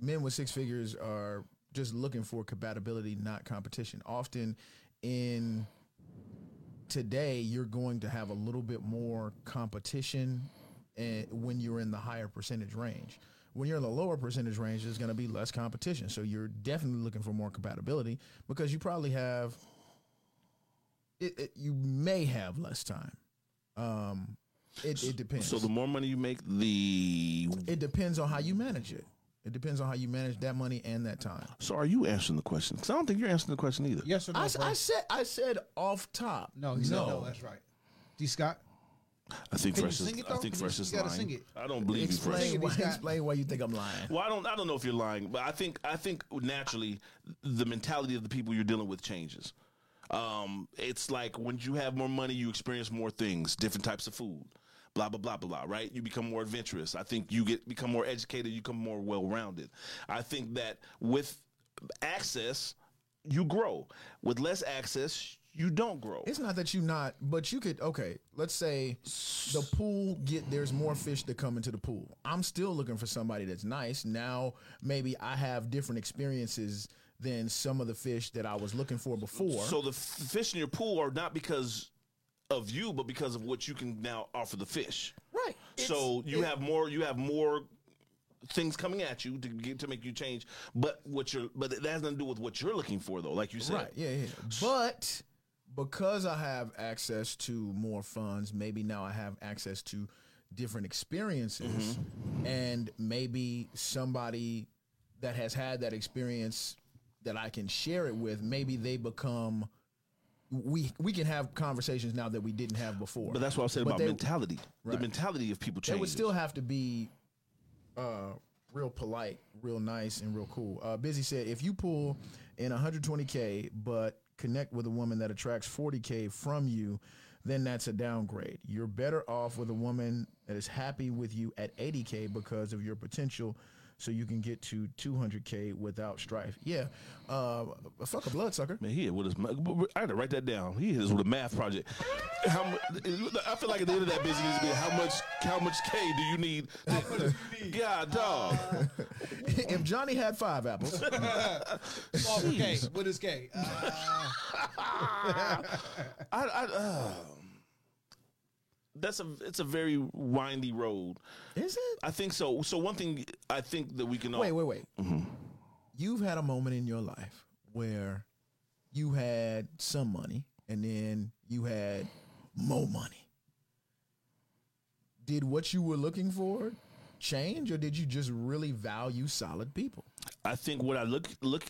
S3: men with six figures are just looking for compatibility, not competition. Often, in today, you're going to have a little bit more competition, and when you're in the higher percentage range. When you're in the lower percentage range, there's going to be less competition. So you're definitely looking for more compatibility because you probably have, it, it, you may have less time. Um, it, it depends.
S4: So the more money you make, the
S3: it depends on how you manage it. It depends on how you manage that money and that time.
S4: so are you answering the question? Because I don't think you're answering the question either.
S5: yes or no?
S3: I, s-
S5: bro?
S3: I said I said off top.
S5: no, he said no. That's right. D. Scott.
S4: I think
S5: Can you
S4: Fresh
S5: sing
S4: is.
S5: it,
S4: I
S5: though?
S4: think
S5: You-
S4: Fresh
S5: you
S4: is
S5: gotta
S4: lying.
S5: sing it.
S4: I don't believe you, Fresh.
S3: Explain why,
S5: He's got-
S3: explain why you think I'm lying.
S4: Well, I don't. I don't know if you're lying, but I think. I think naturally, the mentality of the people you're dealing with changes. Um, it's like when you have more money, you experience more things, different types of food, blah blah blah blah. blah, Right? You become more adventurous. I think you get become more educated. You become more well rounded. I think that with access, you grow. With less access, you don't grow.
S3: It's not that you not, but you could okay. Let's say the pool get there's more fish that come into the pool. I'm still looking for somebody that's nice. Now maybe I have different experiences than some of the fish that I was looking for before.
S4: So the f- fish in your pool are not because of you, but because of what you can now offer the fish.
S3: right.
S4: so you have more. You have more things coming at you to get to make you change. But what you're, but that has nothing to do with what you're looking for, though. Like you said,
S3: Right. Yeah, yeah. But because I have access to more funds, maybe now I have access to different experiences
S4: Mm-hmm.
S3: and maybe somebody that has had that experience that I can share it with, maybe they become we we can have conversations now that we didn't have before.
S4: But that's what I said
S3: But
S4: about
S3: they-
S4: mentality. The
S3: Right.
S4: mentality of people
S3: They
S4: changes.
S3: would still have to be uh, real polite, real nice, and real cool. Uh, Busy said, if you pull in 120k but connect with a woman that attracts 40k from you, then that's a downgrade. You're better off with a woman that is happy with you at 80k because of your potential. So you can get to 200k without strife. Yeah, uh, fuck a bloodsucker.
S4: Man, he hit with his. ma- I had to write that down. He hit us with a math project. How mu- I feel like at the end of that busy needs to be how much how much K do you need? God dog.
S3: if Johnny had five apples,
S5: Oh, okay. What is K? Uh,
S4: I, I uh, that's a it's a very windy road.
S3: is it?
S4: I think so. So one thing I think that we can all
S3: Wait, wait, wait.
S4: Mm-hmm.
S3: You've had a moment in your life where you had some money and then you had more money. Did what you were looking for change or did you just really value solid people?
S4: I think what I look look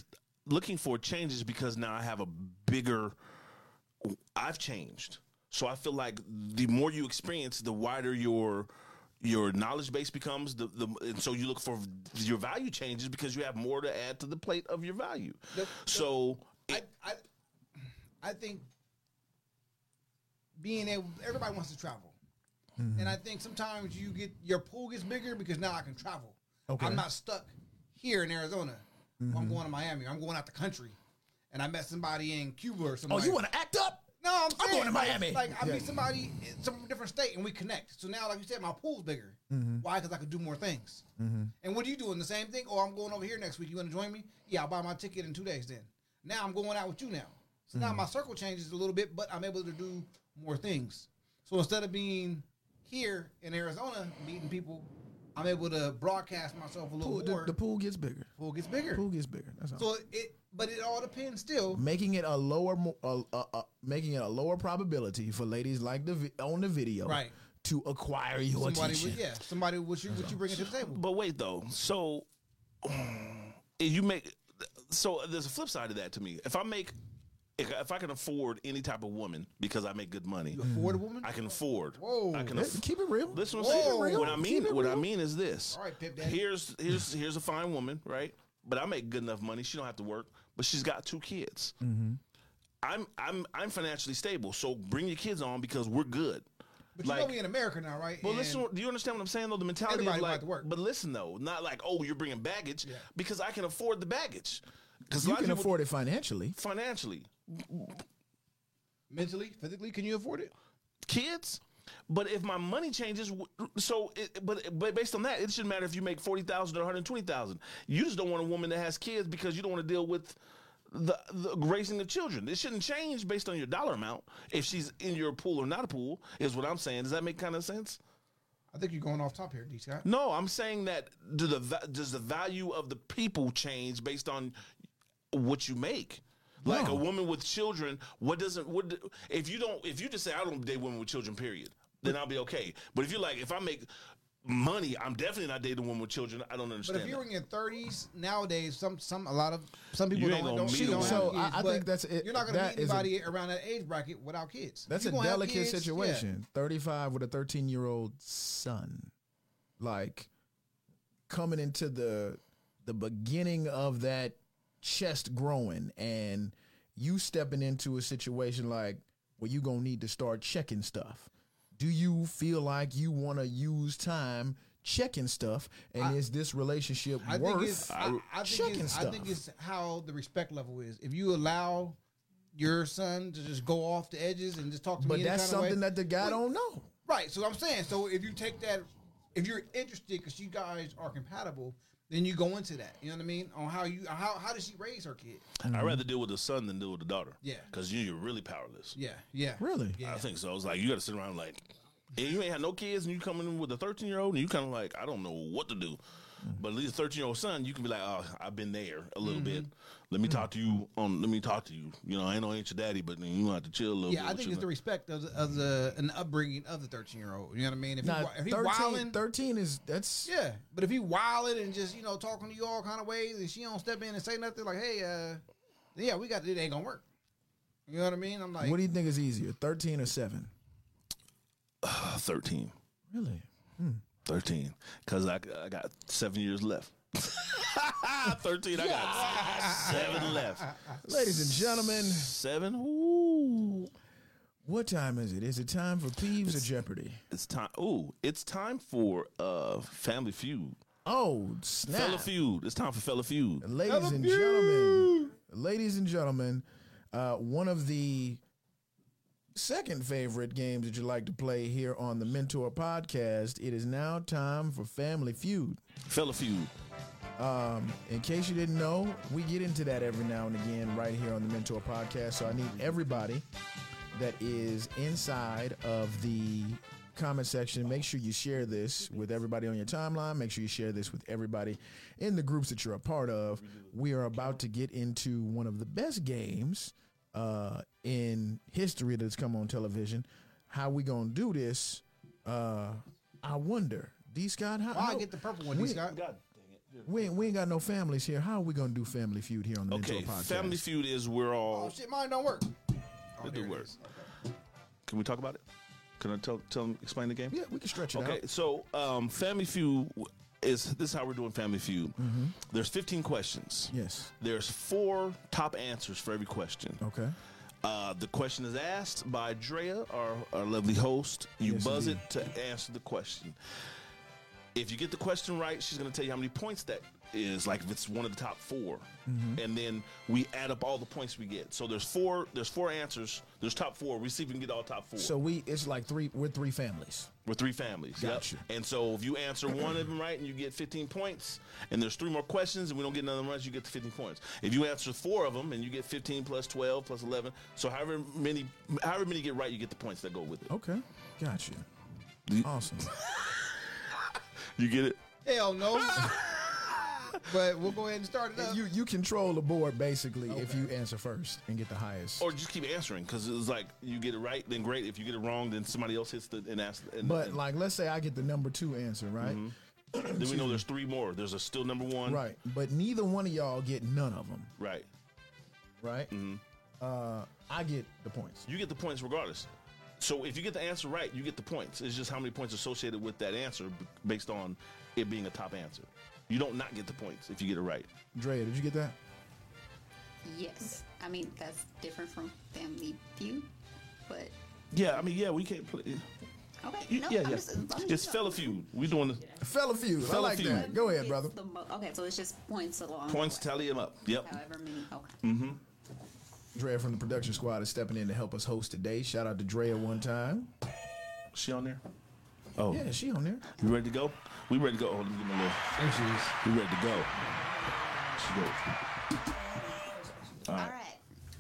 S4: looking for changes because now I have a bigger. I've changed, so I feel like the more you experience, the wider your your knowledge base becomes. The, the and so you look for your value changes because you have more to add to the plate of your value. so
S5: I, I, I think being able, everybody wants to travel,
S3: Mm-hmm.
S5: and I think sometimes you get your pool gets bigger because now I can travel.
S3: Okay. Mm-hmm.
S5: I'm not stuck here in Arizona. I'm going to Miami. or I'm going out the country, and I met somebody in Cuba or something.
S3: Oh, you want to act up?
S5: No, I'm,
S3: I'm
S5: saying,
S3: going to
S5: like-
S3: Miami.
S5: Like, I
S3: Yeah.
S5: meet somebody in some different state and we connect. So now, like you said, my pool's bigger.
S3: Mm-hmm.
S5: Why? Because I could do more things. And what are you doing? The same thing? Oh, I'm going over here next week. You want to join me? Yeah, I'll buy my ticket in two days then. Now I'm going out with you now. So now
S3: Mm-hmm.
S5: my circle changes a little bit, but I'm able to do more things. So instead of being here in Arizona meeting people, I'm able to broadcast myself a little
S3: Pool-
S5: more.
S3: Oh, the, the pool gets bigger.
S5: pool gets bigger.
S3: Pool gets bigger. That's all.
S5: So it, but it all depends still.
S3: making it a lower, mo- a, a, a, making it a lower probability for ladies like the vi- on the video,
S5: Right.
S3: to acquire your
S5: Somebody,
S3: attention.
S5: would, yeah, somebody, what you, what you bring to the table?
S4: But wait though, so if you make so there's a flip side of that to me. If I make if I- if I can afford any type of woman because I make good money,
S3: Mm-hmm.
S5: Afford a woman.
S4: I can afford.
S5: Whoa.
S4: I can
S3: Hey,
S4: afford.
S3: Keep it real.
S4: Listen, what,
S5: Whoa.
S4: I'm saying.
S5: Keep it real.
S4: what I mean,
S3: Keep it
S4: what I
S3: real.
S4: mean is this.
S5: All right, Pip Daddy.
S4: Here's here's here's a fine woman, right? But I make good enough money. She don't have to work, but she's got two kids.
S3: Mm-hmm.
S4: I'm I'm I'm financially stable, so bring your kids on because we're good.
S5: But you know we in America now, right?
S4: Well,
S5: And-
S4: listen. Do you understand what I'm saying? Though the mentality
S5: Everybody
S4: is
S5: wanted
S4: like,
S5: to work.
S4: but listen though, not like, oh, you're bringing baggage because I can afford the baggage. Because
S3: you can afford it financially.
S4: financially,
S5: mentally, physically, can you afford it?
S4: kids. But if my money changes, w- so it, but but based on that, it shouldn't matter if you make forty thousand or one hundred twenty thousand. You just don't want a woman that has kids because you don't want to deal with the, the raising of children. It shouldn't change based on your dollar amount if she's in your pool or not a pool. Is what I'm saying. Does that make kind of sense?
S5: I think you're going off top here, D. Scott.
S4: No, I'm saying that do the va- does the value of the people change based on what you make? Like a woman with children, what doesn't what do- if you don't if you just say I don't date women with children, period, then I'll be okay. But if you're like if I make money, I'm definitely not dating a woman with children. I don't
S5: But
S4: understand.
S5: if
S4: that.
S5: you're in your 30s nowadays, some some a lot of some people
S4: You ain't
S5: don't,
S4: gonna
S5: don't,
S4: meet
S5: don't
S4: a
S5: have
S3: So,
S4: woman.
S5: kids,
S3: I- I
S5: but
S3: think that's it-
S5: You're not gonna
S3: that
S5: meet
S3: is a-
S5: anybody around that age bracket without kids.
S3: That's
S5: You
S3: a
S5: gonna have
S3: delicate
S5: kids, yeah.
S3: situation. 35 with a 13 year old son. Like coming into the the beginning of that chest growing and you stepping into a situation like where you gonna need to start checking stuff. Do you feel like you wanna use time checking stuff? And is this relationship
S5: I
S3: worth
S5: think it's I, I think
S3: checking
S5: it's,
S3: stuff?
S5: I think it's how the respect level is. If you allow your son to just go off the edges and just talk to
S3: but
S5: me,
S3: that's
S5: any kind of way-
S3: something that the guy
S5: Wait,
S3: don't know.
S5: Right. So I'm saying, so if you take that, if you're interested because you guys are compatible, then you go into that. You know what I mean? On how you how how does she raise her kid?
S4: I'd rather deal with the son than deal with the daughter.
S5: Mm-hmm. Yeah.
S4: because you, you're really powerless.
S5: Yeah. Yeah.
S3: Really?
S5: Yeah.
S4: I think so. It's like you got to sit around like, and you ain't had no kids, and you coming in with a thirteen year old, and you kind of like, I don't know what to do. But at least a thirteen year old son, you can be like, oh, I've been there a little bit. Let me talk to you. Um, let me talk to you. You know, I ain't no ain't your daddy, but then you gonna have to chill a little.
S5: Yeah,
S4: bit
S5: I
S4: with
S5: think
S4: your-
S5: it's the respect of the, of the an upbringing of the 13 year old. You know what I mean? If he,
S3: Nah,
S5: wi- if he
S3: 13
S5: wilding,
S3: 13 is that's
S5: yeah. But if he wilding and just you know talking to you all kind of ways, and she don't step in and say nothing, like, hey, uh, yeah, we got it ain't gonna work. You know what I mean? I'm like,
S3: What do you think is easier, thirteen or seven?
S4: Uh, thirteen.
S3: Really?
S4: 13 because I, I got seven years left 13 i got seven left
S3: Ladies and gentlemen,
S4: seven ooh
S3: what time is it? Is it time for Peeves or Jeopardy?
S4: it's time ooh it's time for uh family feud
S3: Oh
S4: Fella
S3: snap!
S4: feud. It's time for fella feud.
S3: Ladies and gentlemen, ladies and gentlemen, uh, one of the second favorite games that you like to play here on the Mentor Podcast. It is now time for Family Feud.
S4: Fella feud.
S3: In case you didn't know, we get into that every now and again right here on the Mentor Podcast. So I need everybody that is inside of the comment section. Make sure you share this with everybody on your timeline. Make sure you share this with everybody in the groups that you're a part of. We are about to get into one of the best games uh, in history that's come on television. How we gonna do this? Uh, I wonder. D. Scott, how?
S5: why I
S3: how-
S5: get the purple one?
S3: we-
S5: These guys?
S3: we ain't, we ain't got no families here. How are we gonna do Family Feud here on the
S4: Okay,
S3: Mentor Podcast?
S4: family feud is we're all.
S5: Oh shit, mine don't work.
S3: Oh,
S5: Oh,
S4: it do work. Can we talk about it? Can I tell tell them explain the game?
S3: Yeah, we can stretch it
S4: Okay,
S3: out.
S4: so um, Family Feud is this is how we're doing Family Feud.
S3: Mm-hmm.
S4: There's 15 questions.
S3: Yes.
S4: There's four top answers for every question.
S3: Okay.
S4: Uh, the question is asked by Drea, our, our lovely host. You
S3: Yes,
S4: buzz
S3: indeed.
S4: it to answer the question. If you get the question right, she's going to tell you how many points that is. Like if it's one of the top 4
S3: Mm-hmm.
S4: and then we add up all the points we get. So there's four. There's four answers. There's top four. We see if we can get all top four.
S3: So we it's like three we're three families.
S4: We're three families.
S3: Gotcha.
S4: Yep. And so if you answer one of them right and you get 15 points, and there's three more questions and we don't get another runs, you get the 15 points. If you answer four of them and you get 15 plus 12 plus 11, so however many however many get right, you get the points
S3: Oh.
S4: that go with it.
S3: Okay. Gotcha. Awesome.
S4: You get it?
S5: Hell no. but we'll go ahead and start it up.
S3: You you control the board basically if you answer first and get the highest.
S4: Or just keep answering because it's like you get it right, then great. If you get it wrong, then somebody else hits the and asks. And,
S3: But
S4: and-
S3: like, let's say I get the number two answer, right?
S4: Mm-hmm. then we know there's three more. There's a still number one.
S3: Right. But neither one of y'all get none of them,
S4: Right.
S3: right?
S4: Mm-hmm.
S3: Uh, I get the points.
S4: You get the points regardless. So if you get the answer right, you get the points. It's just how many points associated with that answer b- based on it being a top answer. You don't not get the points if you get it right.
S3: Drea, did you get that?
S7: Yes. I mean, that's different from Family Feud, but
S4: Yeah, I mean, yeah, we can't play.
S7: okay. No,
S4: yeah,
S7: I'm
S4: yeah.
S7: just, as long as
S4: It's
S7: you know.
S4: fella feud. we doing the
S3: Fella feud. I
S4: Fella
S3: like
S4: feud.
S3: that. Go ahead,
S7: It's
S3: brother.
S7: the mo- okay, so it's just points along. the
S4: points, Mm,
S7: way.
S4: tally them up. Yep.
S7: However many. Okay.
S3: Drea from the production squad is stepping in to help us host today. Shout out to Drea one time.
S4: She on there? Oh,
S3: Yeah, she on there.
S4: you ready to go? We ready to go. Oh, let me get my little.
S5: There she is.
S4: We ready to go. She go.
S7: All right.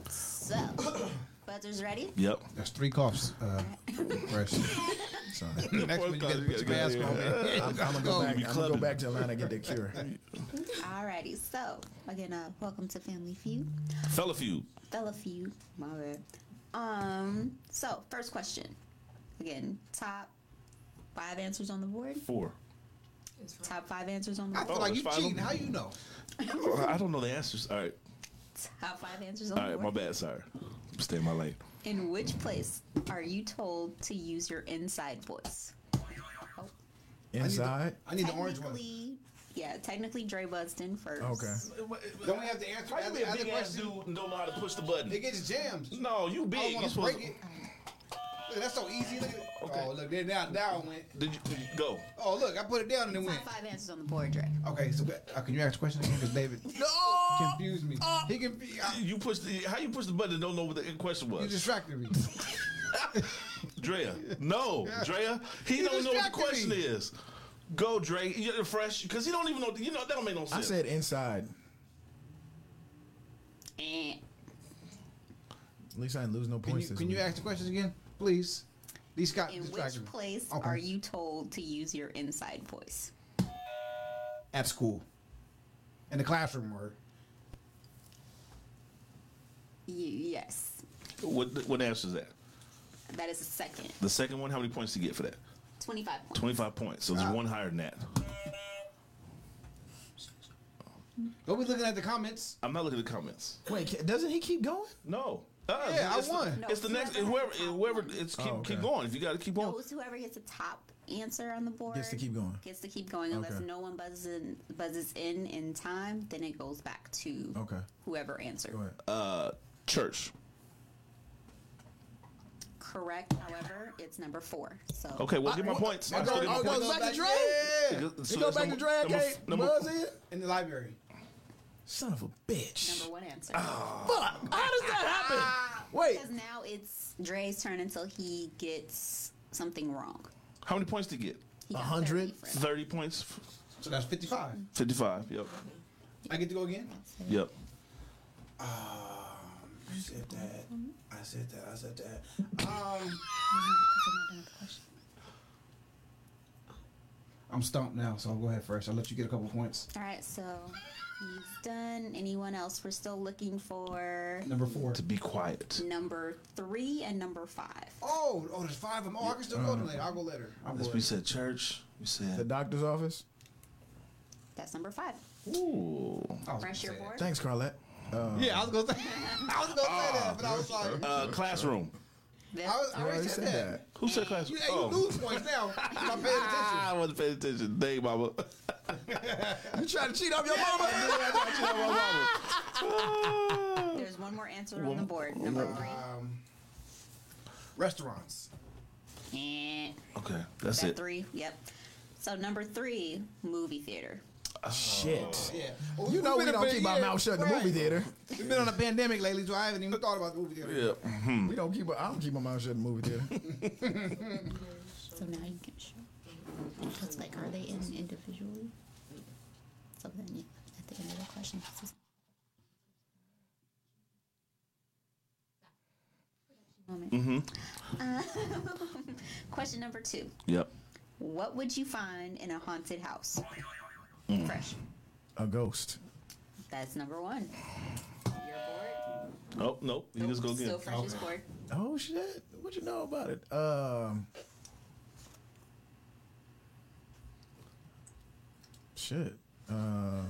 S7: So, Buzzer's ready?
S4: Yep.
S5: That's three coughs. Uh, fresh. Next one, you gotta put your mask on. man.
S3: I'm, gonna go back.
S4: You be
S3: I'm gonna go
S4: clubbing.
S3: back to Atlanta and get that cure.
S7: Alrighty. So, again, uh, welcome to Family Feud.
S4: Fella feud.
S7: Fella Feud. My bad. Um, so, first question. Again, top five answers on the board.
S4: Four.
S7: Top five answers on the
S5: I
S7: board.
S5: feel
S4: Oh,
S5: like
S4: it's
S5: you
S4: five of
S5: cheating.
S4: them.
S5: How you know?
S4: I don't know the answers. All right.
S7: Top five answers on
S4: All
S7: the
S4: right.
S7: board.
S4: My bad. Sorry. Stay in my lane.
S7: In which place are you told to use your inside voice? Oh,
S3: Inside.
S5: I need the orange one.
S7: technically, yeah, technically Dre buzzed in first.
S3: Okay.
S5: Don't we have to answer
S4: How you be
S5: other,
S4: a
S5: other
S4: big ass
S5: questions?
S4: dude and don't know how to push the button?
S5: It gets jams.
S4: No, you
S5: I don't
S4: big.
S5: want
S4: You
S5: to break
S4: supposed
S5: it. Look, that's so easy. Look. at-
S4: Okay.
S5: Oh, look, there now, now it went.
S4: Did you, did you go?
S5: Oh, look, I put it down and it went.
S7: Top five answers on the board, Dre.
S5: Okay, so uh, can you ask a question again? Because David
S4: No.
S5: confused me.
S3: Uh,
S5: He confused.
S4: You push the. How you push the button and don't know what the question
S5: You
S4: was?
S5: distracted me.
S4: Drea. No, Drea. He,
S5: He
S4: don't know what the
S5: distracted
S4: question
S5: me.
S4: is. Go, Dre. You're fresh because he don't even know. You know that don't make no
S3: I
S4: sense.
S3: said inside.
S7: Eh.
S3: At least I didn't lose no
S5: Can
S3: points.
S5: you,
S3: this
S5: can you
S3: week.
S5: ask the questions again, please? These got
S7: In
S5: distracted
S7: which
S5: me.
S7: place
S5: Okay.
S7: are you told to use your inside voice?
S5: at school, in the classroom, or
S7: You, yes,
S4: What what answer is that?
S7: that is the second.
S4: The second one. How many points do you get for that?
S7: Twenty-five points.
S4: Twenty five points. So there's one higher than that.
S5: go be looking at the comments.
S4: I'm not looking at the comments.
S3: Wait, ca- doesn't he keep going?
S4: No. Uh,
S5: Yeah, I
S4: it's the-
S5: won.
S4: it's the
S7: No,
S4: next.
S7: whoever
S4: Whoever,
S7: has the top
S4: whoever.
S7: one.
S4: It's keep
S3: Oh, okay.
S4: keep going. If you got to keep on.
S7: Those whoever gets a top answer on the board
S3: Gets to keep going.
S7: Gets to keep going unless
S3: Okay.
S7: no one buzzes in, buzzes in in time. Then it goes back to
S3: Okay.
S7: whoever answered.
S3: Go ahead.
S4: Uh, church.
S7: Correct. However, it's number four. So
S4: Okay. Well, get my points. I
S3: I
S4: still
S3: go,
S4: get my
S3: I
S4: points.
S3: go back to Dre.
S5: Yeah,
S4: So
S3: oh, He go
S4: that's
S3: back to
S4: number-
S3: Dre. I
S4: number-
S3: can't
S4: number-
S3: buzz in.
S5: in the library.
S3: Son of a bitch.
S7: Number one Ah. answer.
S4: Oh.
S3: Fuck. How does that happen? Wait.
S7: Because now it's Dre's turn until he gets something wrong.
S4: How many points did you get?
S7: He got
S3: 100?
S7: 30 for-
S4: Thirty points.
S5: So that's fifty-five.
S4: Fifty five. Yep.
S5: I get to go again. Um,
S4: Yep.
S9: I said that. I said that. I said that. Um,
S5: I'm stumped now, so I'll go ahead first. I'll let you get a couple points.
S7: All right, so he's done. Anyone else? We're still looking for
S5: Number four.
S4: To be quiet.
S7: number three and number five.
S5: Oh, oh, there's five of them. Oh, I can still go to later. I'll go later. I'll go
S4: This we said church. We
S3: The
S4: said.
S3: doctor's office.
S7: That's number five.
S4: Ooh.
S5: I was
S7: Fresh your
S5: gonna say
S7: board.
S3: Thanks, Carlette. Uh,
S5: that. Yeah, I was gonna say. I was gonna say that, but I was like,
S4: Uh, classroom.
S5: I, was, I
S3: I
S5: already
S3: already
S5: Oh, said, that.
S4: Who said classroom?
S5: You, hey, you lose points now. I'm not paying attention.
S4: I wasn't paying attention. Dang, mama.
S3: You trying to cheat on your mama?
S7: There's one more answer on the board. Number
S5: Um, restaurants.
S7: three. Eh,
S4: okay, that's
S7: that
S4: it.
S7: three. Yep. So number three, movie theater.
S3: Shit.
S5: Yeah. Well,
S3: You
S5: we've
S3: know
S5: been
S3: we
S5: a
S3: don't
S5: bit-
S3: keep our
S5: yeah,
S3: mouth shut in the
S5: right.
S3: movie theater.
S5: We've been on a pandemic lately, so I haven't even thought about the movie theater.
S4: Yeah.
S3: We don't keep. Our, I don't keep my mouth shut in the movie theater.
S7: So now you can show. Because like, are they in individually? So then you, at the end of the question, this is-
S4: Mm-hmm.
S7: Moment. Uh, question number two.
S4: Yep.
S7: What would you find in a haunted house?
S4: Mm.
S7: Fresh.
S3: A ghost.
S7: That's number one. You're
S4: Oh no, you
S7: bored?
S4: just go again.
S7: Still fresh is bored.
S3: Oh shit! What you know about it? Um, shit. Uh,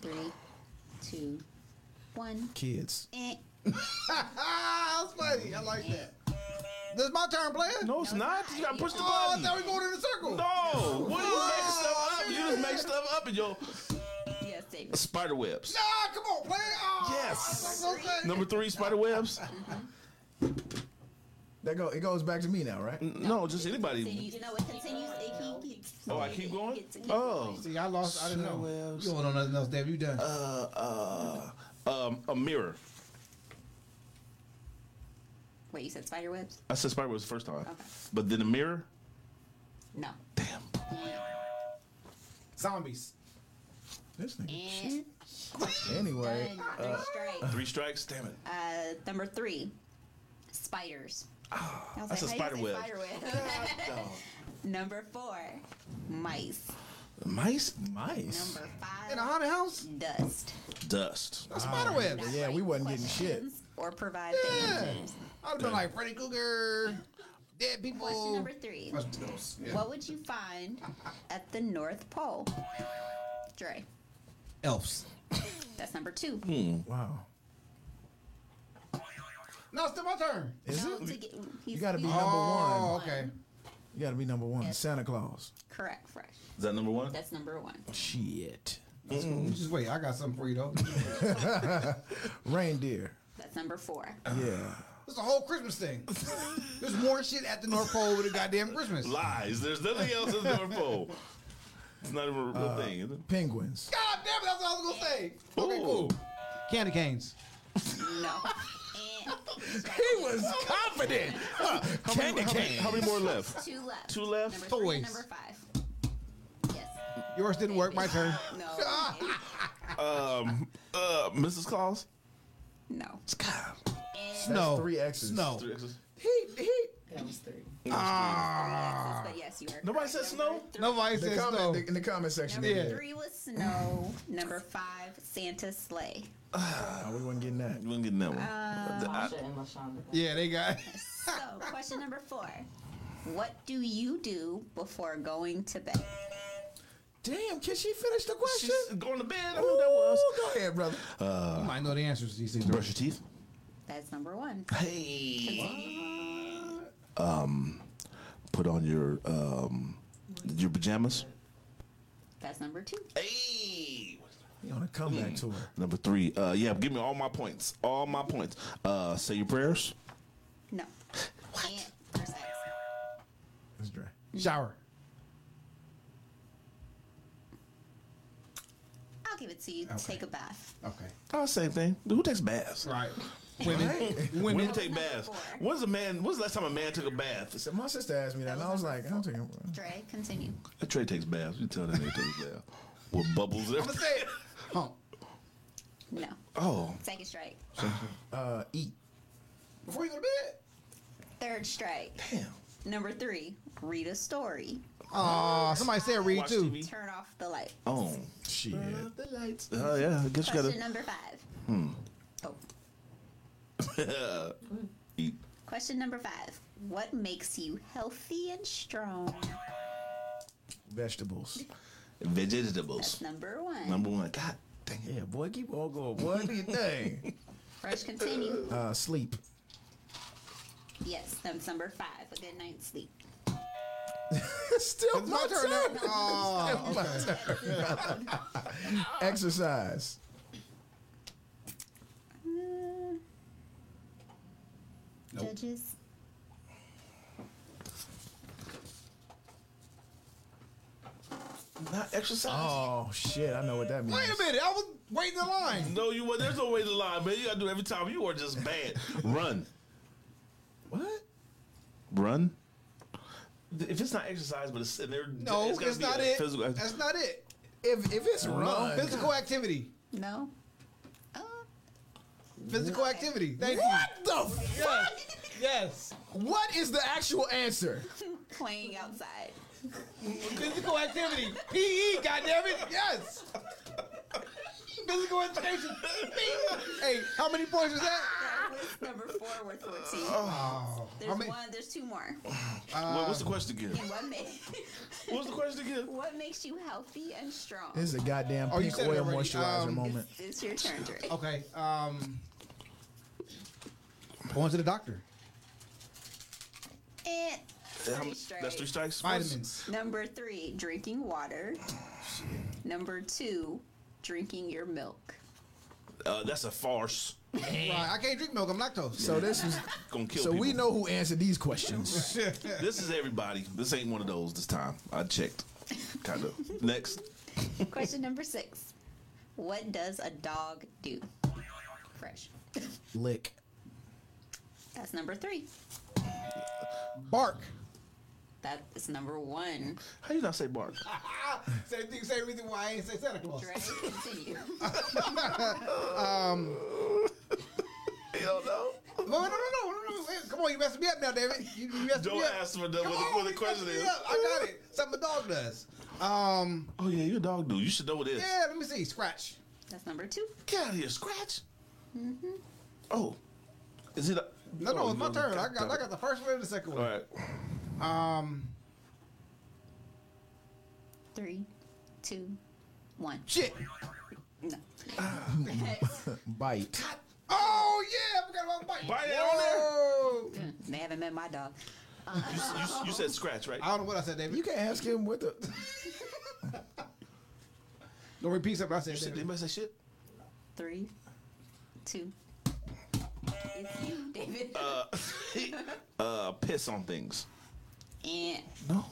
S7: Three, two, one.
S3: kids.
S7: Eh.
S5: Ah, that's funny. I like that. This is my turn, player.
S4: No, it's not. You gotta push the
S5: Oh, I
S4: button.
S5: thought we going in a circle.
S4: No, what do you make stuff up? You just make stuff up and yo
S7: Yes, David.
S4: spider webs.
S5: Ah, come on, player. Oh,
S4: Yes.
S5: I'm so glad.
S4: Number three, spider webs.
S3: That go. It goes back to me now, right?
S4: No, just anybody.
S7: Continue. No, it continues. It keep- keeps.
S4: Oh, I keep going.
S7: It's- it's-
S4: Oh,
S5: See, I lost. I didn't know. You don't know nothing else, Dave. You done.
S4: uh, uh, um, a mirror.
S7: Wait, you said spider webs?
S4: I said spider webs the first time,
S7: Okay.
S4: but then a mirror.
S7: No.
S4: Damn.
S5: Zombies.
S3: This nigga.
S7: And
S3: Anyway,
S7: done. Three strikes.
S4: Three strikes. Damn it.
S7: Uh, number three, spiders.
S3: Ah,
S7: I was
S4: that's a
S7: "How do you say
S4: spider
S7: spider web?" number four, mice.
S4: Mice.
S3: mice.
S7: Number
S5: In a
S7: five,
S5: haunted house?
S7: dust.
S4: Dust.
S5: A spider web.
S7: Not
S3: yeah,
S7: write
S3: we wasn't getting
S7: questions Or provide the
S5: Yeah.
S7: answers.
S5: I'd have been like Freddy Krueger, dead people.
S7: Question number three.
S6: Yeah.
S7: What would you find at the North Pole? Dre.
S5: Elves.
S7: That's number two.
S3: Hmm. Wow.
S5: No, it's still my turn.
S3: Is
S7: No,
S3: it?
S7: to get- he's-
S3: You gotta be
S7: he's-
S3: number
S5: Oh,
S3: one.
S5: okay.
S3: You gotta be number one. Santa Claus.
S7: Correct, fresh.
S4: Is that number one?
S7: That's number one.
S3: Shit.
S5: Just wait. I got something for you, though.
S3: Reindeer.
S7: That's number four.
S4: Uh.
S3: Yeah.
S5: It's a whole Christmas thing. There's more shit at the North Pole with a goddamn Christmas. God
S4: Lies. There's nothing else in the North Pole. It's not even a real thing, is it?
S3: Penguins.
S5: damn it, that's what I was gonna say. Okay,
S4: Ooh.
S5: cool. Candy canes.
S7: No. And
S3: He was confident. Candy cane.
S4: How many more left?
S7: two left.
S4: Two left?
S7: Number three and
S5: Toys.
S7: number five. Yes.
S5: Yours didn't work. My turn.
S7: No.
S4: Ah. Um, uh, Mrs. Claus.
S7: no. And
S5: Snow.
S3: three X's.
S5: Snow.
S4: Three X's.
S8: That was three.
S5: Ah.
S7: but yes, you are.
S4: Nobody
S7: correct.
S4: said
S7: Number
S4: snow?
S7: three-
S5: Nobody
S3: The
S5: says
S3: comment,
S5: no.
S3: in the comment section.
S7: Number
S3: Yeah.
S7: three was snow. Number five, Santa's sleigh.
S3: Oh, we wasn't getting that.
S4: You ain't getting that one. I-
S8: Marsha and LaShonda.
S5: Yeah, they got.
S7: So, question number four. What do you do before going to bed?
S3: Damn, can she finish the question?
S4: she's going to bed. I
S3: Ooh,
S4: know that was.
S3: Go ahead, brother.
S5: You might know the answers to these things.
S4: Brush your teeth.
S7: That's number one.
S4: Hey. Um, put on your um, your pajamas.
S7: That's number two.
S4: Hey.
S3: You on a comeback tour.
S4: Number three. Uh, yeah, give me all my points. All my points. Uh, say your prayers.
S7: No. And first X.
S3: That's dry.
S5: Shower.
S7: I'll give it to you. Take a bath.
S5: Okay.
S4: Oh, same thing. Who takes baths?
S5: Right. Women.
S4: Women,
S5: Women.
S4: take
S7: Number
S4: baths.
S7: four.
S4: When's a man? When's the last time a man took a bath?
S3: So my sister asked me that, and I was like, I don't think I'm.
S7: Dre, continue.
S4: That Trey takes baths. You tell that nigga takes baths with bubbles. And
S5: I'm gonna
S4: everything.
S5: say it. Hump.
S7: No.
S4: Oh,
S7: Second strike.
S3: Uh, eat.
S5: Before you go to bed.
S7: Third strike.
S4: damn.
S7: Number three, read a story.
S5: Uh, Aw, somebody said read
S4: Watch
S5: too.
S4: TV.
S7: Turn off the light.
S4: Oh,
S3: Shit.
S4: the lights. Oh yeah, I guess you
S7: Question
S4: gotta Hmm.
S7: number five. Oh.
S4: eat.
S7: Question number five. What makes you healthy and strong?
S3: Vegetables.
S4: vegetables.
S7: That's number one.
S4: Number one. God dang it.
S3: Yeah, boy, keep on going. Boy, do your thing.
S7: Fresh continue.
S3: Uh, sleep.
S7: Yes, that's number five. A good night's sleep.
S3: Still my turn.
S5: Aw,
S3: Still my turn. Exercise.
S4: Hmm.
S7: Judges.
S4: Not exercise.
S3: Oh shit, I know what that means.
S5: Wait a minute. I was waiting in line.
S4: No, you. Well, there's no way to lie, man. You gotta do it every time. You are just bad. Run,
S3: What?
S4: run. If it's not exercise, but it's and they're
S5: No,
S4: it's gotta
S5: that's
S4: be
S5: not
S4: a
S5: it.
S4: Physical,
S5: That's not it.
S3: If if it's
S5: No,
S3: run,
S5: physical activity.
S7: No. Oh. Uh,
S5: Physical activity. Thank
S3: What the
S5: you. Yeah.
S3: fuck?
S5: Yes.
S10: What is the actual answer?
S7: Playing outside.
S5: Physical activity. PE, goddammit. Yes. Physical education. Bing. Hey, how many points was that?
S7: That was number four with 14
S4: Oh.
S7: points. There's
S5: many-
S7: one, there's two more.
S4: Wait, what's the question again?
S7: And what, makes
S4: What's the question again?
S7: what makes you healthy and strong?
S10: This is a goddamn
S3: Oh,
S5: you
S10: pink
S5: said it
S10: oil
S5: already.
S10: moisturizer
S5: Um,
S10: moment. Oh.
S7: It's your turn, Dre.
S5: Okay. Um. Going to the doctor.
S7: Eh,
S4: How
S7: three
S4: many-
S7: straight.
S4: That's three strikes.
S5: Vitamins.
S7: Number three, drinking water.
S10: Oh,
S7: Number two, drinking your milk.
S4: Uh, that's a farce.
S5: Right. I can't drink milk. I'm lactose.
S10: So this is
S4: Gonna kill
S10: so
S4: people.
S10: we know who answered these questions.
S4: This is everybody. This ain't one of those this time. I checked. Kind of. Next.
S7: Question number six. What does a dog do? Fresh.
S10: Lick.
S7: That's number three.
S5: Bark.
S7: That is number one.
S4: How you not say bark?
S5: Same thing. Same reason why I ain't say Santa Claus.
S7: Dre, continue.
S4: You don't know.
S5: No, no, no, no, no, no. Hey, Come on, you messed me up now, David. You, you messed
S4: Don't
S5: me up.
S4: ask for the-
S5: Come
S4: what the-
S5: on,
S4: what the
S5: you
S4: question
S5: messed me
S4: is.
S5: up. I got it. Something a dog does. Um.
S4: Oh yeah, you're a dog dude. You should know what it is.
S5: Yeah. Let me see. Scratch.
S7: That's number two.
S4: Get out of here, Scratch. Oh, is it? A,
S5: Mm-hmm. No, no,
S4: oh,
S5: it's my
S4: you-
S5: turn. I got, I got the first one and the second
S4: All
S5: one.
S4: right.
S5: Um,
S7: Three, two, one.
S5: shit.
S7: No.
S10: Bite.
S5: Oh yeah, I forgot about bite.
S4: Bite that on there?
S5: Whoa.
S7: they haven't met my dog.
S4: You, s- you, you said Scratch, right?
S5: I don't know what I said, David.
S10: You can ask him what the
S5: don't repeat something I said.
S4: Shit,
S5: David.
S4: anybody say shit?
S7: Three, two. It's you, David.
S4: Uh, piss on things.
S7: and
S4: No.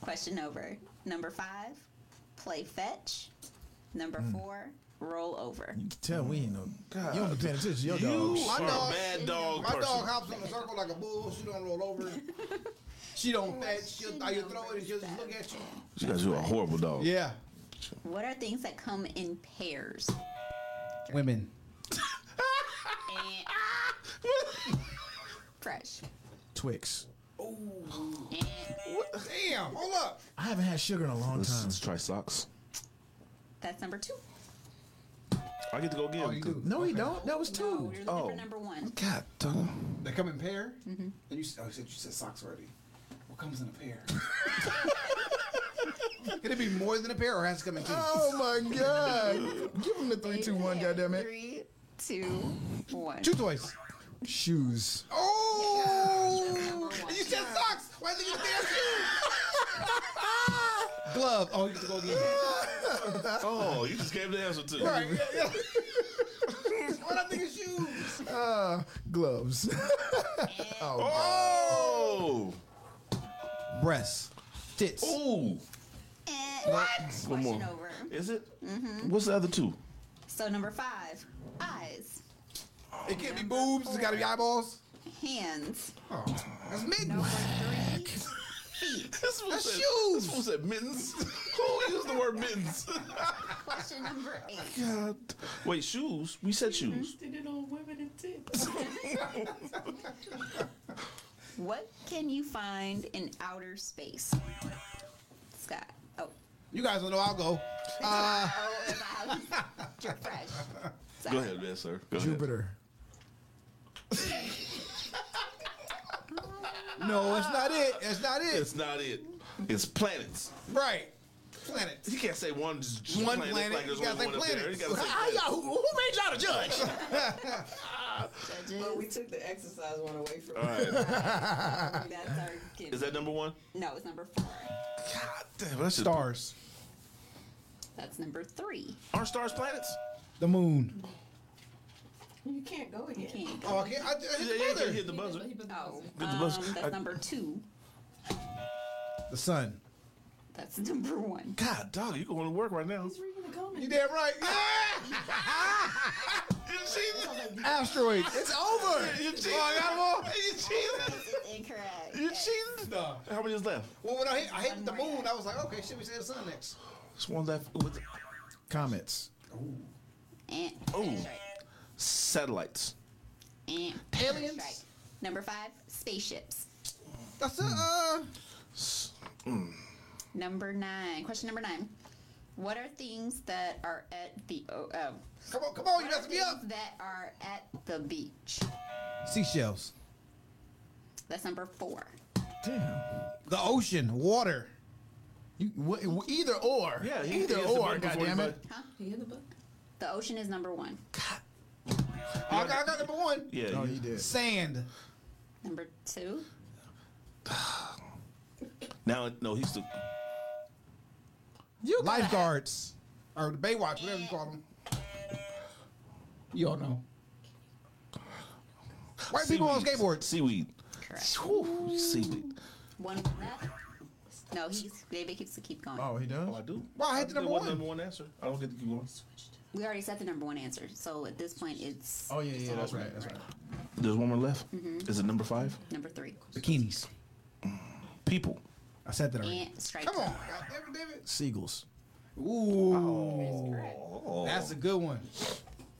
S7: question over. Number five, play fetch. Number four, roll over.
S10: tell we ain't no You don't be paying attention to your
S4: You
S10: dogs.
S4: are
S5: dog-
S4: a bad dog
S5: My
S4: person.
S5: dog hops in a circle like a bull. She don't roll over. Oh, She don't fetch. She'll throw you throw it and she'll just look at you.
S4: you guys are a horrible dog.
S5: Yeah,
S7: What are things that come in pairs?
S5: women.
S7: And fresh.
S10: Twix.
S5: Damn, hold up.
S10: I haven't had sugar in a long
S4: Let's,
S10: time.
S4: let's try socks.
S7: That's number two.
S4: I get to go again.
S5: Oh, you do.
S10: No, he don't. That was
S7: No,
S10: two.
S7: we're looking
S4: Oh.
S7: for number one.
S4: God, damn.
S5: They come in pair.
S6: And you, s- oh, you said you said socks already. What comes in a pair?
S5: Can it be more than a pair, or has to come in two?
S10: Oh my god. Give him the three, two, one. Goddamn it.
S7: Three, two, one.
S5: Two toys.
S10: Shoes.
S5: Oh!
S7: Yeah.
S5: And you said socks. Why did you damn shoes? Glove. Oh, you get to go again.
S4: Oh, you just gave the answer too.
S5: All right. Yeah, yeah. What I think is shoes.
S10: Ah, Gloves.
S4: Oh.
S5: Breasts. Tits.
S10: Oh.
S4: Ooh.
S7: Eh, what? Question
S4: more.
S7: over. Mm-hmm.
S4: Is it? What's the other two?
S7: So number five, eyes,
S5: It can't be boobs. It's got to be eyeballs.
S7: hands.
S5: That's mitten.
S7: Number three, feet.
S4: This fool
S5: That's
S4: said,
S5: shoes.
S4: This fool said mittens. Who used the word mittens?
S7: Question number eight.
S4: God. Wait, shoes? We said
S7: Mm-hmm.
S4: shoes.
S8: Did it on women and tits.
S7: What can you find in outer space? Scott. Oh.
S5: You guys don't know. I'll go.
S7: Oh, if I was you're fresh. Sorry.
S4: Go ahead, man, sir. Go ahead.
S10: Jupiter.
S5: No, that's not it. That's not it.
S4: It's not it. It's planets.
S5: Right. Planets.
S4: He can't say one just just
S5: One
S4: planet,
S5: planet.
S4: like there's
S5: You gotta
S4: only one
S5: say
S4: up there.
S5: planets.
S4: You gotta say
S5: How
S4: planets.
S10: Who, who made y'all the judge?
S8: But we took the exercise one away from
S4: All right.
S7: That's our kid.
S4: Is that number one?
S7: no, it's number four.
S4: God damn, that's just
S5: Stars.
S7: That's number three.
S4: aren't stars planets?
S5: The moon.
S8: You can't go again.
S7: Can't go.
S5: Oh, I can't. I, I
S4: Yeah, yeah,
S5: hit the
S4: you can
S5: buzzer.
S4: hit the buzzer.
S7: Oh,
S4: Get the
S7: um,
S4: buzzer.
S7: that's
S4: I-
S7: number two.
S5: The sun.
S7: That's number one.
S4: God, dog, you going to work right now?
S8: He's reading the comments.
S5: You damn right. Yeah! Asteroids. It's over. You cheated. Oh, I got 'em all. You cheated.
S7: It's incorrect.
S5: You cheated. No.
S4: How many is left?
S5: Well, when I hit, I hit the moon, I was like, okay, shit, we said the sun next.
S4: It's one left. With
S10: Comments.
S7: And,
S4: Oh.
S7: that's right.
S4: satellites.
S7: And
S5: Aliens?
S7: Right. Number five, spaceships.
S5: That's a, uh,
S7: Number nine. Question number nine. What are things that are at the oh, oh.
S5: come on, come on, you
S7: What are
S5: messing me
S7: things
S5: up.
S7: that are at the beach?
S5: Seashells.
S7: That's number four.
S3: Damn.
S5: The ocean, water.
S3: You, wha- wha- either or.
S4: Yeah, he-
S3: either
S4: he has the
S3: or.
S4: button before
S3: Goddamn
S4: he
S3: it.
S4: button.
S8: You in the book?
S7: The ocean is number one.
S5: I got, I got number one.
S4: Yeah,
S3: Oh,
S4: you-
S3: you did.
S5: Sand.
S7: Number two.
S4: now no, he's the
S3: You
S5: Lifeguards. Or the Baywatch, whatever you call them. You all know. White people on
S4: Seaweed.
S5: skateboards.
S4: Seaweed.
S7: Correct.
S4: Whew, seaweed.
S7: One left. No, he's David keeps to keep going.
S3: Oh, he does.
S4: Oh, I do.
S5: Why, I had
S4: think
S5: the number
S4: there was
S5: one.
S4: Number one answer. I don't get to keep going.
S7: We already said the number one answer, so at this point it's
S3: Oh yeah, yeah, that's
S7: over,
S3: right, that's right.
S4: There's one more left. Is it number five?
S7: Number three.
S5: Bikinis.
S4: People.
S5: I said that already.
S7: And strike.
S5: Come on.
S3: Seagulls.
S5: Ooh. Oh. That's a good one.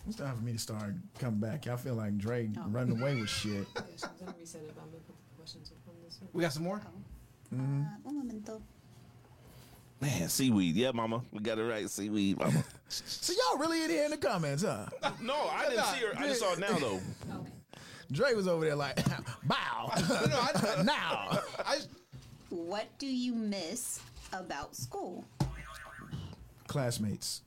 S3: It's time for me to start coming back. I feel like Drake running away with shit.
S8: Yeah, she's gonna reset it by me put the questions up on this one.
S5: We got some more?
S7: Uh, un momento.
S4: Man, seaweed. Yeah, mama. We got it right. Seaweed, mama.
S3: So y'all really in here in the comments, huh?
S4: no, I didn't see her. I just saw it now, though.
S3: Drake was over there like, bow,
S5: No, I,
S3: now.
S5: I just,
S7: What do you miss about school?
S3: Classmates.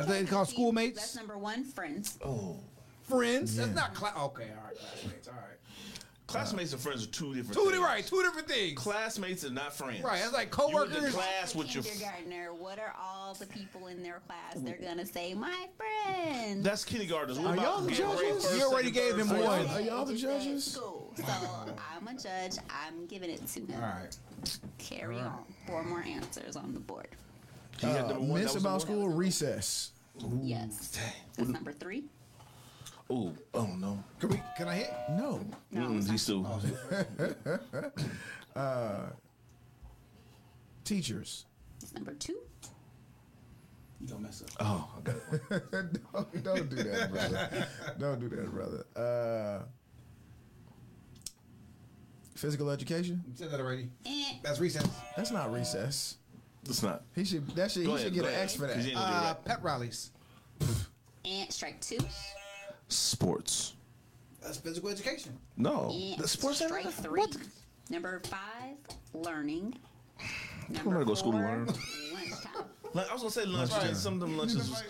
S5: I think it's called
S7: That's
S5: schoolmates.
S7: number one. Friends.
S4: Oh,
S5: Friends. That's not class. Okay, all right, classmates. All right.
S4: Classmates and friends are two different
S5: Two
S4: things.
S5: di- right, two different things.
S4: Classmates are not friends.
S5: Right, that's like
S4: You in the
S5: coworkers.
S4: class with your.
S7: kindergartner. What are all the people in their class? They're gonna say my friends.
S4: That's kindergartners. What
S3: Are
S4: about
S3: y'all the
S4: grade- grade
S3: judges?
S4: first,
S5: You already
S4: second,
S5: gave
S4: third,
S5: him
S4: fourth?
S5: one.
S3: Are y'all the
S7: Just at
S3: judges?
S7: School. So I'm a judge. I'm giving it to him.
S5: All right.
S7: Carry on. Four more answers on the board.
S4: He had
S3: Uh,
S4: number one,
S3: miss
S4: that was
S3: about
S4: number
S3: school? Recess.
S7: yes. That's number three.
S4: one. Ooh, I don't know.
S5: Can we? Can I hit?
S3: No.
S7: No.
S4: Mm, he's still.
S3: Teachers.
S7: That's number two.
S11: Don't mess up.
S4: Oh, I got it.
S3: don't, don't do that, brother. Don't do that, brother. Uh, physical education?
S5: You said that already.
S7: Eh.
S5: That's recess.
S3: That's not recess.
S4: It's not.
S3: He should that should
S4: Go
S3: he
S4: ahead,
S3: should get
S4: go
S3: an
S4: ahead.
S3: X for
S4: 'Cause you
S3: that.
S4: ain't gonna do it
S5: Uh,
S4: right.
S5: pet rallies.
S7: And strike two.
S4: Sports.
S5: That's physical education.
S4: No.
S7: And
S4: The sports ain't
S7: strike
S4: nothing.
S7: three. Number five, learning. Number
S4: gonna go to school to
S7: four,
S4: learn.
S7: lunchtime.
S4: Like, I was gonna say lunch. right? Some of them lunches. Was,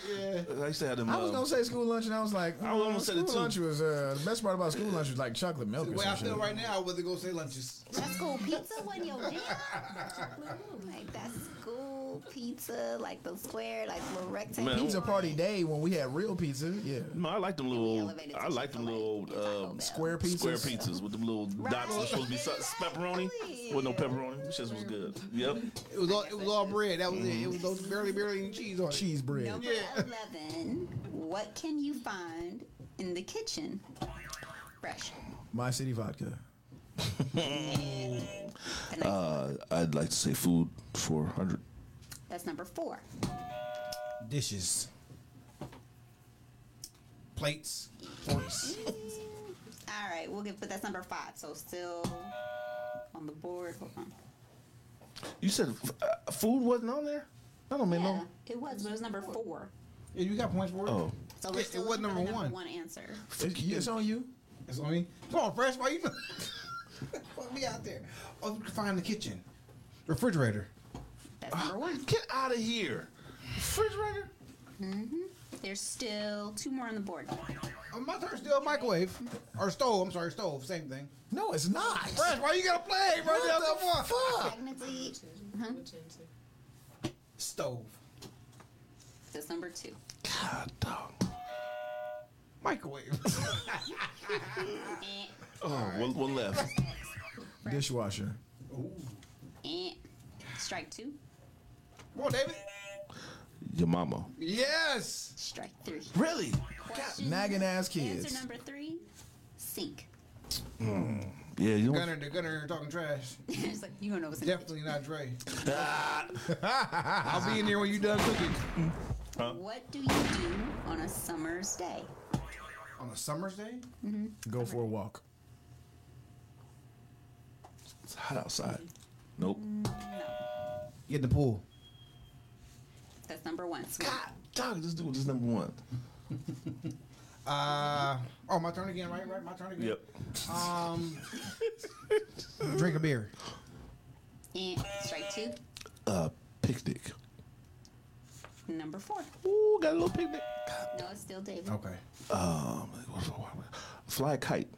S4: I used to have them.
S3: I was
S4: uh,
S3: gonna say school lunch, and I was like,
S4: I was
S3: mm,
S4: almost said it
S3: school
S4: too.
S3: lunch was uh, the best part about school lunch was like chocolate milk.
S5: The
S3: Or
S5: way I
S3: some
S5: feel
S3: shit.
S5: right now, I would go say lunches.
S7: That's school pizza when you're Like that's school pizza, like the square, like the rectangle.
S4: Man,
S3: Pizza party day when we had real pizza. Yeah,
S4: No, I like them little.
S7: elevated
S4: I
S7: to
S4: like them little
S7: Chick-fil-A and Taco
S4: um,
S7: Bell.
S3: square pizzas.
S4: square pizzas with them little dots. That's supposed to be su- pepperoni. With no pepperoni, this shit
S5: Mm.
S4: was good. Yep.
S5: It was all, it was all bread. That was it. It was those barely, barely any cheese on it.
S3: cheese bread.
S7: Number eleven. What can you find in the kitchen? Fresh.
S3: My city vodka.
S7: The next-
S4: Uh, I'd like to say food for hundred.
S7: that's number four.
S5: Dishes. Plates. Forks.
S7: All right, we'll give, but that's number five. So still on the board. Hold on.
S4: You said uh, food wasn't on there. I don't mean
S7: Yeah,
S4: no.
S7: it was, but it was number four.
S5: Yeah, you got points for it.
S4: Oh,
S7: So
S5: It-
S7: we're
S5: it
S7: still
S5: wasn't
S7: looking for
S5: number
S7: the
S5: one.
S7: One answer.
S3: It's, it's on you.
S5: That's what I mean. Come on, fresh. Why you? Fuck me out there. Oh, you can find the kitchen, refrigerator.
S7: That's number one.
S4: get out of here! Refrigerator.
S7: There's still two more on the board.
S5: Oh, my turn. Still microwave or stove. I'm sorry, stove. Same thing.
S3: No, it's not.
S5: Fresh. Why you gotta play, bro?
S3: What
S5: Come on.
S3: the fuck?
S7: Technically,
S8: Which answer?
S5: Stove.
S7: that's number two.
S4: God dog.
S5: Microwave.
S7: Eh,
S4: Oh, one, one left.
S3: Dishwasher.
S7: eh. Strike two.
S5: Come on, David.
S4: Your mama.
S5: Yes.
S7: Strike three.
S4: Really?
S7: Question-
S3: Nagging ass kids.
S7: Answer number three. Sink.
S4: Yeah. You don't.
S5: Gunner, the gunner talking trash.
S7: it's like you don't know what's in the
S5: Definitely not Dre. I'll be in there when you done cooking.
S7: kitchen. What do you do on a summer's day?
S5: On a summer's day?
S3: Go for a walk.
S4: It's hot outside. Nope.
S5: Mm. Get in the pool.
S7: That's number one. Sweet.
S4: God, dog, this dude is number one.
S5: Uh, oh, my turn again, right? Right, my turn again.
S4: Yep.
S5: Um, drink a beer.
S7: And strike two.
S4: Uh, picnic.
S7: Number four.
S4: Ooh, got a little picnic. God,
S7: No, it's still David.
S5: Okay.
S4: um, what's- what- what- fly a kite.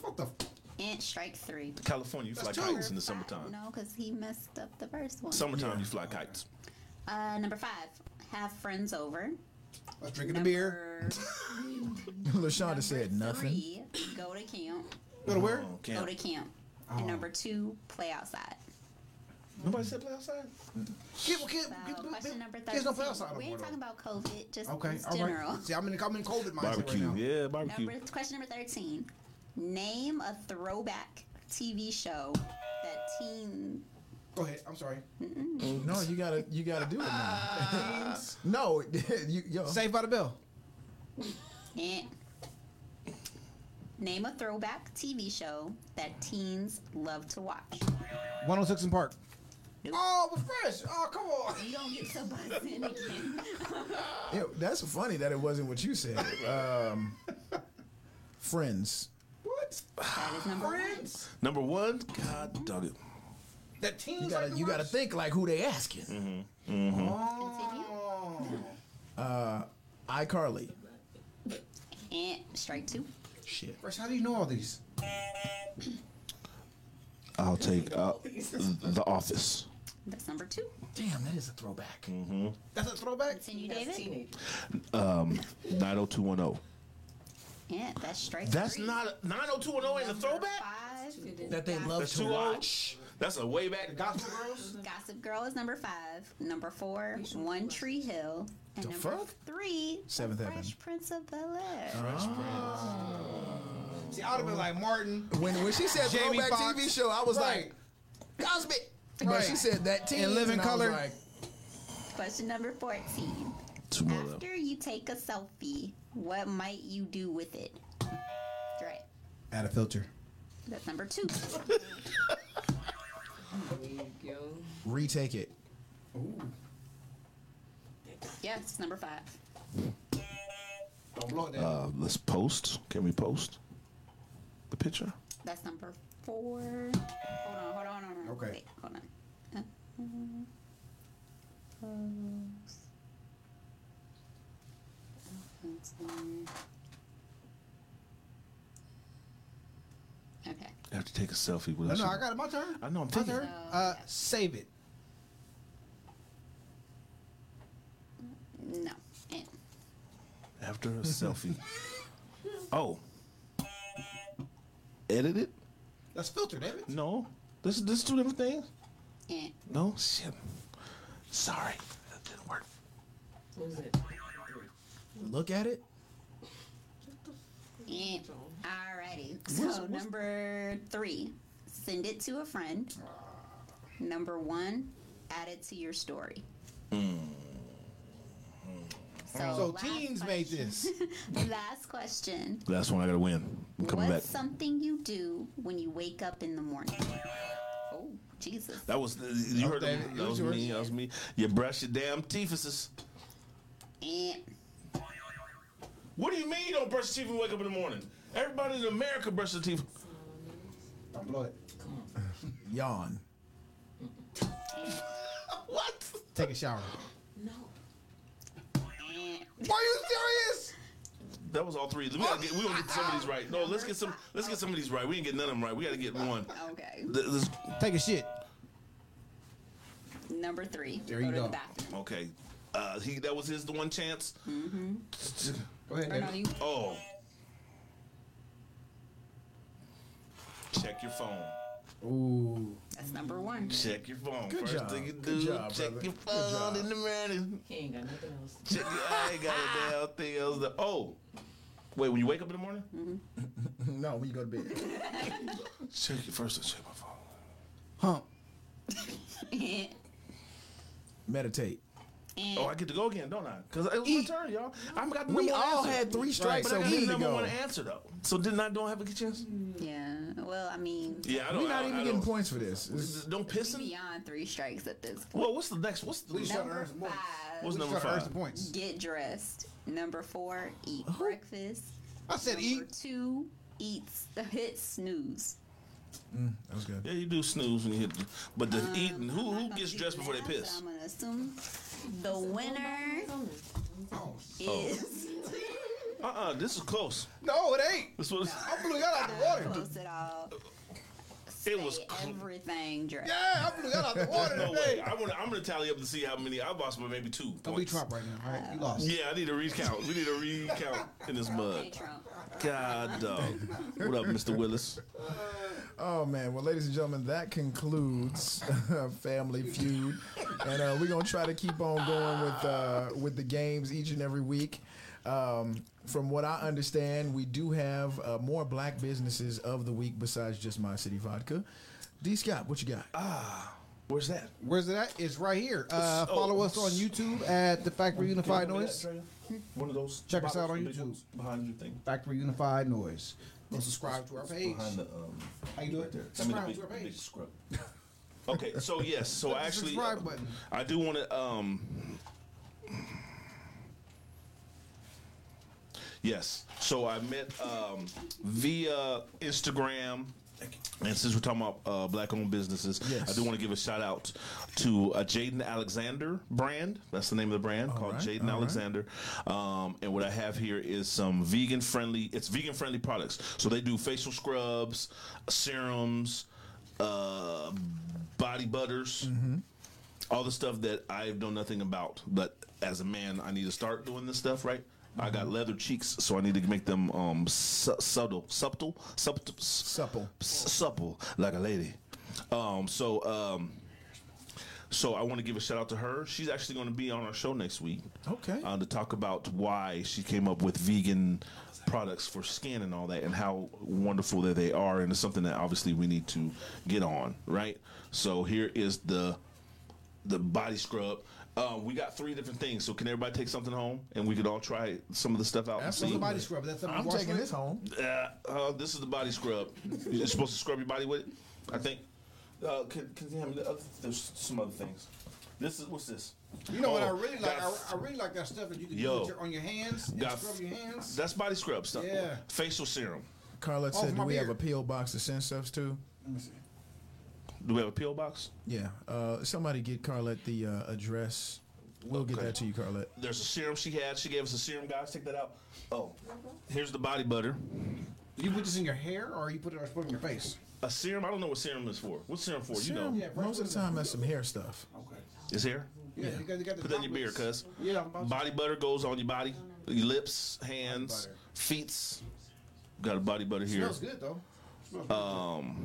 S5: What the? F-
S7: And strike three.
S4: California, you fly
S5: That's true.
S4: kites in the summertime.
S7: No, because he messed up the first one.
S4: Summertime, you fly kites.
S7: Uh, number five. Have friends over.
S5: Let's drink a beer.
S10: Lashonda said
S7: number
S10: nothing.
S7: Three. Go to camp.
S5: Go to where?
S4: Oh,
S7: Go
S4: camp.
S7: to camp.
S5: Oh.
S7: And number two. Play outside.
S4: Nobody said play outside.
S5: Kid, well, kid,
S7: So
S5: kid, kid,
S7: question number
S5: kids don't play
S7: 13.
S5: outside no
S7: we
S5: more,
S7: ain't
S5: though.
S7: talking about COVID, just
S5: Okay,
S7: in
S5: all
S7: general.
S5: right. See, I'm in, I'm in COVID mindset
S4: Barbecue,
S5: right now.
S4: yeah, barbecue.
S7: Number, question number 13. Name a throwback TV show that teen.
S5: Go ahead. I'm sorry.
S10: No, you gotta you gotta do it now. no, you, yo,
S5: Saved by the Bell.
S7: Eh. Name a throwback TV show that teens love to watch.
S5: 106 in Park.
S7: Nope.
S5: Oh, but fresh. Oh, come on.
S7: You don't get to buzz in again.
S10: yeah, that's funny that it wasn't what you said. Um, friends.
S5: What?
S7: That is number one.
S5: Friends?
S4: Number one, God dog it.
S5: That teens
S10: You gotta
S5: like to
S10: you gotta
S5: watch?
S10: think like who they asking.
S5: Oh.
S10: iCarly.
S7: And Eh, strike two.
S10: Shit.
S5: Fresh, how do you know all these?
S4: I'll take uh, the office.
S7: That's number two.
S10: Damn, that is a throwback.
S5: That's a throwback?
S7: Continue,
S8: That's
S7: David.
S8: teenage.
S4: Um, 90210.
S7: Yeah, Eh, that's strike
S4: That's
S7: three.
S4: not 90210 ain't oh a throwback.
S7: Five.
S10: That they love
S4: That's
S10: to
S4: too old.
S10: watch.
S4: That's a way back.
S5: Gospel Girls?
S7: Gossip Girl is number five. Number four, One Tree Hill. And
S10: The
S7: number
S10: fuck?
S7: three,
S10: Seventh
S7: Fresh
S10: Heaven.
S7: Prince of Bel Air.
S5: See, I would have been like Martin.
S10: When when she said
S5: Jamie
S10: throwback
S5: Foxx.
S10: TV show, I was
S5: Right.
S10: like, cosmic.
S5: Right.
S10: But she said that team
S5: And Live in Color.
S10: Like,
S7: Question number 14.
S4: Two more left.
S7: After you take a selfie, what might you do with it? Right.
S5: Add a filter.
S7: That's number two.
S8: There you go.
S10: retake it.
S7: yes, number five.
S5: Don't blow it down.
S4: Uh, let's post. Can we post the picture?
S7: That's number four. Hold on, hold on, hold on.
S5: Okay.
S7: Wait, hold on. Okay.
S4: I have to take a selfie with
S5: no,
S4: us.
S5: no, I got it. My turn.
S4: I know, I'm
S5: My
S4: thinking.
S5: turn. Uh, save it.
S7: No. Eh.
S4: After a selfie. Oh. Edit it?
S5: That's filter, David.
S4: No. This this two different things?
S7: Eh.
S4: No? Shit. Sorry. That didn't work.
S8: What was it?
S10: Look at it.
S7: Yeah. Alrighty. So number three, send it to a friend. Number one, add it to your story.
S4: Mm-hmm.
S5: So
S7: last
S5: teens made this.
S7: question- Last question.
S4: Last one I gotta win. I'm coming
S7: What's
S4: back.
S7: something you do when you wake up in the morning? Oh, Jesus.
S4: That was you heard
S5: David,
S4: him.
S5: it
S4: That
S5: was
S4: was me. That was me. You brush your damn teeth.
S7: And
S4: What do you mean you don't brush your teeth when you wake up in the morning? Everybody in America brush their teeth.
S5: Don't blow it.
S10: Yawn.
S4: What?
S5: Take a shower.
S8: No.
S7: eh.
S5: Are you serious?
S4: That was all three. We gotta get. We gonna get some of these right. No, let's get some. Let's get some of these right. We didn't get none of them right. We gotta get one.
S7: okay.
S4: Th- this-
S5: Take a shit.
S7: Number three.
S5: There you
S7: to
S5: go.
S7: the bathroom.
S4: okay. Uh, he that was his the one chance. Mm-hmm.
S5: Go ahead,
S7: Or no,
S5: David.
S7: you-
S4: Oh. Check your phone.
S5: Ooh.
S7: that's number one.
S4: Check your phone.
S10: Good
S4: First
S10: job.
S4: thing you do,
S10: Good job,
S4: check
S10: brother.
S4: your
S10: Good
S4: phone
S10: job.
S4: in the morning.
S8: He ain't got nothing else.
S4: Check your, I ain't got a damn thing else. To, oh, wait. When you wake up in the morning,
S8: Mm-hmm.
S10: No, when you go to bed.
S4: check your first. Check my phone.
S5: Hump.
S7: Eh.
S10: Meditate.
S7: Eh.
S4: Oh, I get to go again, don't I? Because it was
S5: Eat.
S4: my turn, y'all. I got the
S10: We
S4: number one
S10: all
S4: answer.
S10: had three strikes
S4: But I
S10: on
S4: got
S10: me
S4: the
S10: to
S4: number
S10: go.
S4: one answer though. So didn't I don't have a good chance?
S7: yeah. Well, I mean,
S4: Yeah, I don't.
S3: We're not
S4: I,
S3: even
S4: I
S3: getting
S4: don't,
S3: points for this. It's-
S4: Don't piss him.
S7: beyond three strikes at this point.
S4: Well, what's the next? What's the
S7: Number
S6: earn more.
S7: five,
S4: what's
S5: Just
S4: number
S5: trying to earn
S4: five?
S5: some points.
S7: get dressed. Number four,
S4: Oh.
S7: eat breakfast.
S5: I said E.
S7: Number
S5: eat.
S7: two, eat hit snooze.
S3: that was good.
S4: Yeah, you do snooze when you hit, but the
S8: Um,
S4: eating. Who
S7: I'm
S4: who
S7: not
S4: gets
S7: gonna
S4: dressed
S7: do
S4: before they
S7: math, so
S4: piss?
S7: I'm gonna assume the winner
S5: Oh,
S4: Oh.
S7: is
S4: Uh uh This is close.
S5: No, it ain't.
S4: This was.
S5: I blew y'all out the water.
S7: close at all.
S4: It was.
S7: Say
S4: Cl-
S7: everything dressed.
S5: Yeah, I blew y'all out the water
S4: no way.
S5: today.
S4: I want. I'm gonna tally up to see how many I lost, but maybe two
S5: Don't be
S4: points.
S5: Trump right now, all right? You lost.
S4: Yeah, I need a recount. We need a recount in this
S7: Hey,
S4: mug.
S7: Trump.
S4: God dog. What up, Mr. Willis?
S3: Oh man! Well, ladies and gentlemen, that concludes Family Feud, and uh, we're gonna try to keep on going with uh, with the games each and every week. Um, from what I understand, we do have uh, more Black businesses of the week besides just My City Vodka. D Scott, what you got?
S4: Ah, Where's that?
S5: Where's it at? It's right here. Uh,
S4: oh.
S5: follow us on YouTube at the Factory Unified Noise.
S4: One of those.
S5: Hmm? Check us out
S4: bottles,
S5: on
S4: the big
S5: YouTube.
S4: ones Behind you thing.
S5: Factory Unified Noise. Go subscribe to our page.
S4: Behind the um.
S5: How you do it?
S4: there. I mean,
S5: Subscribe
S4: the
S5: to our
S4: big, big
S5: page.
S4: scrub. Okay, so yes, so
S5: Click
S4: I
S5: the
S4: actually, uh,
S5: subscribe button.
S4: I do want to. Um, yes, so I met um, via Instagram. And since we're talking about uh, black-owned businesses,
S3: Yes.
S4: I do want to give a shout out to uh, Jaden Alexander brand. That's the name of the brand called
S3: right,
S4: Jaden
S3: all right.
S4: Alexander. Um, and what I have here is some vegan-friendly. It's vegan-friendly products. So they do facial scrubs, serums, uh, body butters,
S3: Mm-hmm.
S4: all the stuff that I've known nothing about. But as a man, I need to start doing this stuff, right? I
S3: Mm-hmm.
S4: got leather cheeks, so I need to make them um, su- subtle, subtle, subtle,
S3: Supple.
S4: s- supple like a lady. Um, so um, so I want to give a shout out to her. She's actually going to be on our show next week.
S3: Okay.
S4: Uh, to talk about why she came up with vegan products for skin and all that, and how wonderful that they are, and it's something that obviously we need to get on, right? So here is the the body scrub. Uh, we got three different things, so can everybody take something home, and we could all try some of the stuff out? and see?
S5: What's the body scrub? That's something
S3: I'm
S5: you wash
S3: taking
S5: with?
S3: this home.
S4: Uh, uh, this is the body scrub. You're supposed to scrub your body with it, I think. Uh, can, can you have the other, there's some other things. This is what's this?
S5: You know what I
S4: Oh,
S5: really like? I,
S4: got-
S5: I really like that stuff that you can
S4: Yo.
S5: do with your, on your hands and
S4: Got-
S5: scrub your hands.
S4: That's body scrub stuff.
S5: Yeah.
S4: Facial serum.
S3: Carlette
S5: Oh,
S3: said, "Do
S5: my
S3: we have a
S5: beard.
S3: PO box to send stuff to?"
S4: Do we have a pill box?
S3: Yeah. Uh, somebody get Carlette the uh, address. We'll get
S4: Okay.
S3: that to you, Carlette.
S4: There's a serum she had. She gave us a serum, guys. Take that out. Oh, here's the body butter.
S5: You put this in your hair or you put it, or put it in your face?
S4: A serum. I don't know what serum is for. What's serum for?
S3: Serum,
S4: You know,
S3: most of the time, that's some hair stuff.
S4: it's hair.
S5: Yeah, you got, you got the
S4: Put that in your beard,
S5: droplets.
S4: cuz.
S5: Yeah, I'm about to-
S4: Body butter goes on your body, your lips, hands,
S5: butter.
S4: feet. Got a body butter here.
S5: smells good though. Smells um,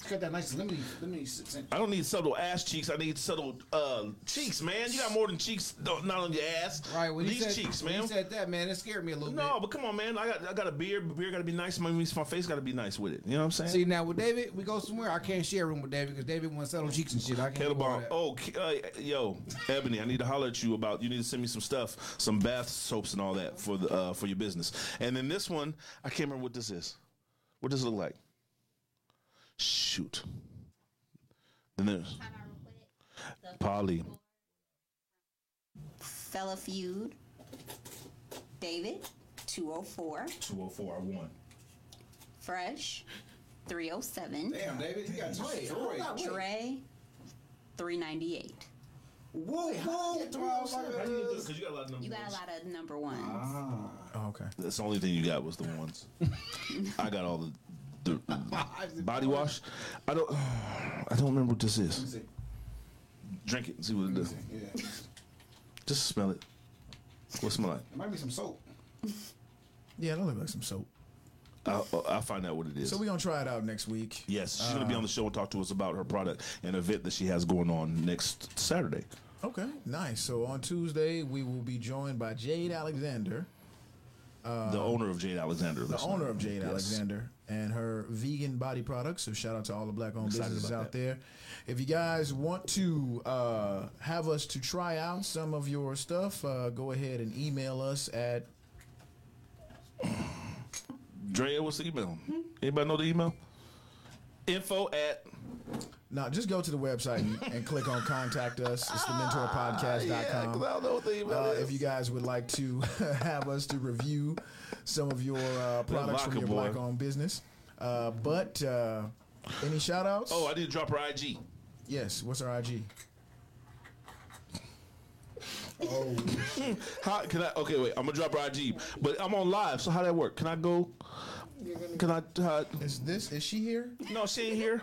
S5: it's got that nice lemony, lemony scent.
S4: I don't need subtle ass cheeks. I need subtle uh, cheeks, man. You got more than cheeks, though, not on your ass.
S5: Right when
S4: These
S5: you said,
S4: cheeks,
S5: when
S4: man.
S5: you said that, man, it scared me a little
S4: no,
S5: bit.
S4: but come on, man. I got I got a beard. but Beard got to be nice. My my face got to be nice with it. You know what I'm saying?
S5: See now with David, we go somewhere. I can't share a room with David because David wants settle cheeks and shit. I can't. do all
S4: Kettle bomb.
S5: that.
S4: Oh, K- uh, yo, Ebony, I need to holler at you about. You need to send me some stuff, some bath soaps and all that for the uh, for your business. And then this one, I can't remember what this is. What does it look like? Shoot. Then there's Polly.
S7: Fella feud. David, two hundred four.
S4: 204, I won.
S7: Fresh, three hundred seven.
S6: Damn, David, you got destroyed.
S7: Dre, three ninety eight.
S6: Whoa, whoa, whoa.
S4: Because you got a lot of
S7: You
S4: numbers.
S7: got a lot of number ones.
S5: Uh,
S3: Oh, okay.
S4: That's the only thing you got was the ones. I got all the, the body wash. I don't. I don't remember what this is. Drink it and see what it does.
S6: Yeah.
S4: Just smell it. What smell like?
S6: It might be some soap.
S3: Yeah, that look like some soap.
S4: I'll, I'll find out what it is.
S3: So Uh. we're gonna try it out next week.
S4: yes, she's gonna be on the show and talk to us about her product and event that she has going on next Saturday.
S3: Okay, nice. So on Tuesday we will be joined by Jade Alexander,
S4: the owner of Jade Alexander.
S3: Uh. the owner of Jade Alexander, and her vegan body products. So shout out to all the black-owned
S4: excited
S3: businesses
S4: about
S3: out there. If you guys want to uh, have us to try out some of your stuff, uh, go ahead and email us at
S4: Dre, what's the email? Anybody know the email? Info at
S3: Now just go to the website and, and click on contact us. It's the
S4: Ah, yeah, 'cause
S3: mentorpodcast.com.
S4: I don't know what the email
S3: Uh,
S4: is.
S3: if you guys would like to have us to review some of your uh, products from
S4: Locker
S3: your
S4: Boy.
S3: black owned business. Uh, but uh, any shout outs?
S4: oh, I didn't drop her IG.
S3: yes. What's our IG?
S4: How can I? Okay, wait. I'm gonna drop her IG, but I'm on live. So how that work? Can I go? Can I? Uh,
S3: Is this is she here?
S4: no, she ain't here.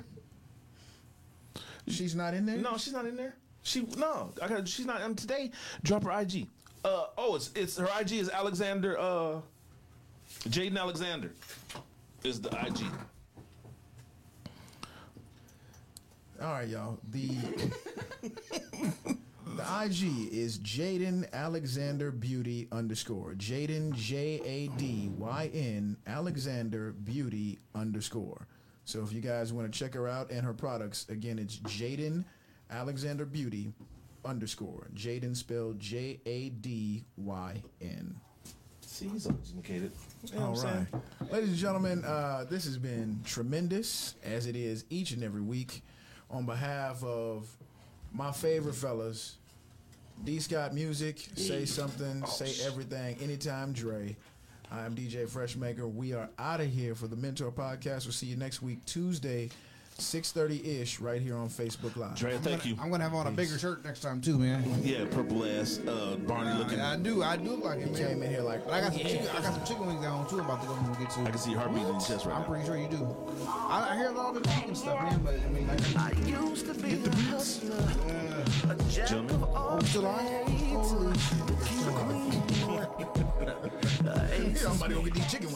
S3: She's not in there?
S4: No, she's not in there. She no. I got. She's not on today. Drop her IG. Uh oh. It's it's her IG is Alexander. Uh, Jaden Alexander is the IG.
S3: All right, y'all. The the IG is Jaden Alexander Beauty underscore Jaden J A D Y N Alexander Beauty underscore. So if you guys want to check her out and her products, again, it's Jaden Alexander Beauty underscore Jaden spelled J A D Y N.
S4: See, he's educated. You know
S3: All
S4: what I'm
S3: right.
S4: saying?
S3: Ladies and gentlemen, uh, this has been tremendous, as it is each and every week. On behalf of my favorite fellas, D Scott Music, Say Something, Say Everything, Anytime Dre. I'm DJ Freshmaker. We are out of here for the Mentor Podcast. We'll see you next week, Tuesday, 6.30-ish, right here on Facebook Live.
S4: Dre, thank you.
S5: I'm gonna have on a bigger shirt next time too, man.
S4: Yeah, purple ass uh, Barney looking.
S5: I, I do, I do look like it,
S3: He
S5: man.
S3: came in here like,
S5: But I got some, chicken, I got some chicken wings at home too. I'm about to go home and get to.
S4: I can see your heartbeat in his chest right
S5: I'm
S4: now.
S5: pretty sure you do. I, I hear a lot of the chicken stuff, man. But I mean, like,
S2: I used to be a hustler, a jack
S4: Gentlemen.
S2: of all
S3: Oh,
S5: Still on?
S2: trades, the king, queen,
S3: somebody gonna get these chicken